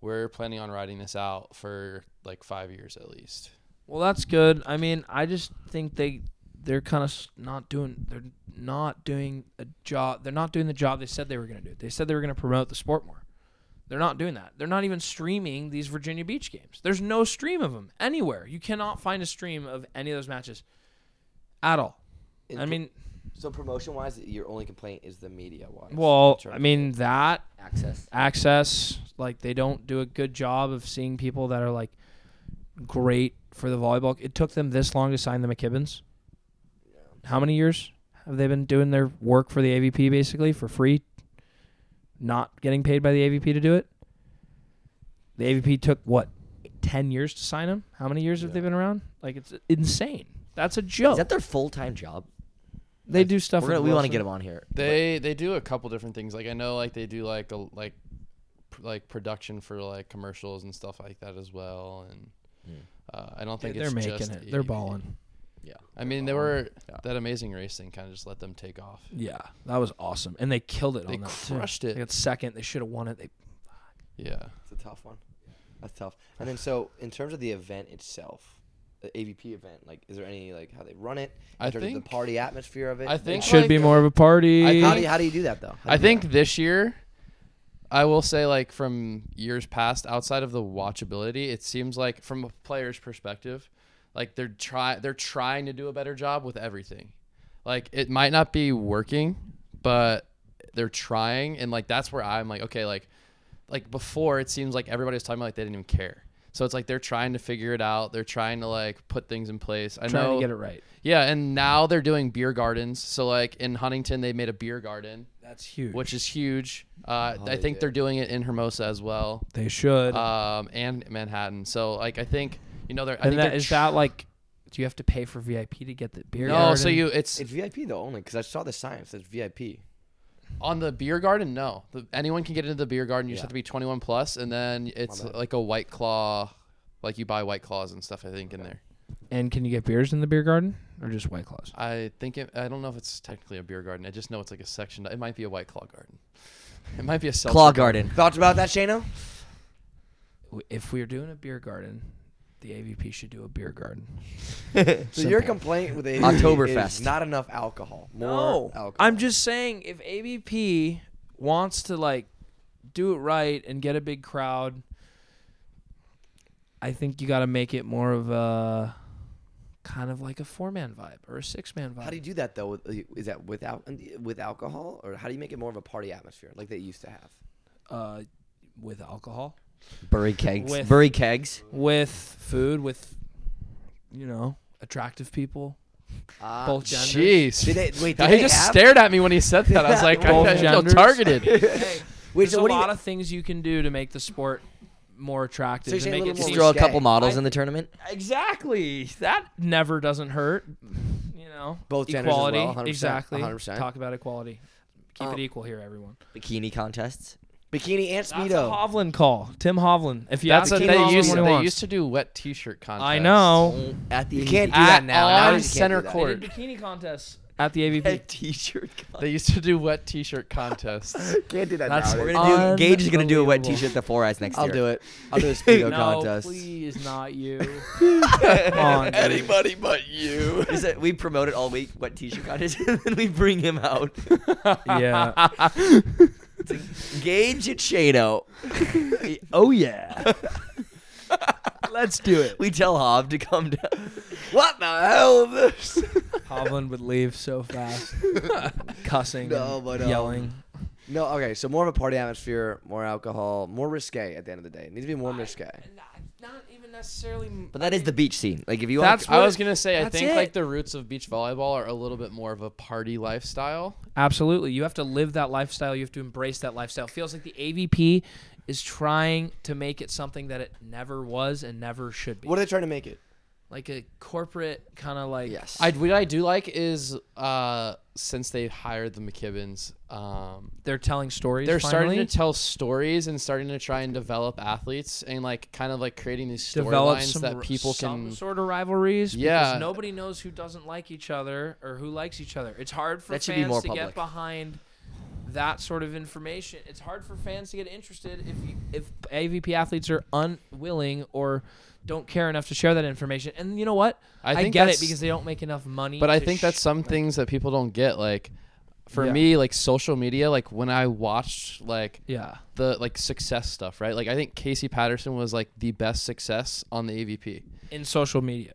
Speaker 3: "We're planning on riding this out for like five years at least."
Speaker 2: Well, that's good. I mean, I just think they they're kind of not doing they're not doing a job. They're not doing the job they said they were going to do. They said they were going to promote the sport more. They're not doing that. They're not even streaming these Virginia Beach games. There's no stream of them anywhere. You cannot find a stream of any of those matches at all. I mean,
Speaker 6: So promotion wise, your only complaint is the media wise.
Speaker 2: well, I mean that
Speaker 4: Access.
Speaker 2: access. Like they don't do a good job of seeing people that are like great for the volleyball. It took them this long to sign the McKibbins. How many years have they been doing their work for the AVP basically for free, not getting paid by the AVP to do it? The AVP took what ten years to sign him. How many years have they been around? Like it's insane. That's a joke.
Speaker 4: Is that their full time job?
Speaker 2: they do stuff.
Speaker 4: We're
Speaker 2: with
Speaker 4: gonna, we want to
Speaker 2: Wilson.
Speaker 4: get them on here.
Speaker 3: They they do a couple different things. Like I know like they do like a like pr- like production for like commercials and stuff like that as well. And uh, I don't think
Speaker 2: They're
Speaker 3: it's
Speaker 2: making
Speaker 3: just
Speaker 2: it. They're
Speaker 3: AAV.
Speaker 2: balling.
Speaker 3: I mean, they were
Speaker 4: Yeah.
Speaker 3: that amazing race thing kind of just let them take off.
Speaker 2: Yeah, that was awesome, and they killed it
Speaker 3: They
Speaker 2: on that
Speaker 3: crushed
Speaker 2: too.
Speaker 3: it.
Speaker 2: They got second. They should have won it. They
Speaker 3: Yeah.
Speaker 6: It's a tough one. That's tough. And then so in terms of the event itself, the AVP event, like is there any like how they run it? In
Speaker 3: I
Speaker 6: terms of
Speaker 3: think-
Speaker 6: the party atmosphere of it.
Speaker 3: I think
Speaker 2: should be
Speaker 3: like-
Speaker 2: more of a party.
Speaker 3: I
Speaker 6: How
Speaker 3: think-
Speaker 6: do you, how do you do that though? How do
Speaker 3: I
Speaker 6: you do
Speaker 3: think
Speaker 6: that?
Speaker 3: this year, I will say like from years past, outside of the watchability, it seems like from a player's perspective, like they're try they're trying to do a better job with everything. Like it might not be working, but they're trying, and like that's where I'm like, okay, like like before, it seems like everybody was talking about like they didn't even care. So it's like they're trying to figure it out. They're trying to like put things in place. I
Speaker 2: trying
Speaker 3: know
Speaker 2: to get it right.
Speaker 3: Yeah, and now they're doing beer gardens. So like in Huntington, they made a beer garden
Speaker 2: That's huge.
Speaker 3: which is huge. Uh,
Speaker 1: Oh,
Speaker 3: I think they're doing it in Hermosa as well,
Speaker 2: they should.
Speaker 3: um, and Manhattan. So like I think you know they're. I
Speaker 2: and
Speaker 3: think
Speaker 2: that
Speaker 3: they're
Speaker 2: is
Speaker 3: tr-
Speaker 2: that like, do you have to pay for VIP to get the beer?
Speaker 3: No, so
Speaker 2: garden?
Speaker 3: you it's
Speaker 6: it's VIP though only because I saw the sign. It says VIP.
Speaker 3: on the beer garden. No, the, anyone can get into the beer garden. You just have to be 21 plus, and then it's like a White Claw, like you buy White Claws and stuff. I think in there.
Speaker 2: and can you get beers in the beer garden or just white claws?
Speaker 3: I think it, I don't know if it's technically a beer garden. I just know it's like a section. It might be a White Claw garden. It might be a seltzer
Speaker 4: Claw
Speaker 3: garden.
Speaker 4: Garden.
Speaker 6: Thoughts about that, Shano?
Speaker 2: W- If we're doing a beer garden, the AVP should do a beer garden.
Speaker 6: So your complaint with the AVP
Speaker 4: Oktoberfest.
Speaker 6: is not enough alcohol. More alcohol.
Speaker 2: I'm just saying if AVP wants to like do it right and get a big crowd, I think you got to make it more of a kind of like a four man vibe or a six man vibe.
Speaker 1: How do you do that though? With- Is that without with alcohol, or how do you make it more of a party atmosphere like they used to have?
Speaker 2: uh, with alcohol,
Speaker 4: Bury kegs.
Speaker 2: With-
Speaker 4: Bury kegs.
Speaker 2: with food, with you know attractive people,
Speaker 1: Ah,
Speaker 2: both genders.
Speaker 3: Jeez.
Speaker 1: Did they- wait, did
Speaker 3: he
Speaker 1: they
Speaker 3: Uh, just
Speaker 1: have-
Speaker 3: stared at me when he said that. I was like,
Speaker 2: Both
Speaker 3: I feel
Speaker 2: genders.
Speaker 3: targeted.
Speaker 1: Wait,
Speaker 2: There's
Speaker 1: so
Speaker 2: a
Speaker 1: what do you?
Speaker 2: lot of things you can do to make the sport more attractive.
Speaker 1: So you're
Speaker 2: and
Speaker 1: saying a
Speaker 2: make it
Speaker 1: little
Speaker 4: Just
Speaker 1: more
Speaker 2: seem-
Speaker 4: throw a
Speaker 1: risque.
Speaker 4: couple models
Speaker 1: I-
Speaker 4: in the tournament.
Speaker 2: Exactly. That never doesn't hurt. You know,
Speaker 1: Both genders as
Speaker 2: equality.
Speaker 1: well, 100%,
Speaker 2: exactly.
Speaker 1: 100%.
Speaker 2: Talk about equality. Keep
Speaker 1: Um,
Speaker 2: it equal here, everyone.
Speaker 4: Bikini contests.
Speaker 1: bikini and
Speaker 2: That's a
Speaker 1: speedo.
Speaker 2: Hovland call. Tim Hovland. If you
Speaker 3: That's
Speaker 2: ask Tim
Speaker 3: what they
Speaker 2: Hovland
Speaker 3: used.
Speaker 2: what
Speaker 3: To,
Speaker 2: he
Speaker 3: they
Speaker 2: wants.
Speaker 3: used to do wet T-shirt contests.
Speaker 2: I know.
Speaker 4: At the
Speaker 1: You can't do
Speaker 3: At,
Speaker 1: that now. Now you
Speaker 3: on
Speaker 1: can't do
Speaker 3: center
Speaker 1: that.
Speaker 2: They
Speaker 3: court,
Speaker 2: did bikini contests at the AVP.
Speaker 4: t-shirt. contest.
Speaker 3: they used to do wet T-shirt contests.
Speaker 1: Can't do that
Speaker 2: That's-
Speaker 1: nowadays.
Speaker 4: We're gonna do. Gage is gonna do a wet
Speaker 2: Unbelievable.
Speaker 4: t-shirt. The four eyes next
Speaker 1: I'll
Speaker 4: year.
Speaker 1: do it. I'll do a speedo
Speaker 2: no,
Speaker 1: contest.
Speaker 2: please, not you. Come on, dude.
Speaker 3: Anybody but you.
Speaker 4: Is it, we promote it all week, wet t-shirt contest, and then we bring him out.
Speaker 2: yeah.
Speaker 4: Gage and Shano.
Speaker 2: oh yeah. Let's do it.
Speaker 4: We tell Hob to come down. What the hell is this?
Speaker 2: Hovland would leave so fast, cussing,
Speaker 1: No,
Speaker 2: and
Speaker 1: but, um,
Speaker 2: yelling.
Speaker 1: No, okay. So more of a party atmosphere, more alcohol, more risque. At the end of the day, it needs to be more risque.
Speaker 2: Not even necessarily.
Speaker 4: But that is the beach scene. Like if you want,
Speaker 2: That's
Speaker 3: I
Speaker 2: what-
Speaker 3: was gonna say, I
Speaker 2: that's
Speaker 3: think
Speaker 2: it.
Speaker 3: like the roots of beach volleyball are a little bit more of a party lifestyle.
Speaker 2: Absolutely. You have to live that lifestyle. You have to embrace that lifestyle. It feels like the AVP is trying to make it something that it never was and never should be.
Speaker 1: What are they trying to make it?
Speaker 2: like a corporate kind of like
Speaker 1: Yes.
Speaker 3: I what I do like is uh, since they hired the McKibbins, um,
Speaker 2: they're telling stories.
Speaker 3: they're starting
Speaker 2: finally.
Speaker 3: to tell stories and starting to try and develop athletes and like kind of like creating these
Speaker 2: develop
Speaker 3: storylines
Speaker 2: some
Speaker 3: that
Speaker 2: r-
Speaker 3: people
Speaker 2: some
Speaker 3: can.
Speaker 2: sort of rivalries.
Speaker 3: Yeah.
Speaker 2: because nobody knows who doesn't like each other or who likes each other. It's hard for
Speaker 4: That should
Speaker 2: fans
Speaker 4: be more
Speaker 2: to
Speaker 4: public.
Speaker 2: get behind that sort of information. It's hard for fans to get interested if you, if AVP athletes are unwilling or don't care enough to share that information. And you know what?
Speaker 3: I think
Speaker 2: get it
Speaker 3: that's-
Speaker 2: because they don't make enough money.
Speaker 3: But I
Speaker 2: to
Speaker 3: think that's
Speaker 2: sh-
Speaker 3: some things that people don't get. Like for
Speaker 2: Yeah.
Speaker 3: me, like social media, like when I watched like
Speaker 2: yeah.
Speaker 3: the like success stuff, right? Like I think Casey Patterson was like the best success on the AVP.
Speaker 2: In social media,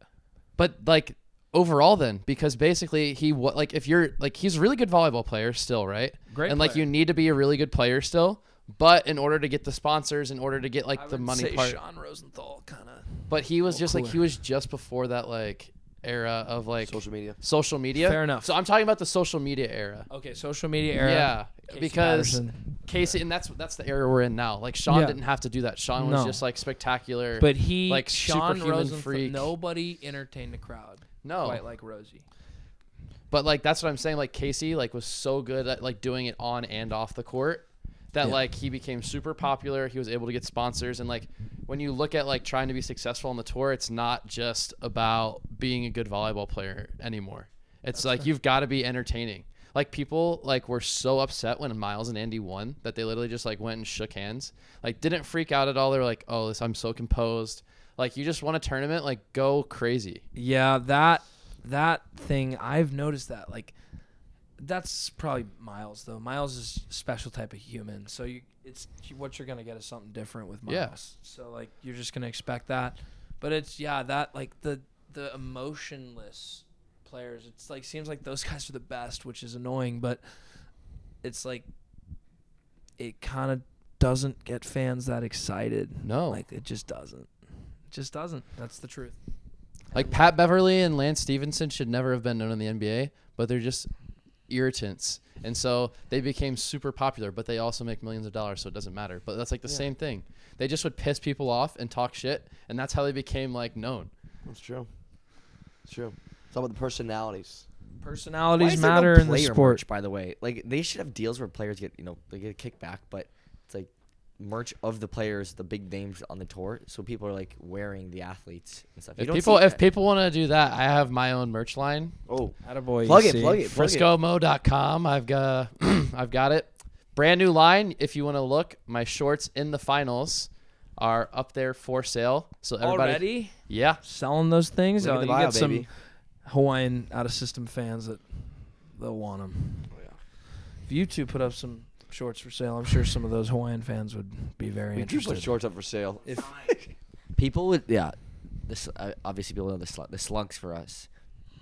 Speaker 3: But like overall, then because basically he wa- like if you're like he's a really good volleyball player still, right?
Speaker 2: Great
Speaker 3: And like
Speaker 2: player.
Speaker 3: you need to be a really good player still. But in order to get the sponsors, in order to get like
Speaker 2: I
Speaker 3: the
Speaker 2: would
Speaker 3: money
Speaker 2: say
Speaker 3: part,
Speaker 2: Sean Rosenthal kind of
Speaker 3: but he was just like he
Speaker 2: cooler.
Speaker 3: was just before that like era of like
Speaker 1: Social media.
Speaker 3: social media.
Speaker 2: Fair enough.
Speaker 3: So I'm talking about the social media era.
Speaker 2: okay. Social media era.
Speaker 3: Yeah,
Speaker 2: Casey
Speaker 3: because
Speaker 2: Patterson.
Speaker 3: Casey, and that's that's the era we're in now. Like Sean
Speaker 2: Yeah.
Speaker 3: didn't have to do that. Sean was
Speaker 2: No.
Speaker 3: just like spectacular.
Speaker 2: But he,
Speaker 3: like
Speaker 2: like Sean
Speaker 3: superhuman
Speaker 2: Rosenthal,
Speaker 3: freak. Oh.
Speaker 2: nobody entertained the crowd
Speaker 3: no,
Speaker 2: quite like Rosie.
Speaker 3: but like that's what I'm saying. Like Casey, like was so good at like doing it on and off the court that like he became super popular. He was able to get sponsors, and like when you look at like trying to be successful on the tour, it's not just about being a good volleyball player anymore. It's like you've got to be entertaining. Like people like were so upset when Miles and Andy won that they literally just like went and shook hands. Like didn't freak out at all. They're like, "Oh, this I'm so composed." Like you just won a tournament, like go crazy.
Speaker 2: Yeah, that that thing I've noticed that like that's probably Miles though. Miles is a special type of human, so you it's what you're gonna get is something different with Miles.
Speaker 3: Yeah.
Speaker 2: So like you're just gonna expect that, but it's yeah that like the the emotionless players. It's like seems like those guys are the best, which is annoying, but it's like it kind of doesn't get fans that excited.
Speaker 3: No.
Speaker 2: like it just doesn't. It just doesn't. That's the truth.
Speaker 3: Like Pat Beverly and Lance Stevenson should never have been known in the NBA, but they're just irritants. And so they became super popular, but they also make millions of dollars, so it doesn't matter. But that's like the same thing. They just would piss people off and talk shit, and that's how they became like known.
Speaker 1: That's true. It's true. It's all about the personalities.
Speaker 4: Why
Speaker 2: personalities
Speaker 4: is there no
Speaker 2: matter in the
Speaker 4: player
Speaker 2: sport.
Speaker 4: Merch, by the way, like they should have deals where players get you know they get a kickback, but it's like merch of the players, the big names on the tour, so people are like wearing the athletes and stuff. You
Speaker 3: If
Speaker 4: don't
Speaker 3: people
Speaker 4: see
Speaker 3: if
Speaker 4: that.
Speaker 3: people want to do that, I have my own merch line,
Speaker 1: Oh,
Speaker 2: Attaboy,
Speaker 1: plug it, plug it, plug it.
Speaker 3: friscomo.com. I've got I've got it. Brand new line if you want to look. My shorts in the finals are up there for sale. So everybody
Speaker 2: Already
Speaker 3: Yeah.
Speaker 2: selling those things.
Speaker 1: Look at
Speaker 2: Oh,
Speaker 1: the
Speaker 2: you
Speaker 1: bio,
Speaker 2: get some
Speaker 1: baby.
Speaker 2: Hawaiian out of system fans that they'll want them.
Speaker 1: Oh,
Speaker 2: If you two put up some shorts for sale, I'm sure some of those Hawaiian fans would be very
Speaker 1: We do
Speaker 2: interested.
Speaker 1: put shorts up for sale. If
Speaker 4: People would yeah. This uh, obviously people know the slu- the slunks for us.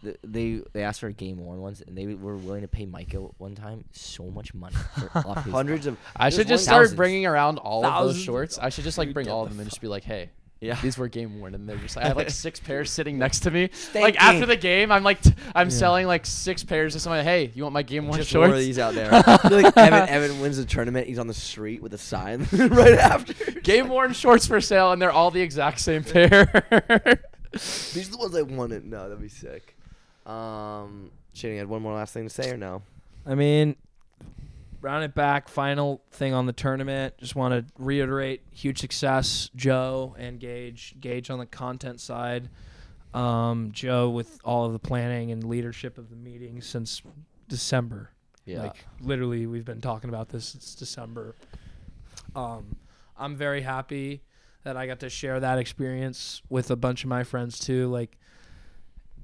Speaker 4: th- They they asked for game worn ones and they were willing to pay Micah one time so much money for off his
Speaker 6: Hundreds of
Speaker 3: I
Speaker 6: there's
Speaker 3: should just
Speaker 6: one-
Speaker 3: start
Speaker 4: Thousands.
Speaker 3: bringing around all of
Speaker 2: Thousands
Speaker 3: those
Speaker 2: of
Speaker 3: shorts. I should just like bring
Speaker 2: Dude,
Speaker 3: all
Speaker 2: get
Speaker 3: of them
Speaker 2: the
Speaker 3: and just be like, hey.
Speaker 4: Yeah.
Speaker 3: These were game worn, and they're just like I have like six pairs sitting next to me.
Speaker 6: Thank
Speaker 3: Like after
Speaker 6: you.
Speaker 3: the game, I'm like t- I'm
Speaker 2: Yeah.
Speaker 3: selling like six pairs to somebody. Hey, you want my game worn
Speaker 4: Just
Speaker 3: shorts?
Speaker 4: lure these out there.
Speaker 6: like Evan, Evan wins the tournament. He's on the street with a sign right after.
Speaker 3: Game worn shorts for sale, and they're all the exact same pair.
Speaker 6: These are the ones I wanted. No, that'd be sick. Um, Shane, you had one more last thing to say or no?
Speaker 2: I mean, round it back. Final thing on the tournament. Just want to reiterate: huge success, Joe and Gage. Gage on the content side, um, Joe with all of the planning and leadership of the meeting since December.
Speaker 4: Yeah.
Speaker 2: Like literally, we've been talking about this since December. Um, I'm very happy that I got to share that experience with a bunch of my friends too. Like,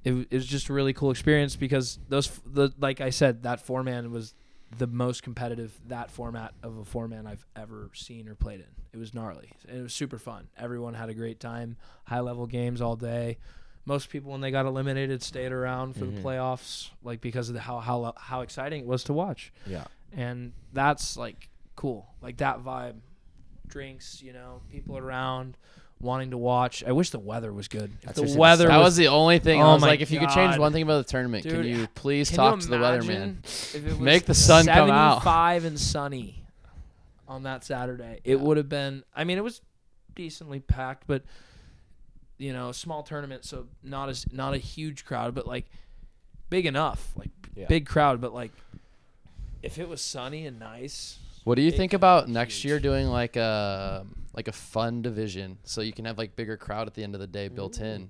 Speaker 2: it, w- it was just a really cool experience because those f- the like I said that four man was the most competitive that format of a four man I've ever seen or played in. It was gnarly and it was super fun. Everyone had a great time. High level games all day. Most people when they got eliminated stayed around for the playoffs like because of the, how how how exciting it was to watch.
Speaker 4: Yeah.
Speaker 2: And that's like cool. Like that vibe. Drinks, you know, people around wanting to watch. I wish the weather was good. If
Speaker 4: what I
Speaker 2: the
Speaker 4: said.
Speaker 2: weather
Speaker 3: that
Speaker 2: was
Speaker 3: was the only thing.
Speaker 2: Oh
Speaker 3: I was
Speaker 2: my
Speaker 3: like, if you could change
Speaker 2: God.
Speaker 3: one thing about the tournament, can
Speaker 2: Dude,
Speaker 3: you please
Speaker 2: Can
Speaker 3: talk
Speaker 2: you
Speaker 3: to the
Speaker 2: imagine
Speaker 3: weatherman?
Speaker 2: if it was
Speaker 3: Make the sun come out.
Speaker 2: 75 and sunny on that Saturday. It would have been. I mean, it was decently packed, but you know, small tournament, so not as not a huge crowd, but like big enough, like
Speaker 4: Yeah.
Speaker 2: big crowd, but like if it was sunny and nice.
Speaker 3: What do you
Speaker 2: It
Speaker 3: think
Speaker 2: could
Speaker 3: about
Speaker 2: be
Speaker 3: next
Speaker 2: huge.
Speaker 3: year doing like a like a fun division so you can have like bigger crowd at the end of the day built in?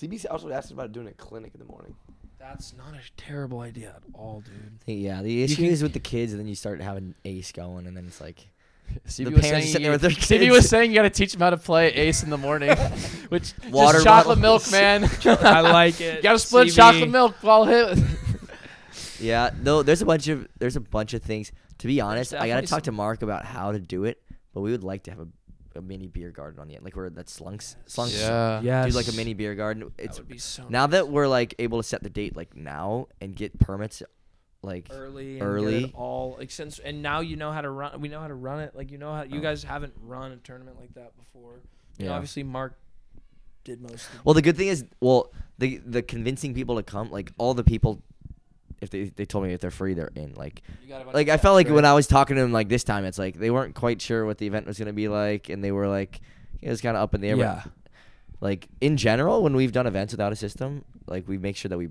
Speaker 1: CBC also asked about doing a clinic in the morning.
Speaker 2: That's not a terrible idea at all, dude.
Speaker 4: Yeah, the issue
Speaker 2: can-
Speaker 4: is with the kids, and then you start having ace going, and then it's like
Speaker 3: Stevie
Speaker 4: parents are sitting there
Speaker 3: you-
Speaker 4: with their
Speaker 3: Stevie
Speaker 4: kids.
Speaker 3: was saying you got to teach them how to play Ace in the morning, which
Speaker 4: Water
Speaker 3: just chocolate milk,
Speaker 4: bottles.
Speaker 3: man.
Speaker 2: I like it.
Speaker 3: you got to split
Speaker 2: CB.
Speaker 3: chocolate milk while hit.
Speaker 4: Yeah, no, there's a bunch of there's a bunch of things. To be honest, I gotta
Speaker 2: definitely
Speaker 4: talk to
Speaker 2: some-
Speaker 4: Mark about how to do it, but we would like to have a, a mini beer garden on the end, like where that slunks slunks
Speaker 3: yeah.
Speaker 2: Yeah,
Speaker 4: do like a mini beer garden. It's
Speaker 2: would be so
Speaker 4: now that we're like able to set the date like now and get permits, like
Speaker 2: early and
Speaker 4: Early.
Speaker 2: get it all like since and now you know how to run we know how to run it like you know how you guys haven't run a tournament like that before You know,
Speaker 4: Oh. Yeah.
Speaker 2: obviously mark did most of
Speaker 4: Well, the good thing is, well, the the convincing people to come, like all the people, if they they told me if they're free, they're in. Like,
Speaker 2: You got a bunch
Speaker 4: like
Speaker 2: of
Speaker 4: I felt
Speaker 2: texts,
Speaker 4: like when
Speaker 2: right?
Speaker 4: I was talking to them like this time, it's like they weren't quite sure what the event was gonna be like, and they were like, it was kind of up in the air. but,
Speaker 2: Yeah.
Speaker 4: Like in general, when we've done events without a system, like we make sure that we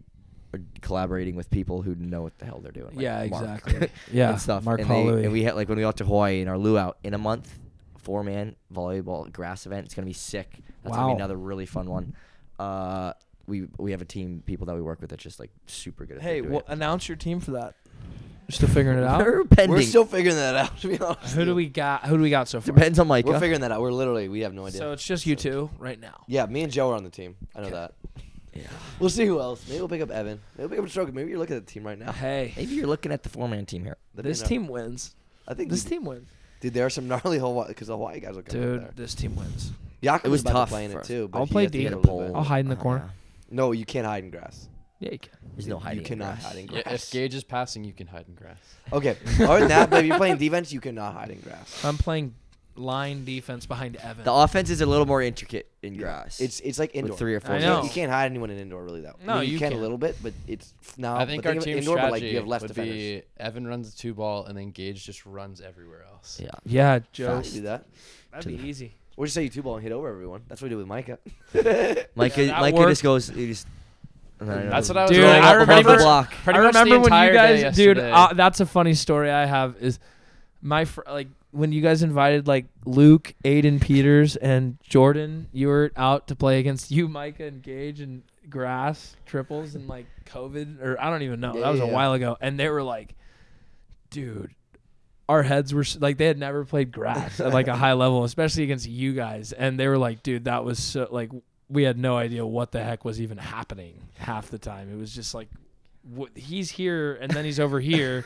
Speaker 4: are collaborating with people who know what the hell they're doing. like
Speaker 2: Yeah,
Speaker 4: Mark
Speaker 2: exactly. Yeah,
Speaker 4: and stuff.
Speaker 2: Mark
Speaker 4: and, they-
Speaker 2: Paului.
Speaker 4: and we had like when we got to Hawaii in our luau in a month, four man volleyball grass event. It's gonna be sick. That's gonna
Speaker 2: Wow.
Speaker 4: be another really fun one. Uh, we we have a team people that we work with that's just like super good at
Speaker 2: hey
Speaker 4: doing
Speaker 2: well,
Speaker 4: it.
Speaker 2: announce your team for that You're still figuring it out
Speaker 4: We're pending.
Speaker 1: We're still figuring that out. To be honest,
Speaker 2: who do we got who do we got so far
Speaker 4: depends on Micah.
Speaker 1: We're figuring that out. We're literally we have no idea.
Speaker 2: so it's just you two right now
Speaker 1: yeah, me and Joe are on the team. I know that. We'll see who else. Maybe we'll pick up Evan. Maybe we'll pick up Stroker. Maybe you're looking at the team right now.
Speaker 2: hey
Speaker 4: Maybe you're looking at the four man team here.
Speaker 1: Let me
Speaker 2: this
Speaker 1: know.
Speaker 2: team wins
Speaker 1: I think
Speaker 2: this
Speaker 1: we-
Speaker 2: team wins
Speaker 1: Dude, there are some gnarly Hawaii because the Hawaii guys are coming up
Speaker 2: dude
Speaker 1: there.
Speaker 2: this team wins
Speaker 1: Yakup
Speaker 4: It was
Speaker 1: about
Speaker 4: tough
Speaker 1: to play in it
Speaker 4: first.
Speaker 1: too. but
Speaker 2: I'll
Speaker 1: he
Speaker 2: play
Speaker 1: has to
Speaker 2: D.
Speaker 1: get
Speaker 2: Get
Speaker 1: a
Speaker 4: a
Speaker 1: little
Speaker 4: pole.
Speaker 1: bit.
Speaker 2: i'll hide in the
Speaker 4: Oh,
Speaker 2: corner
Speaker 4: yeah.
Speaker 1: No, you can't hide in grass.
Speaker 2: yeah, you can.
Speaker 4: There's no hiding.
Speaker 1: You
Speaker 4: in
Speaker 1: cannot
Speaker 4: grass.
Speaker 1: hide in grass.
Speaker 3: Yeah, If Gage is passing, you can hide in grass.
Speaker 1: Okay. Other than that, but if you're playing defense, you cannot hide in grass.
Speaker 2: i'm playing line defense behind evan
Speaker 4: The offense is a little more intricate in grass.
Speaker 1: It's it's like indoor.
Speaker 4: three or four
Speaker 2: I
Speaker 1: You
Speaker 2: know.
Speaker 1: can't- You can't hide anyone in indoor really that.
Speaker 2: No,
Speaker 1: I mean, you,
Speaker 2: you
Speaker 1: can,
Speaker 2: can.
Speaker 1: a little bit, but it's now.
Speaker 3: I think
Speaker 1: but
Speaker 3: our
Speaker 1: think of
Speaker 3: team
Speaker 1: indoor,
Speaker 3: strategy
Speaker 1: but like you have less
Speaker 3: would
Speaker 1: defenders.
Speaker 3: be Evan runs the two ball, and then Gage just runs everywhere else.
Speaker 4: yeah.
Speaker 2: yeah joe
Speaker 1: Joe, you do that.
Speaker 2: that'd be easy
Speaker 1: Or just say you two ball and hit over everyone. That's what we do with Micah.
Speaker 4: Micah,
Speaker 2: that
Speaker 4: Micah
Speaker 2: worked.
Speaker 4: just goes. He just. and then
Speaker 3: That's
Speaker 4: goes
Speaker 3: what I was
Speaker 2: Dude,
Speaker 3: doing.
Speaker 2: I
Speaker 4: throwing up above
Speaker 2: remember-
Speaker 4: the block.
Speaker 3: Pretty
Speaker 2: I
Speaker 3: much the
Speaker 2: remember when you
Speaker 3: entire day
Speaker 2: guys, dude.
Speaker 3: yesterday.
Speaker 2: Uh, that's a funny story I have. Is my fr- like when you guys invited like Luke, Aiden Peters, and Jordan, you were out to play against you, Micah, and Gage, and Grass triples, and like COVID or I don't even know. that was a
Speaker 1: Yeah.
Speaker 2: while ago, and they were like, dude. Our heads were s- like they had never played grass at like a high level, especially against you guys. And they were like, "Dude, that was so like we had no idea what the heck was even happening half the time. It was just like w- he's here and then he's over here.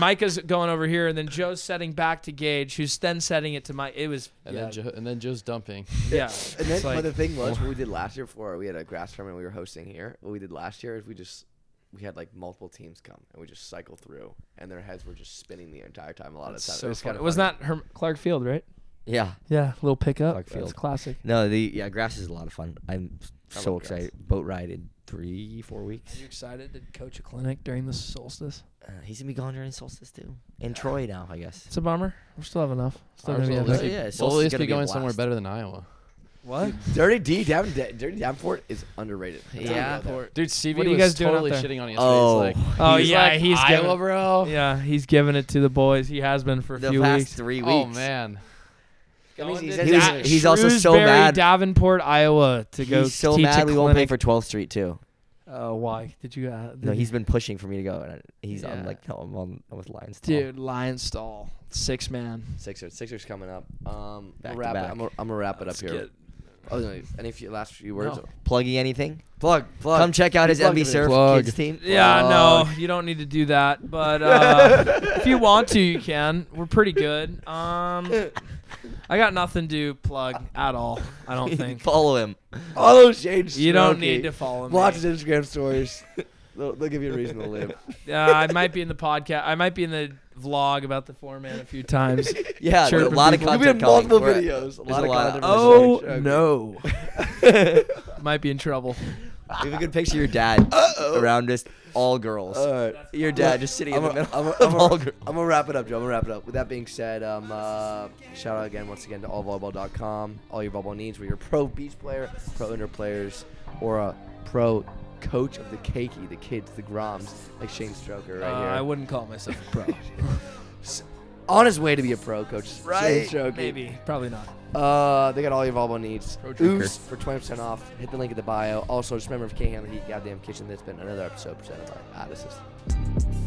Speaker 2: Micah's going over here and then Joe's setting back to Gage, who's then setting it to Mike. It was
Speaker 3: And
Speaker 2: yeah,
Speaker 3: then Joe, and then Joe's dumping.
Speaker 2: yeah.
Speaker 1: And then,
Speaker 2: It's like-
Speaker 1: but
Speaker 2: oh.
Speaker 1: the thing was, what we did last year before we had a grass tournament we were hosting here. What we did last year is we just we had like multiple teams come and we just cycle through, and their heads were just spinning the entire time. A lot
Speaker 2: That's
Speaker 1: of the time,
Speaker 2: so
Speaker 1: was kinda
Speaker 2: funny. Wasn't
Speaker 1: funny.
Speaker 2: that her- Clark Field, right?
Speaker 4: Yeah.
Speaker 2: Yeah, little pickup.
Speaker 4: Clark
Speaker 2: That's
Speaker 4: Field.
Speaker 2: classic.
Speaker 4: No, the yeah, grass is a lot of fun. I'm so
Speaker 1: love grass.
Speaker 4: excited. Boat ride in three, four
Speaker 2: Are
Speaker 4: weeks.
Speaker 2: you excited to coach a clinic during the solstice?
Speaker 4: Uh, he's gonna be gone during solstice too. And Troy now, I guess.
Speaker 2: It's a bummer. We still have enough. Still
Speaker 3: Ours
Speaker 2: gonna be epic.
Speaker 3: will at least
Speaker 4: Yeah,
Speaker 3: be-
Speaker 4: yeah,
Speaker 3: we'll at
Speaker 4: Solstice is
Speaker 3: least
Speaker 4: gonna
Speaker 3: be
Speaker 4: be a
Speaker 3: going somewhere
Speaker 4: blast.
Speaker 3: better than Iowa.
Speaker 2: What?
Speaker 1: Dirty D, Davin, Dirty Davenport is underrated. That's how I
Speaker 4: Yeah.
Speaker 1: feel about it.
Speaker 3: Dude, CV
Speaker 2: What are you
Speaker 3: was
Speaker 2: guys doing out
Speaker 3: totally
Speaker 2: there?
Speaker 3: shitting on you.
Speaker 4: Oh.
Speaker 3: Like,
Speaker 2: Oh, yeah,
Speaker 3: like,
Speaker 2: he's
Speaker 3: Iowa,
Speaker 2: giving-
Speaker 3: bro.
Speaker 2: Yeah, he's giving it to the boys. He has been for a
Speaker 4: The
Speaker 2: few
Speaker 4: past
Speaker 2: weeks.
Speaker 4: three weeks.
Speaker 3: Oh man.
Speaker 1: That means
Speaker 3: Going
Speaker 1: he's
Speaker 3: to
Speaker 1: in
Speaker 4: He
Speaker 1: He's-
Speaker 3: Dash-
Speaker 4: was, he's also so
Speaker 2: Shrewsbury,
Speaker 4: mad.
Speaker 2: Davenport, Iowa, to go
Speaker 4: He's so
Speaker 2: teach
Speaker 4: mad
Speaker 2: a
Speaker 4: we won't pay
Speaker 2: clinic.
Speaker 4: for 12th Street too.
Speaker 2: Oh, why did you? Uh,
Speaker 4: No, he's been pushing for me to go, and I, he's
Speaker 2: Yeah.
Speaker 4: I'm like, no, I'm on I'm with Lions. Tall.
Speaker 2: dude Lion Stall six man.
Speaker 1: Sixers, Sixers coming up. Um, we'll
Speaker 4: Back to
Speaker 1: wrap it.
Speaker 4: back.
Speaker 1: I'm gonna I'm gonna wrap it up
Speaker 2: Let's
Speaker 1: here.
Speaker 2: get-
Speaker 1: Oh, no, any few, last few words?
Speaker 2: No.
Speaker 4: plugging anything?
Speaker 1: Plug, plug.
Speaker 4: Come check out
Speaker 1: You
Speaker 4: his
Speaker 1: plugged
Speaker 4: MB
Speaker 1: it in.
Speaker 4: Surf
Speaker 3: Plug.
Speaker 4: kids team.
Speaker 2: Yeah, no, you don't need to do that. But uh, if you want to, you can. We're pretty good. Um, I got nothing to plug at all. I don't think
Speaker 4: Follow him.
Speaker 1: Follow Shane.
Speaker 2: you don't
Speaker 1: Stroke.
Speaker 2: need to follow me.
Speaker 1: watch his Instagram stories. they'll, they'll give you a reason to live.
Speaker 2: Uh, I might be in the podcast. I might be in the vlog about the foreman a few times.
Speaker 4: Yeah,
Speaker 2: Sure.
Speaker 4: a lot of
Speaker 2: We've been
Speaker 1: We have
Speaker 4: content coming.
Speaker 1: multiple
Speaker 4: We're-
Speaker 1: videos. A
Speaker 4: there's
Speaker 1: lot of
Speaker 4: lot
Speaker 1: content
Speaker 2: oh
Speaker 1: for this week.
Speaker 2: no, might be in trouble.
Speaker 4: We have a good picture of your dad around us, all girls.
Speaker 1: All right.
Speaker 4: your dad just sitting in
Speaker 1: Uh, I'm
Speaker 4: the
Speaker 1: gonna
Speaker 4: middle
Speaker 1: I'm
Speaker 4: of all girls.
Speaker 1: I'm gonna wrap it up, Joe. I'm gonna wrap it up. With that being said, um, uh, shout out again, once again, to allvolleyball.com. All your volleyball needs, whether you're a pro beach player, pro indoor players, or a pro coach of the cakey, the kids, the groms, like Shane Stroker right
Speaker 2: Uh,
Speaker 1: here.
Speaker 2: I wouldn't call myself a pro.
Speaker 1: On his way to be a pro coach, Shane Stroker.
Speaker 2: Maybe. Probably not.
Speaker 1: Uh, they got all your volleyball needs.
Speaker 3: Pro Joker.
Speaker 1: Ooze for 20% off. Hit the link in the bio. Also, just remember if you can't handle the heat, goddamn kitchen, that's been another episode presented by Odyssey.